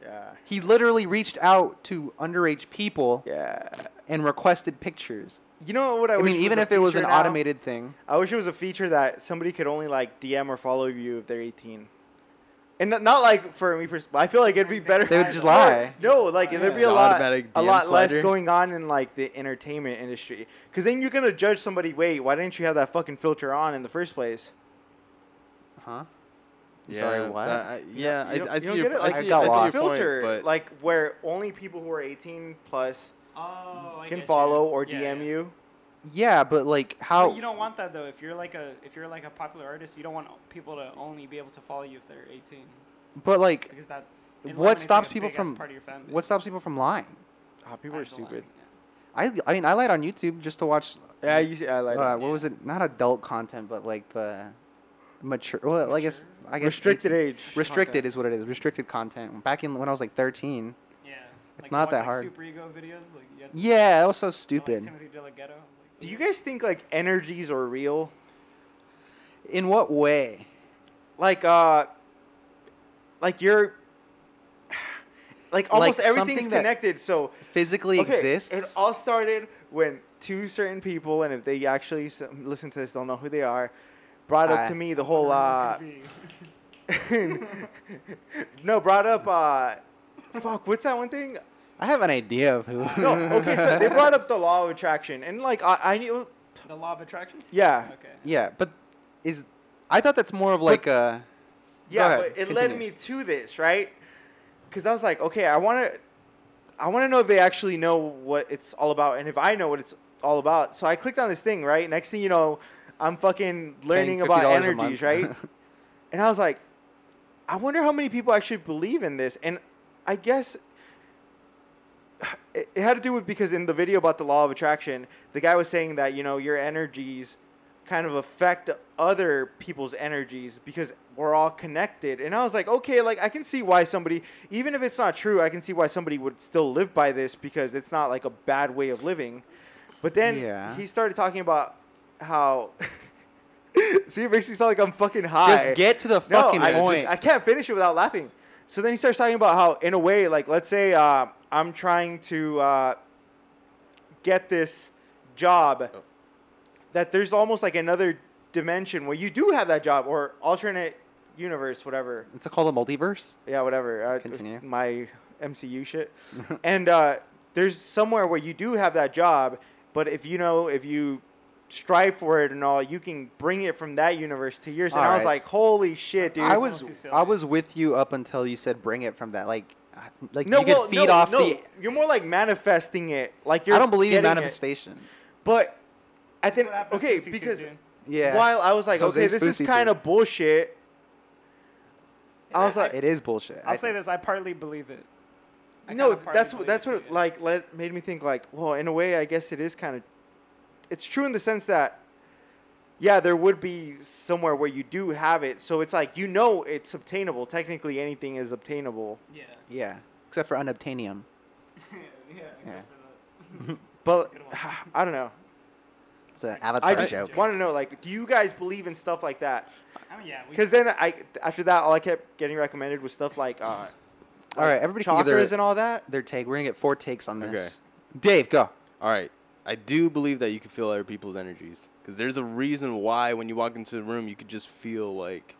[SPEAKER 1] Yeah.
[SPEAKER 3] He literally reached out to underage people
[SPEAKER 1] Yeah.
[SPEAKER 3] and requested pictures.
[SPEAKER 1] You know what I,
[SPEAKER 3] I,
[SPEAKER 1] wish
[SPEAKER 3] mean, even
[SPEAKER 1] a
[SPEAKER 3] if it was an
[SPEAKER 1] feature now?
[SPEAKER 3] automated thing.
[SPEAKER 1] I wish it was a feature that somebody could only like DM or follow you if they're 18. And not, not like for me, pers- I feel like it'd be better.
[SPEAKER 3] They
[SPEAKER 1] <laughs>
[SPEAKER 3] would just lie.
[SPEAKER 1] No, like there'd be a
[SPEAKER 4] The
[SPEAKER 1] lot,
[SPEAKER 4] automatic
[SPEAKER 1] a
[SPEAKER 4] DM
[SPEAKER 1] lot less
[SPEAKER 4] slider.
[SPEAKER 1] going on in like the entertainment industry. Because then you're gonna judge somebody. Wait, why didn't you have that fucking filter on in the first place? Uh-huh.
[SPEAKER 3] Huh?
[SPEAKER 4] Yeah,
[SPEAKER 3] sorry, what?
[SPEAKER 4] that- I- yeah,
[SPEAKER 1] You don't-
[SPEAKER 4] I, I
[SPEAKER 1] you
[SPEAKER 4] see
[SPEAKER 1] don't
[SPEAKER 4] your,
[SPEAKER 1] get it?
[SPEAKER 4] I
[SPEAKER 1] Like,
[SPEAKER 4] see,
[SPEAKER 3] I've got
[SPEAKER 4] I see your
[SPEAKER 3] lost.
[SPEAKER 4] point,
[SPEAKER 1] filter,
[SPEAKER 4] but
[SPEAKER 1] like where only people who are 18 plus
[SPEAKER 2] Oh, I
[SPEAKER 1] can
[SPEAKER 2] get you.
[SPEAKER 1] follow or
[SPEAKER 2] Yeah,
[SPEAKER 1] DM
[SPEAKER 2] yeah.
[SPEAKER 1] you.
[SPEAKER 3] Yeah, but like how?
[SPEAKER 2] But you don't want that though. If you're like a if you're like a popular artist, you don't want people to only be able to follow you if they're 18
[SPEAKER 3] but like,
[SPEAKER 2] because that.
[SPEAKER 3] What
[SPEAKER 2] eliminates, like,
[SPEAKER 3] stops
[SPEAKER 2] a
[SPEAKER 3] people
[SPEAKER 2] big-ass
[SPEAKER 3] from-
[SPEAKER 2] part of your fan
[SPEAKER 3] what
[SPEAKER 2] base.
[SPEAKER 3] stops people from lying?
[SPEAKER 1] Ah, people are
[SPEAKER 2] Eyes aligned,
[SPEAKER 1] stupid.
[SPEAKER 3] I I mean, I lied on YouTube just to watch.
[SPEAKER 1] Yeah, you see, I like
[SPEAKER 3] uh, what was it? Not adult content, but like the mature. Well, I guess I guess
[SPEAKER 1] restricted
[SPEAKER 3] 18
[SPEAKER 1] age.
[SPEAKER 3] Restricted
[SPEAKER 1] content.
[SPEAKER 3] is what it is. Restricted content. Back in when I was like 13.
[SPEAKER 2] Yeah. yeah. Like,
[SPEAKER 3] not
[SPEAKER 2] watch,
[SPEAKER 3] that
[SPEAKER 2] like,
[SPEAKER 3] hard.
[SPEAKER 2] Super ego videos. Like, you had to-
[SPEAKER 3] Yeah, that was so
[SPEAKER 2] you know, like,
[SPEAKER 3] stupid.
[SPEAKER 2] Timothy De La Ghetto. I was like,
[SPEAKER 1] Do you guys think like energies are real?
[SPEAKER 3] In what way?
[SPEAKER 1] like uh like you're like almost everything's
[SPEAKER 3] something that
[SPEAKER 1] connected so
[SPEAKER 3] Physically
[SPEAKER 1] okay,
[SPEAKER 3] exists.
[SPEAKER 1] it all started when two certain people and if they actually s- listen to this they'll know who they are brought up
[SPEAKER 3] Hi.
[SPEAKER 1] to me the whole
[SPEAKER 2] "Wonder
[SPEAKER 1] uh
[SPEAKER 2] who it could be." <laughs>
[SPEAKER 1] no brought up uh fuck what's that one thing
[SPEAKER 3] I have an idea of who.
[SPEAKER 1] no okay so
[SPEAKER 3] <laughs>
[SPEAKER 1] they brought up the law of attraction and like i, I knew
[SPEAKER 2] the law of attraction.
[SPEAKER 1] yeah
[SPEAKER 2] Okay.
[SPEAKER 3] yeah, but is I thought that's more of like uh, a.
[SPEAKER 1] Yeah,
[SPEAKER 3] ahead,
[SPEAKER 1] but it led
[SPEAKER 3] continue.
[SPEAKER 1] me to this, right? Because I was like, okay, I want to, I want to know if they actually know what it's all about, and if I know what it's all about. So I clicked on this thing, right? Next thing you know, I'm fucking learning about
[SPEAKER 3] $50 a
[SPEAKER 1] energies,
[SPEAKER 3] month.
[SPEAKER 1] right?
[SPEAKER 3] <laughs>
[SPEAKER 1] and I was like, I wonder how many people actually believe in this. And I guess it, it had to do with because in the video about the law of attraction, the guy was saying that you know your energies kind of affect other people's energies because we're all connected. And I was like, okay, like I can see why somebody, even if it's not true, I can see why somebody would still live by this because it's not like a bad way of living. But then
[SPEAKER 3] Yeah.
[SPEAKER 1] he started talking about how. <laughs> See, it makes me sound like I'm fucking high.
[SPEAKER 3] Just get to the
[SPEAKER 1] No,
[SPEAKER 3] fucking
[SPEAKER 1] I,
[SPEAKER 3] point.
[SPEAKER 1] just- I can't finish it without laughing. So then he starts talking about how, in a way, like let's say uh, I'm trying to uh, get this job,
[SPEAKER 4] Oh.
[SPEAKER 1] that there's almost like another dimension where you do have that job or alternate universe, whatever.
[SPEAKER 3] it's called a multiverse.
[SPEAKER 1] Yeah, whatever. Uh,
[SPEAKER 3] Continue.
[SPEAKER 1] My MCU
[SPEAKER 3] <laughs>
[SPEAKER 1] shit. and uh, there's somewhere where you do have that job, but if you know, if you strive for it and all, you can bring it from that universe to yours. And I was
[SPEAKER 3] Alright.
[SPEAKER 1] like, holy shit, dude.
[SPEAKER 3] I
[SPEAKER 2] a little too
[SPEAKER 3] was
[SPEAKER 2] silly.
[SPEAKER 3] I was with you up until you said bring it from that like I- like
[SPEAKER 1] no,
[SPEAKER 3] you could
[SPEAKER 1] well,
[SPEAKER 3] feed
[SPEAKER 1] no,
[SPEAKER 3] off
[SPEAKER 1] no.
[SPEAKER 3] the.
[SPEAKER 1] You're more like manifesting it. Like you're.
[SPEAKER 3] I don't believe in
[SPEAKER 1] getting it.
[SPEAKER 3] manifestation.
[SPEAKER 1] But at
[SPEAKER 2] What
[SPEAKER 1] the
[SPEAKER 2] happened to
[SPEAKER 1] okay,
[SPEAKER 2] Pussy Tooth,
[SPEAKER 1] because
[SPEAKER 2] dude?
[SPEAKER 3] Yeah.
[SPEAKER 1] while I was like,
[SPEAKER 3] Jose's
[SPEAKER 1] okay, this is
[SPEAKER 3] Pussy
[SPEAKER 1] kind
[SPEAKER 3] Tooth.
[SPEAKER 1] of bullshit. I was like,
[SPEAKER 3] it is bullshit.
[SPEAKER 2] I'll
[SPEAKER 3] I
[SPEAKER 2] say
[SPEAKER 3] think.
[SPEAKER 2] this: I partly believe it. I
[SPEAKER 1] no,
[SPEAKER 2] kinda partly
[SPEAKER 1] that's what
[SPEAKER 2] believe
[SPEAKER 1] that's
[SPEAKER 2] it,
[SPEAKER 1] what
[SPEAKER 2] yeah.
[SPEAKER 1] like let made me think like, well, in a way, I guess it is kind of, it's true in the sense that, yeah, there would be somewhere where you do have it, so it's like you know it's obtainable. Technically, anything is obtainable.
[SPEAKER 2] Yeah. <laughs>
[SPEAKER 3] Yeah, except for unobtainium.
[SPEAKER 2] yeah.
[SPEAKER 3] Yeah.
[SPEAKER 2] Except for
[SPEAKER 1] But
[SPEAKER 2] That's a good one.
[SPEAKER 1] <sighs> I don't know.
[SPEAKER 3] It's an
[SPEAKER 1] I
[SPEAKER 3] avatar
[SPEAKER 1] just
[SPEAKER 3] joke.
[SPEAKER 1] want to know, like, do you guys believe in stuff like that?
[SPEAKER 2] I mean, yeah, we,
[SPEAKER 1] Because then I, after that, all I kept getting recommended was stuff like, uh, all
[SPEAKER 3] All right, everybody can
[SPEAKER 1] chakras
[SPEAKER 3] either
[SPEAKER 1] and all that.
[SPEAKER 3] their take. We're gonna get four takes on this. Dave, go.
[SPEAKER 4] All right. I do believe that you can feel other people's energies because there's a reason why when you walk into the room you could just feel like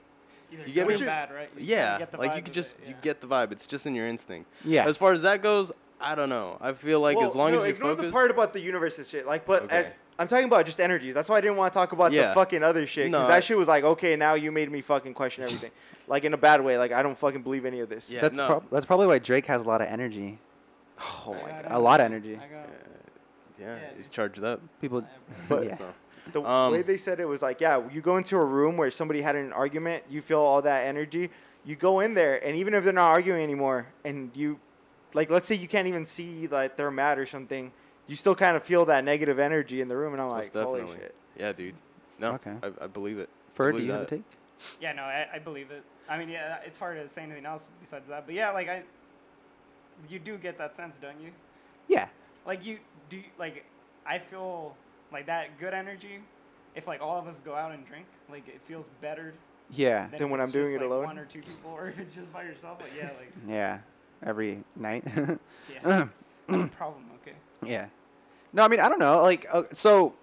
[SPEAKER 2] either
[SPEAKER 4] you get
[SPEAKER 2] good
[SPEAKER 4] me?
[SPEAKER 2] or bad, right? You- you
[SPEAKER 4] yeah,
[SPEAKER 2] get the
[SPEAKER 4] like
[SPEAKER 2] vibe
[SPEAKER 4] you
[SPEAKER 2] of
[SPEAKER 4] could just
[SPEAKER 2] it,
[SPEAKER 4] you
[SPEAKER 2] yeah.
[SPEAKER 4] get the vibe. It's just in your instinct.
[SPEAKER 3] Yeah.
[SPEAKER 4] As far as that goes, I don't know. I feel like as long
[SPEAKER 1] no,
[SPEAKER 4] as you
[SPEAKER 1] ignore
[SPEAKER 4] focus.
[SPEAKER 1] the part about the universe and shit. Like, but
[SPEAKER 4] Okay.
[SPEAKER 1] as I'm talking about just energies. That's why I didn't want to talk about
[SPEAKER 4] Yeah.
[SPEAKER 1] the fucking other shit. Because
[SPEAKER 4] No, I-
[SPEAKER 1] that shit was like, okay, now you made me
[SPEAKER 4] <laughs>
[SPEAKER 1] fucking question everything, like in a bad way. Like I don't fucking believe any of this.
[SPEAKER 4] Yeah,
[SPEAKER 3] that's
[SPEAKER 4] no.
[SPEAKER 3] prob- that's probably why Drake has a lot of energy.
[SPEAKER 1] Oh
[SPEAKER 2] I
[SPEAKER 1] my
[SPEAKER 2] got
[SPEAKER 1] god.
[SPEAKER 3] A lot of energy.
[SPEAKER 2] I got it.
[SPEAKER 4] yeah,
[SPEAKER 2] Yeah.
[SPEAKER 4] it's charged
[SPEAKER 3] <laughs>
[SPEAKER 4] up.
[SPEAKER 3] People,
[SPEAKER 1] But-
[SPEAKER 3] <laughs> yeah.
[SPEAKER 4] So.
[SPEAKER 1] The
[SPEAKER 4] Um,
[SPEAKER 1] way they said it was like, yeah, you go into a room where somebody had an argument, you feel all that energy. You go in there, and even if they're not arguing anymore, and you, like, let's say you can't even see like they're mad or something, you still kind of feel that negative energy in the room, and I'm like,
[SPEAKER 4] Most
[SPEAKER 1] holy
[SPEAKER 4] definitely.
[SPEAKER 1] shit.
[SPEAKER 4] Yeah, dude. No,
[SPEAKER 3] Okay.
[SPEAKER 4] I, I believe it. I
[SPEAKER 3] Fur, do
[SPEAKER 4] believe
[SPEAKER 3] you have a
[SPEAKER 4] that.
[SPEAKER 3] take?
[SPEAKER 2] Yeah, no, I, I believe it. I mean, yeah, it's hard to say anything else besides that. But yeah, like I, you do get that sense, don't you?
[SPEAKER 3] Yeah.
[SPEAKER 2] Like you do, like I feel like that good energy. If like all of us go out and drink, like it feels better
[SPEAKER 3] Yeah.
[SPEAKER 2] than
[SPEAKER 1] Than
[SPEAKER 2] if
[SPEAKER 1] when
[SPEAKER 2] it's
[SPEAKER 1] I'm doing
[SPEAKER 2] just,
[SPEAKER 1] it
[SPEAKER 2] like,
[SPEAKER 1] alone?
[SPEAKER 2] One or two people, or if it's just by yourself. Like yeah,
[SPEAKER 3] <clears throat>
[SPEAKER 2] like
[SPEAKER 3] Yeah. Every night. <laughs>
[SPEAKER 2] yeah, no problem. Okay.
[SPEAKER 3] yeah. No, I mean I don't know. Like uh, so,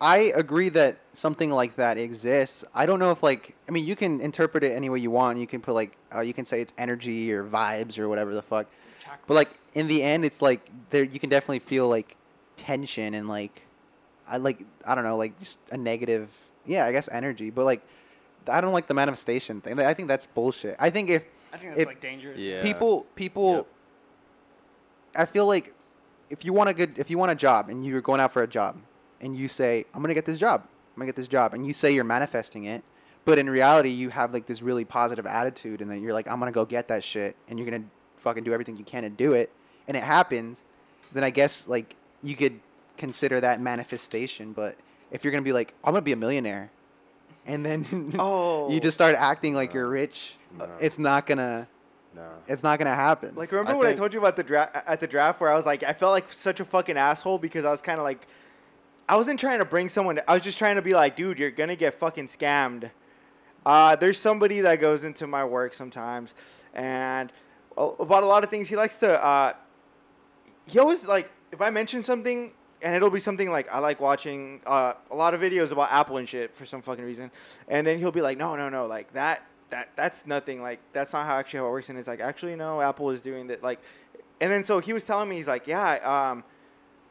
[SPEAKER 3] I agree that something like that exists. I don't know if like I mean you can interpret it any way you want. You can put like uh, you can say it's energy or vibes or whatever the fuck. But like
[SPEAKER 2] Chakras.
[SPEAKER 3] in the end, it's like there you can definitely feel like tension and like I like I don't know like just a negative yeah I guess energy. But like I don't like the manifestation thing. I think that's bullshit. I think if
[SPEAKER 2] I think that's
[SPEAKER 3] if-
[SPEAKER 2] like dangerous.
[SPEAKER 4] Yeah.
[SPEAKER 3] people people
[SPEAKER 4] Yep.
[SPEAKER 3] I feel like if you want a good if you want a job and you're going out for a job and you say I'm gonna get this job I'm gonna get this job and you say you're manifesting it but in reality you have like this really positive attitude and then you're like I'm gonna go get that shit and you're gonna fucking do everything you can to do it and it happens then I guess like you could consider that manifestation but if you're gonna be like I'm gonna be a millionaire and then <laughs>
[SPEAKER 1] Oh.
[SPEAKER 3] you just start acting like you're rich
[SPEAKER 4] No.
[SPEAKER 3] it's not gonna
[SPEAKER 4] No.
[SPEAKER 3] it's not gonna happen.
[SPEAKER 1] Like remember
[SPEAKER 4] I
[SPEAKER 1] when I
[SPEAKER 4] think-
[SPEAKER 1] told you about the draft at the draft where I was like I felt like such a fucking asshole because I was kind of like I wasn't trying to bring someone I was just trying to be like dude you're going to get fucking scammed. Uh, there's somebody that goes into my work sometimes and a- about a lot of things he likes to uh, he always like if I mention something and it'll be something like I like watching uh, a lot of videos about Apple and shit for some fucking reason, and then he'll be like, no, no, no, like that, that, that's nothing. Like that's not how actually how it works. And it's like actually no, Apple is doing that. Like, and then so he was telling me he's like, yeah, um,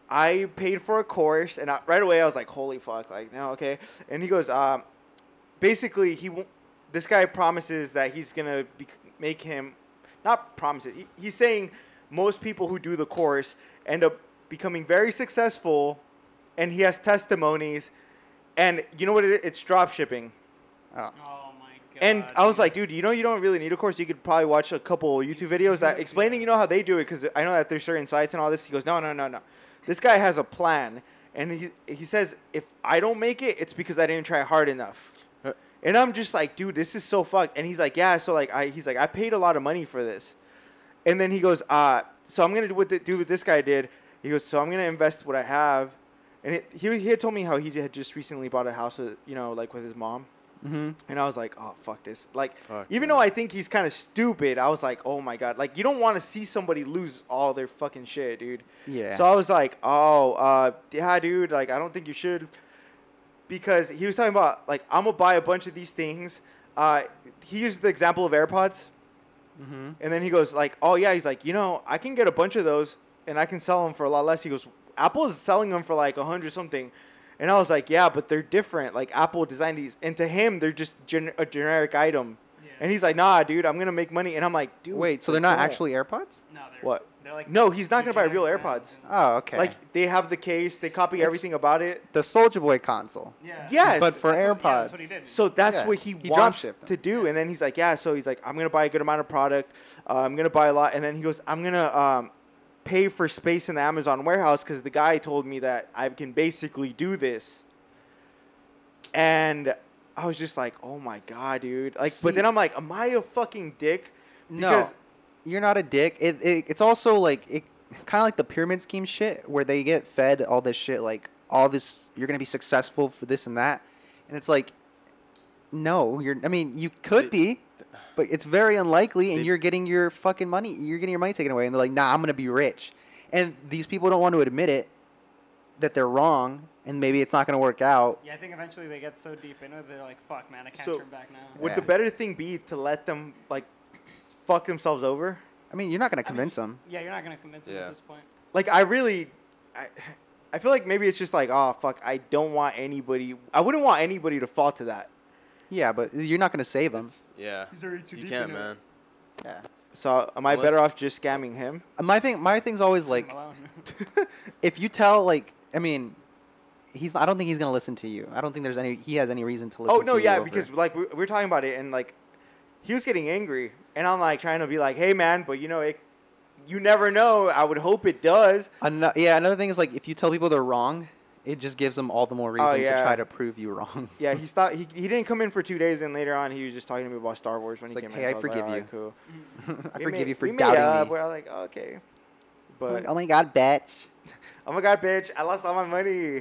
[SPEAKER 1] I paid for a course, and I, right away I was like, holy fuck, like no, okay. And he goes, um, basically he, w- this guy promises that he's gonna be- make him, not promises. He, he's saying most people who do the course end up becoming very successful, and he has testimonies, and you know what it is? It's drop shipping.
[SPEAKER 3] oh.
[SPEAKER 2] Oh my god.
[SPEAKER 1] And I was like, dude, you know, you don't really need a course. You could probably watch a couple YouTube videos that
[SPEAKER 2] videos,
[SPEAKER 1] explaining,
[SPEAKER 2] yeah.
[SPEAKER 1] you know, how they do it. Because I know that there's certain sites and all this. He goes, no, no, no, no. This guy has a plan, and he he says, if I don't make it, it's because I didn't try hard enough.
[SPEAKER 4] Huh.
[SPEAKER 1] And I'm just like, dude, this is so fucked. And he's like, yeah. So like, I he's like, I paid a lot of money for this. And then he goes, uh, so I'm gonna do what, the, do what this guy did. He goes, so I'm gonna invest what I have. And it, he he had told me how he had just recently bought a house, with, you know, like with his mom.
[SPEAKER 3] Mm-hmm.
[SPEAKER 1] And I was like, oh fuck this. Like
[SPEAKER 4] Fuck,
[SPEAKER 1] even
[SPEAKER 4] man.
[SPEAKER 1] though I think he's kind of stupid, I was like, oh my god. Like you don't want to see somebody lose all their fucking shit, dude.
[SPEAKER 3] Yeah.
[SPEAKER 1] So I was like, oh, uh, yeah, dude. Like I don't think you should, because he was talking about like I'm gonna buy a bunch of these things. Uh, he used the example of AirPods,
[SPEAKER 3] mm-hmm.
[SPEAKER 1] and then he goes like, oh yeah, he's like, you know, I can get a bunch of those and I can sell them for a lot less. He goes, Apple is selling them for like a hundred something. And I was like, yeah, but they're different. Like Apple designed these, and to him, they're just gen- a generic item.
[SPEAKER 2] Yeah.
[SPEAKER 1] And he's like, nah, dude, I'm gonna make money. And I'm like, dude,
[SPEAKER 3] Wait, so
[SPEAKER 1] but
[SPEAKER 3] they're not
[SPEAKER 1] don't."
[SPEAKER 3] actually AirPods?
[SPEAKER 2] no, they're,
[SPEAKER 1] What?
[SPEAKER 2] They're like
[SPEAKER 1] No, he's not
[SPEAKER 2] the
[SPEAKER 1] gonna buy real
[SPEAKER 2] generic
[SPEAKER 1] AirPods. Ah,
[SPEAKER 2] brands and-
[SPEAKER 3] Oh, okay. Like
[SPEAKER 1] Like they have the case, they copy
[SPEAKER 3] It's-
[SPEAKER 1] everything about it.
[SPEAKER 3] the Soldier Boy console.
[SPEAKER 2] Yeah.
[SPEAKER 1] Yes.
[SPEAKER 3] But for
[SPEAKER 2] That's
[SPEAKER 3] AirPods.
[SPEAKER 2] What, yeah, that's what he did.
[SPEAKER 1] So that's
[SPEAKER 3] Yeah,
[SPEAKER 1] what he,
[SPEAKER 3] he
[SPEAKER 1] wants
[SPEAKER 3] dropshipped them.
[SPEAKER 1] to do. And then he's like, yeah. So he's like, I'm gonna buy a good amount of product. Uh, I'm gonna buy a lot. And then he goes, I'm gonna um, pay for space in the Amazon warehouse because the guy told me that I can basically do this. And I was just like, oh my god, dude. Like,
[SPEAKER 3] See-
[SPEAKER 1] but then I'm like, am I a fucking dick?
[SPEAKER 3] No, you're not a dick. It, it it's also like it kind of like the pyramid scheme shit where they get fed all this shit like all this you're gonna be successful for this and that, and it's like, no, you're. I mean, you could be, but it's very unlikely, and
[SPEAKER 4] They-
[SPEAKER 3] you're getting your fucking money. You're getting your money taken away, and they're like, nah, I'm gonna be rich, and these people don't want to admit it that they're wrong, and maybe it's not gonna work out.
[SPEAKER 2] Yeah, I think eventually they get so deep into it, they're like, "Fuck, man, I can't
[SPEAKER 1] So-
[SPEAKER 2] turn back now."
[SPEAKER 1] Would the
[SPEAKER 3] Yeah.
[SPEAKER 1] better thing be to let them like fuck themselves over?
[SPEAKER 3] I mean, you're not gonna convince them.
[SPEAKER 2] Yeah, you're not gonna convince them
[SPEAKER 4] Yeah.
[SPEAKER 2] at this point.
[SPEAKER 1] Like I really, I, I feel like maybe it's just like oh fuck, I don't want anybody. I wouldn't want anybody to fall to that.
[SPEAKER 3] Yeah, but you're not gonna save them.
[SPEAKER 4] Yeah.
[SPEAKER 2] He's already too
[SPEAKER 4] you
[SPEAKER 2] deep
[SPEAKER 4] can't,
[SPEAKER 2] into it.
[SPEAKER 4] man.
[SPEAKER 3] Yeah.
[SPEAKER 1] So am I
[SPEAKER 4] Well,
[SPEAKER 1] better
[SPEAKER 4] let's-
[SPEAKER 1] off just scamming him?
[SPEAKER 3] My thing, my thing's always
[SPEAKER 2] Leave
[SPEAKER 3] like,
[SPEAKER 2] them alone. <laughs>
[SPEAKER 3] if you tell like I mean, he's I don't think he's gonna listen to you. I don't think there's any he has any reason to listen.
[SPEAKER 1] Oh no,
[SPEAKER 3] to
[SPEAKER 1] yeah,
[SPEAKER 3] you
[SPEAKER 1] because like we, we were talking about it and like he was getting angry, and I'm like trying to be like, hey man, but you know it. You never know. I would hope it does.
[SPEAKER 3] Ano- yeah, another thing is like if you tell people they're wrong, it just gives them all the more reason
[SPEAKER 1] Oh, yeah.
[SPEAKER 3] to try to prove you wrong.
[SPEAKER 1] Yeah, he stopped. He, he didn't come in for two days, and later on, he was just talking to me about Star Wars when
[SPEAKER 3] It's
[SPEAKER 1] he
[SPEAKER 3] like,
[SPEAKER 1] came
[SPEAKER 3] "Hey,
[SPEAKER 1] in.
[SPEAKER 3] I
[SPEAKER 1] so was like,
[SPEAKER 3] forgive
[SPEAKER 1] "Alright,
[SPEAKER 3] you."
[SPEAKER 1] cool.
[SPEAKER 3] <laughs> I
[SPEAKER 1] We
[SPEAKER 3] forgive
[SPEAKER 1] made-
[SPEAKER 3] you for
[SPEAKER 1] we made
[SPEAKER 3] doubting
[SPEAKER 1] up.
[SPEAKER 3] me.
[SPEAKER 1] We're uh, like, okay,
[SPEAKER 3] I'm
[SPEAKER 1] but
[SPEAKER 3] like, oh my god, bitch.
[SPEAKER 1] oh my god, bitch, I lost all my <laughs> money.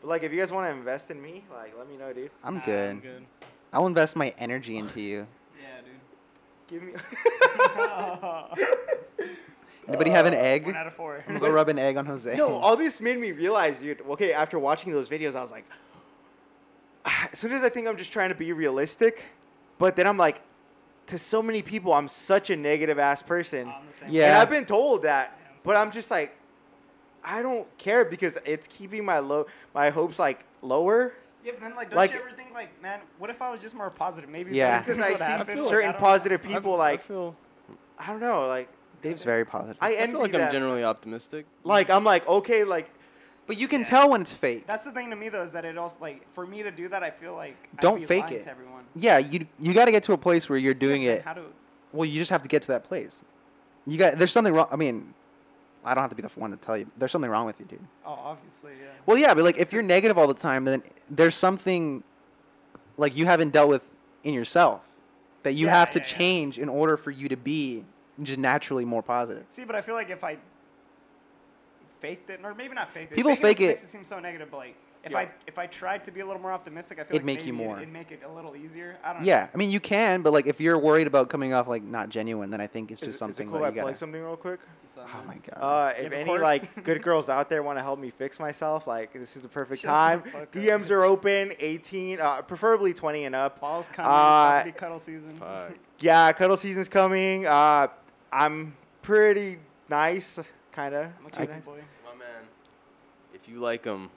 [SPEAKER 1] but like, if you guys want to invest in me, like, let me know, dude.
[SPEAKER 3] I'm
[SPEAKER 2] Nah,
[SPEAKER 3] good.
[SPEAKER 2] I'm good.
[SPEAKER 3] I'll invest my energy into you.
[SPEAKER 2] Yeah, dude.
[SPEAKER 1] Give <laughs> me.
[SPEAKER 3] <laughs>
[SPEAKER 1] Uh,
[SPEAKER 3] Anybody have an egg?
[SPEAKER 2] One out of four.
[SPEAKER 3] I'm gonna go rub an egg on
[SPEAKER 1] <laughs>
[SPEAKER 3] Jose.
[SPEAKER 1] no, all this made me realize, dude. Okay, after watching those videos, I was like, <sighs> as soon as I think I'm just trying to be realistic, but then I'm like, to so many people, I'm such a negative ass person.
[SPEAKER 2] <laughs> I'm the same.
[SPEAKER 3] Yeah.
[SPEAKER 1] And I've been told that,
[SPEAKER 2] Um, I'm
[SPEAKER 1] but I'm just like, I don't care because it's keeping my low my hopes like lower
[SPEAKER 2] Yeah, but then like, don't
[SPEAKER 1] Like-
[SPEAKER 2] you ever think like, man, what if I was just more positive? Maybe
[SPEAKER 3] Yeah.
[SPEAKER 2] better
[SPEAKER 1] because
[SPEAKER 2] things
[SPEAKER 3] <laughs>
[SPEAKER 1] I
[SPEAKER 2] would
[SPEAKER 1] see
[SPEAKER 2] happen, like, I
[SPEAKER 1] certain
[SPEAKER 2] don't know.
[SPEAKER 1] positive
[SPEAKER 4] I f-
[SPEAKER 1] people
[SPEAKER 4] I
[SPEAKER 1] like
[SPEAKER 4] feel,
[SPEAKER 1] I don't know like
[SPEAKER 3] Dave's very positive.
[SPEAKER 1] I
[SPEAKER 4] I
[SPEAKER 1] envy
[SPEAKER 4] feel like
[SPEAKER 1] that.
[SPEAKER 4] I'm generally optimistic.
[SPEAKER 1] like I'm like okay like
[SPEAKER 3] but you can
[SPEAKER 2] Yeah.
[SPEAKER 3] tell when it's fake.
[SPEAKER 2] That's the thing to me though is that it also like for me to do that, I feel like I'd
[SPEAKER 3] Don't
[SPEAKER 2] be
[SPEAKER 3] fake
[SPEAKER 2] lying
[SPEAKER 3] it.
[SPEAKER 2] to everyone.
[SPEAKER 3] yeah, you you got to get to a place where you're doing
[SPEAKER 2] Then
[SPEAKER 3] it
[SPEAKER 2] How do?
[SPEAKER 3] Well, you just have to get to that place. You got there's something wrong. I mean, I don't have to be the one to tell you. There's something wrong with you, dude.
[SPEAKER 2] Oh, obviously, yeah.
[SPEAKER 3] Well, yeah, but like if you're negative all the time, then there's something like you haven't dealt with in yourself that you
[SPEAKER 2] Yeah,
[SPEAKER 3] have to
[SPEAKER 2] yeah, yeah.
[SPEAKER 3] change in order for you to be just naturally more positive.
[SPEAKER 2] See, but I feel like if I faked it, or maybe not faked it.
[SPEAKER 3] People
[SPEAKER 2] faking
[SPEAKER 3] fake
[SPEAKER 2] just
[SPEAKER 3] it.
[SPEAKER 2] Makes it seem so negative, but like if I
[SPEAKER 1] Yeah.
[SPEAKER 2] if I tried to be a little more optimistic, I feel
[SPEAKER 3] It'd
[SPEAKER 2] like
[SPEAKER 3] make you
[SPEAKER 2] maybe
[SPEAKER 3] more.
[SPEAKER 2] It'd make it a little easier. I don't.
[SPEAKER 3] Yeah, I mean you can, but like if you're worried about coming off like not genuine, then I think it's
[SPEAKER 1] is, it-
[SPEAKER 3] just
[SPEAKER 1] is it
[SPEAKER 3] something
[SPEAKER 1] cool
[SPEAKER 3] that
[SPEAKER 1] if I
[SPEAKER 3] you gotta.
[SPEAKER 1] plug something real quick
[SPEAKER 2] know. So,
[SPEAKER 3] oh my god.
[SPEAKER 1] uh,
[SPEAKER 2] Yeah,
[SPEAKER 1] if
[SPEAKER 2] of
[SPEAKER 1] any
[SPEAKER 2] course.
[SPEAKER 1] like
[SPEAKER 2] <laughs>
[SPEAKER 1] good girls out there want to help me fix myself like this is the perfect
[SPEAKER 2] Shut the
[SPEAKER 1] time
[SPEAKER 2] fuck up,
[SPEAKER 1] DMs
[SPEAKER 2] bitch.
[SPEAKER 1] are open 18 uh, preferably 20 and up
[SPEAKER 2] Fall's coming. it's about
[SPEAKER 1] Uh,
[SPEAKER 2] to be cuddle season.
[SPEAKER 4] Fuck.
[SPEAKER 1] yeah cuddle season's coming uh, I'm pretty nice kind of
[SPEAKER 2] I'm a
[SPEAKER 1] <laughs>
[SPEAKER 2] choosy boy.
[SPEAKER 4] My man, if you like him,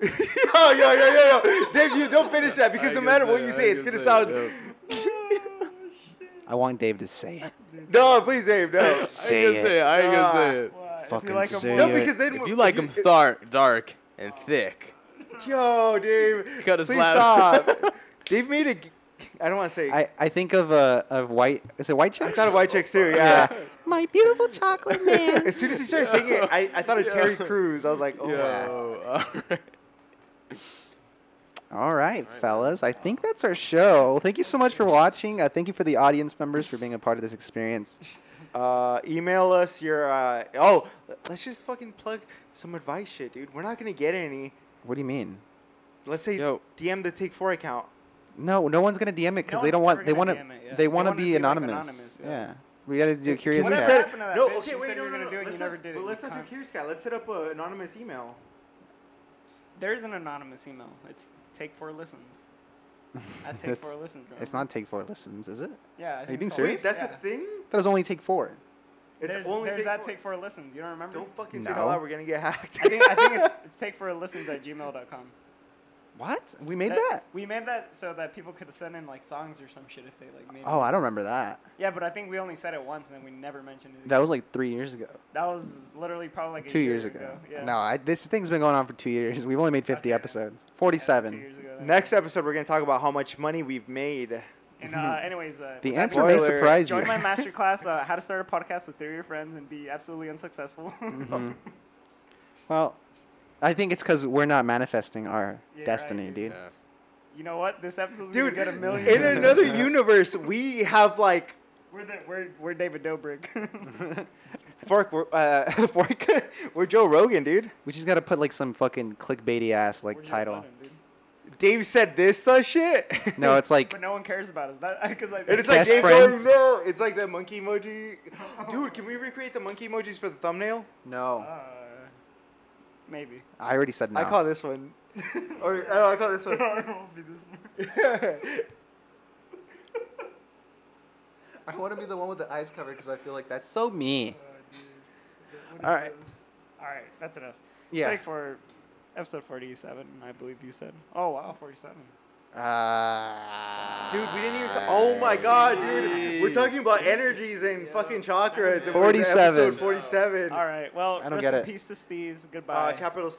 [SPEAKER 1] yo yo yo yo yo Dave you don't finish that because
[SPEAKER 4] I
[SPEAKER 1] no
[SPEAKER 4] can
[SPEAKER 1] matter
[SPEAKER 4] say
[SPEAKER 1] what
[SPEAKER 4] it,
[SPEAKER 1] you
[SPEAKER 4] I
[SPEAKER 1] say it's
[SPEAKER 4] can
[SPEAKER 1] gonna
[SPEAKER 4] say it,
[SPEAKER 1] sound <laughs>
[SPEAKER 4] yeah.
[SPEAKER 3] I want Dave to say it.
[SPEAKER 1] no please
[SPEAKER 4] <laughs>
[SPEAKER 1] Dave no
[SPEAKER 4] I
[SPEAKER 3] Say
[SPEAKER 4] ain't gonna say it.
[SPEAKER 3] it.
[SPEAKER 4] I ain't gonna say
[SPEAKER 1] Ah.
[SPEAKER 4] it.
[SPEAKER 2] What? If
[SPEAKER 3] Fucking
[SPEAKER 2] you like 'em
[SPEAKER 3] serious.
[SPEAKER 2] more-
[SPEAKER 1] no
[SPEAKER 3] Yeah.
[SPEAKER 1] because then
[SPEAKER 4] If you like him dark, dark <laughs> and thick,
[SPEAKER 1] Yo, Dave.
[SPEAKER 4] <laughs> Gotta
[SPEAKER 1] please
[SPEAKER 4] slap. <laughs>
[SPEAKER 1] stop. Dave made a. g- I don't want to say. I,
[SPEAKER 3] I, I think of uh, of white. Is it white chicks?
[SPEAKER 1] thought of White Chicks too. Yeah.
[SPEAKER 3] <laughs> My beautiful chocolate <laughs>
[SPEAKER 1] <laughs>
[SPEAKER 3] man.
[SPEAKER 1] As soon as he started singing it, I, I thought of
[SPEAKER 4] Yeah.
[SPEAKER 1] Terry Crews. I was like, oh. wow.
[SPEAKER 3] Yeah.
[SPEAKER 4] Yo, alright.
[SPEAKER 3] All right, fellas. I think that's our show. Thank you so much for watching. Uh, thank you for the audience members for being a part of this experience.
[SPEAKER 1] Uh, email us your. Uh, oh, let's just fucking plug some advice shit, dude. We're not gonna get any.
[SPEAKER 3] What do you mean?
[SPEAKER 1] Let's say
[SPEAKER 4] Yo.
[SPEAKER 1] DM the Take Four account.
[SPEAKER 3] No, no one's gonna DM it because
[SPEAKER 2] No
[SPEAKER 3] they don't
[SPEAKER 2] one's
[SPEAKER 3] want.
[SPEAKER 2] ever
[SPEAKER 3] They
[SPEAKER 2] gonna
[SPEAKER 3] want to.
[SPEAKER 2] DM it, yeah.
[SPEAKER 3] They
[SPEAKER 2] They
[SPEAKER 3] want to
[SPEAKER 2] wanna
[SPEAKER 3] be
[SPEAKER 2] be, like,
[SPEAKER 3] anonymous.
[SPEAKER 2] anonymous,
[SPEAKER 3] yeah.
[SPEAKER 2] yeah.
[SPEAKER 3] We gotta do curious.
[SPEAKER 1] What
[SPEAKER 2] What
[SPEAKER 1] I
[SPEAKER 3] Cat.
[SPEAKER 1] said-
[SPEAKER 2] happened to that
[SPEAKER 1] no,
[SPEAKER 2] bitch?
[SPEAKER 1] okay,
[SPEAKER 2] You
[SPEAKER 1] wait,
[SPEAKER 2] said
[SPEAKER 1] no,
[SPEAKER 2] you were
[SPEAKER 1] no,
[SPEAKER 2] gonna do
[SPEAKER 1] no.
[SPEAKER 2] it,
[SPEAKER 1] Let's
[SPEAKER 2] you never
[SPEAKER 1] not-
[SPEAKER 2] did it,
[SPEAKER 1] Well,
[SPEAKER 2] you
[SPEAKER 1] let's not do
[SPEAKER 2] cunt.
[SPEAKER 1] Curious Cat. Let's set up an anonymous email.
[SPEAKER 2] There's an anonymous email. It's take four
[SPEAKER 3] <laughs>
[SPEAKER 2] listens. I take
[SPEAKER 3] That's-
[SPEAKER 2] four listens. Bro.
[SPEAKER 3] It's not take four listens, is it?
[SPEAKER 2] Yeah. I think
[SPEAKER 3] being
[SPEAKER 2] so.
[SPEAKER 3] serious?
[SPEAKER 1] Wait, that's
[SPEAKER 2] Yeah.
[SPEAKER 1] a thing.
[SPEAKER 3] That was only take four.
[SPEAKER 1] It's
[SPEAKER 2] there's
[SPEAKER 1] only
[SPEAKER 2] there's
[SPEAKER 1] Take
[SPEAKER 2] that
[SPEAKER 1] Four-
[SPEAKER 2] take four listens. You don't remember?
[SPEAKER 1] Don't fucking say it
[SPEAKER 3] No.
[SPEAKER 1] out loud. We're gonna get hacked.
[SPEAKER 2] I think I think it's, it's take four listens at gmail.com.
[SPEAKER 3] What? We made that?
[SPEAKER 2] That- We made that so that people could send in like songs or some shit if they like made.
[SPEAKER 3] Oh,
[SPEAKER 2] it.
[SPEAKER 3] I don't remember that.
[SPEAKER 2] Yeah, but I think we only said it once and then we never mentioned it.
[SPEAKER 3] That
[SPEAKER 2] That,
[SPEAKER 3] was like three years ago.
[SPEAKER 2] that was literally probably like a
[SPEAKER 3] Two
[SPEAKER 2] year
[SPEAKER 3] years ago.
[SPEAKER 2] Yeah.
[SPEAKER 3] No, I, this thing's been going on for two years. We've only made fifty
[SPEAKER 2] Okay.
[SPEAKER 3] episodes.
[SPEAKER 2] Yeah,
[SPEAKER 3] Forty-seven.
[SPEAKER 2] two years ago.
[SPEAKER 1] <laughs>
[SPEAKER 2] then.
[SPEAKER 1] Next episode, we're gonna talk about how much money we've made.
[SPEAKER 2] And
[SPEAKER 3] <laughs>
[SPEAKER 2] uh, anyways, uh,
[SPEAKER 3] the
[SPEAKER 2] besides
[SPEAKER 3] answer
[SPEAKER 2] that,
[SPEAKER 3] may
[SPEAKER 1] Spoiler.
[SPEAKER 3] surprise you.
[SPEAKER 2] Join my masterclass, uh, how to start a podcast with three of your friends and be absolutely unsuccessful. <laughs>
[SPEAKER 3] Mm-hmm. Well, I think it's because we're not manifesting our
[SPEAKER 2] Yeah,
[SPEAKER 3] destiny,
[SPEAKER 2] right.
[SPEAKER 3] dude.
[SPEAKER 4] Yeah.
[SPEAKER 2] you know what? This episode's
[SPEAKER 1] Dude,
[SPEAKER 2] gonna get a million.
[SPEAKER 1] in <laughs>
[SPEAKER 2] views.
[SPEAKER 1] another universe, we have like
[SPEAKER 2] <laughs> We're, the, we're, we're David Dobrik.
[SPEAKER 1] Fork, we're, uh, <laughs> Fork, we're Joe Rogan, dude.
[SPEAKER 3] We just gotta put like some fucking clickbaity ass like
[SPEAKER 2] We're Joe
[SPEAKER 3] title.
[SPEAKER 2] Budden, dude.
[SPEAKER 1] Dave said this uh, shit.
[SPEAKER 3] No, it's like
[SPEAKER 2] But no one cares about us. That <laughs> because like,
[SPEAKER 1] And it's like
[SPEAKER 3] Best
[SPEAKER 1] Dave going,
[SPEAKER 3] friends.
[SPEAKER 1] no. It's like the monkey emoji. Dude, can we recreate the monkey emojis for the thumbnail?
[SPEAKER 3] no.
[SPEAKER 2] uh,
[SPEAKER 3] <laughs>
[SPEAKER 2] maybe. <laughs>
[SPEAKER 3] I already said no.
[SPEAKER 1] I call this one. <laughs> or oh, I call this one.
[SPEAKER 2] it won't be this.
[SPEAKER 3] I want to be the one with the eyes covered because I feel like that's so me.
[SPEAKER 1] All right.
[SPEAKER 2] All right, that's enough.
[SPEAKER 3] Yeah.
[SPEAKER 2] Take for episode forty-seven, I believe you said. Oh wow, forty-seven.
[SPEAKER 3] Uh,
[SPEAKER 1] Dude, we didn't even. Ta- oh my god, dude. We're talking about energies and fucking chakras. and we're at
[SPEAKER 3] 47.
[SPEAKER 1] Episode 47.
[SPEAKER 2] All right. Well,
[SPEAKER 3] I don't
[SPEAKER 2] rest
[SPEAKER 3] get
[SPEAKER 2] in
[SPEAKER 3] it.
[SPEAKER 2] peace to Steez. Goodbye.
[SPEAKER 1] Uh, capital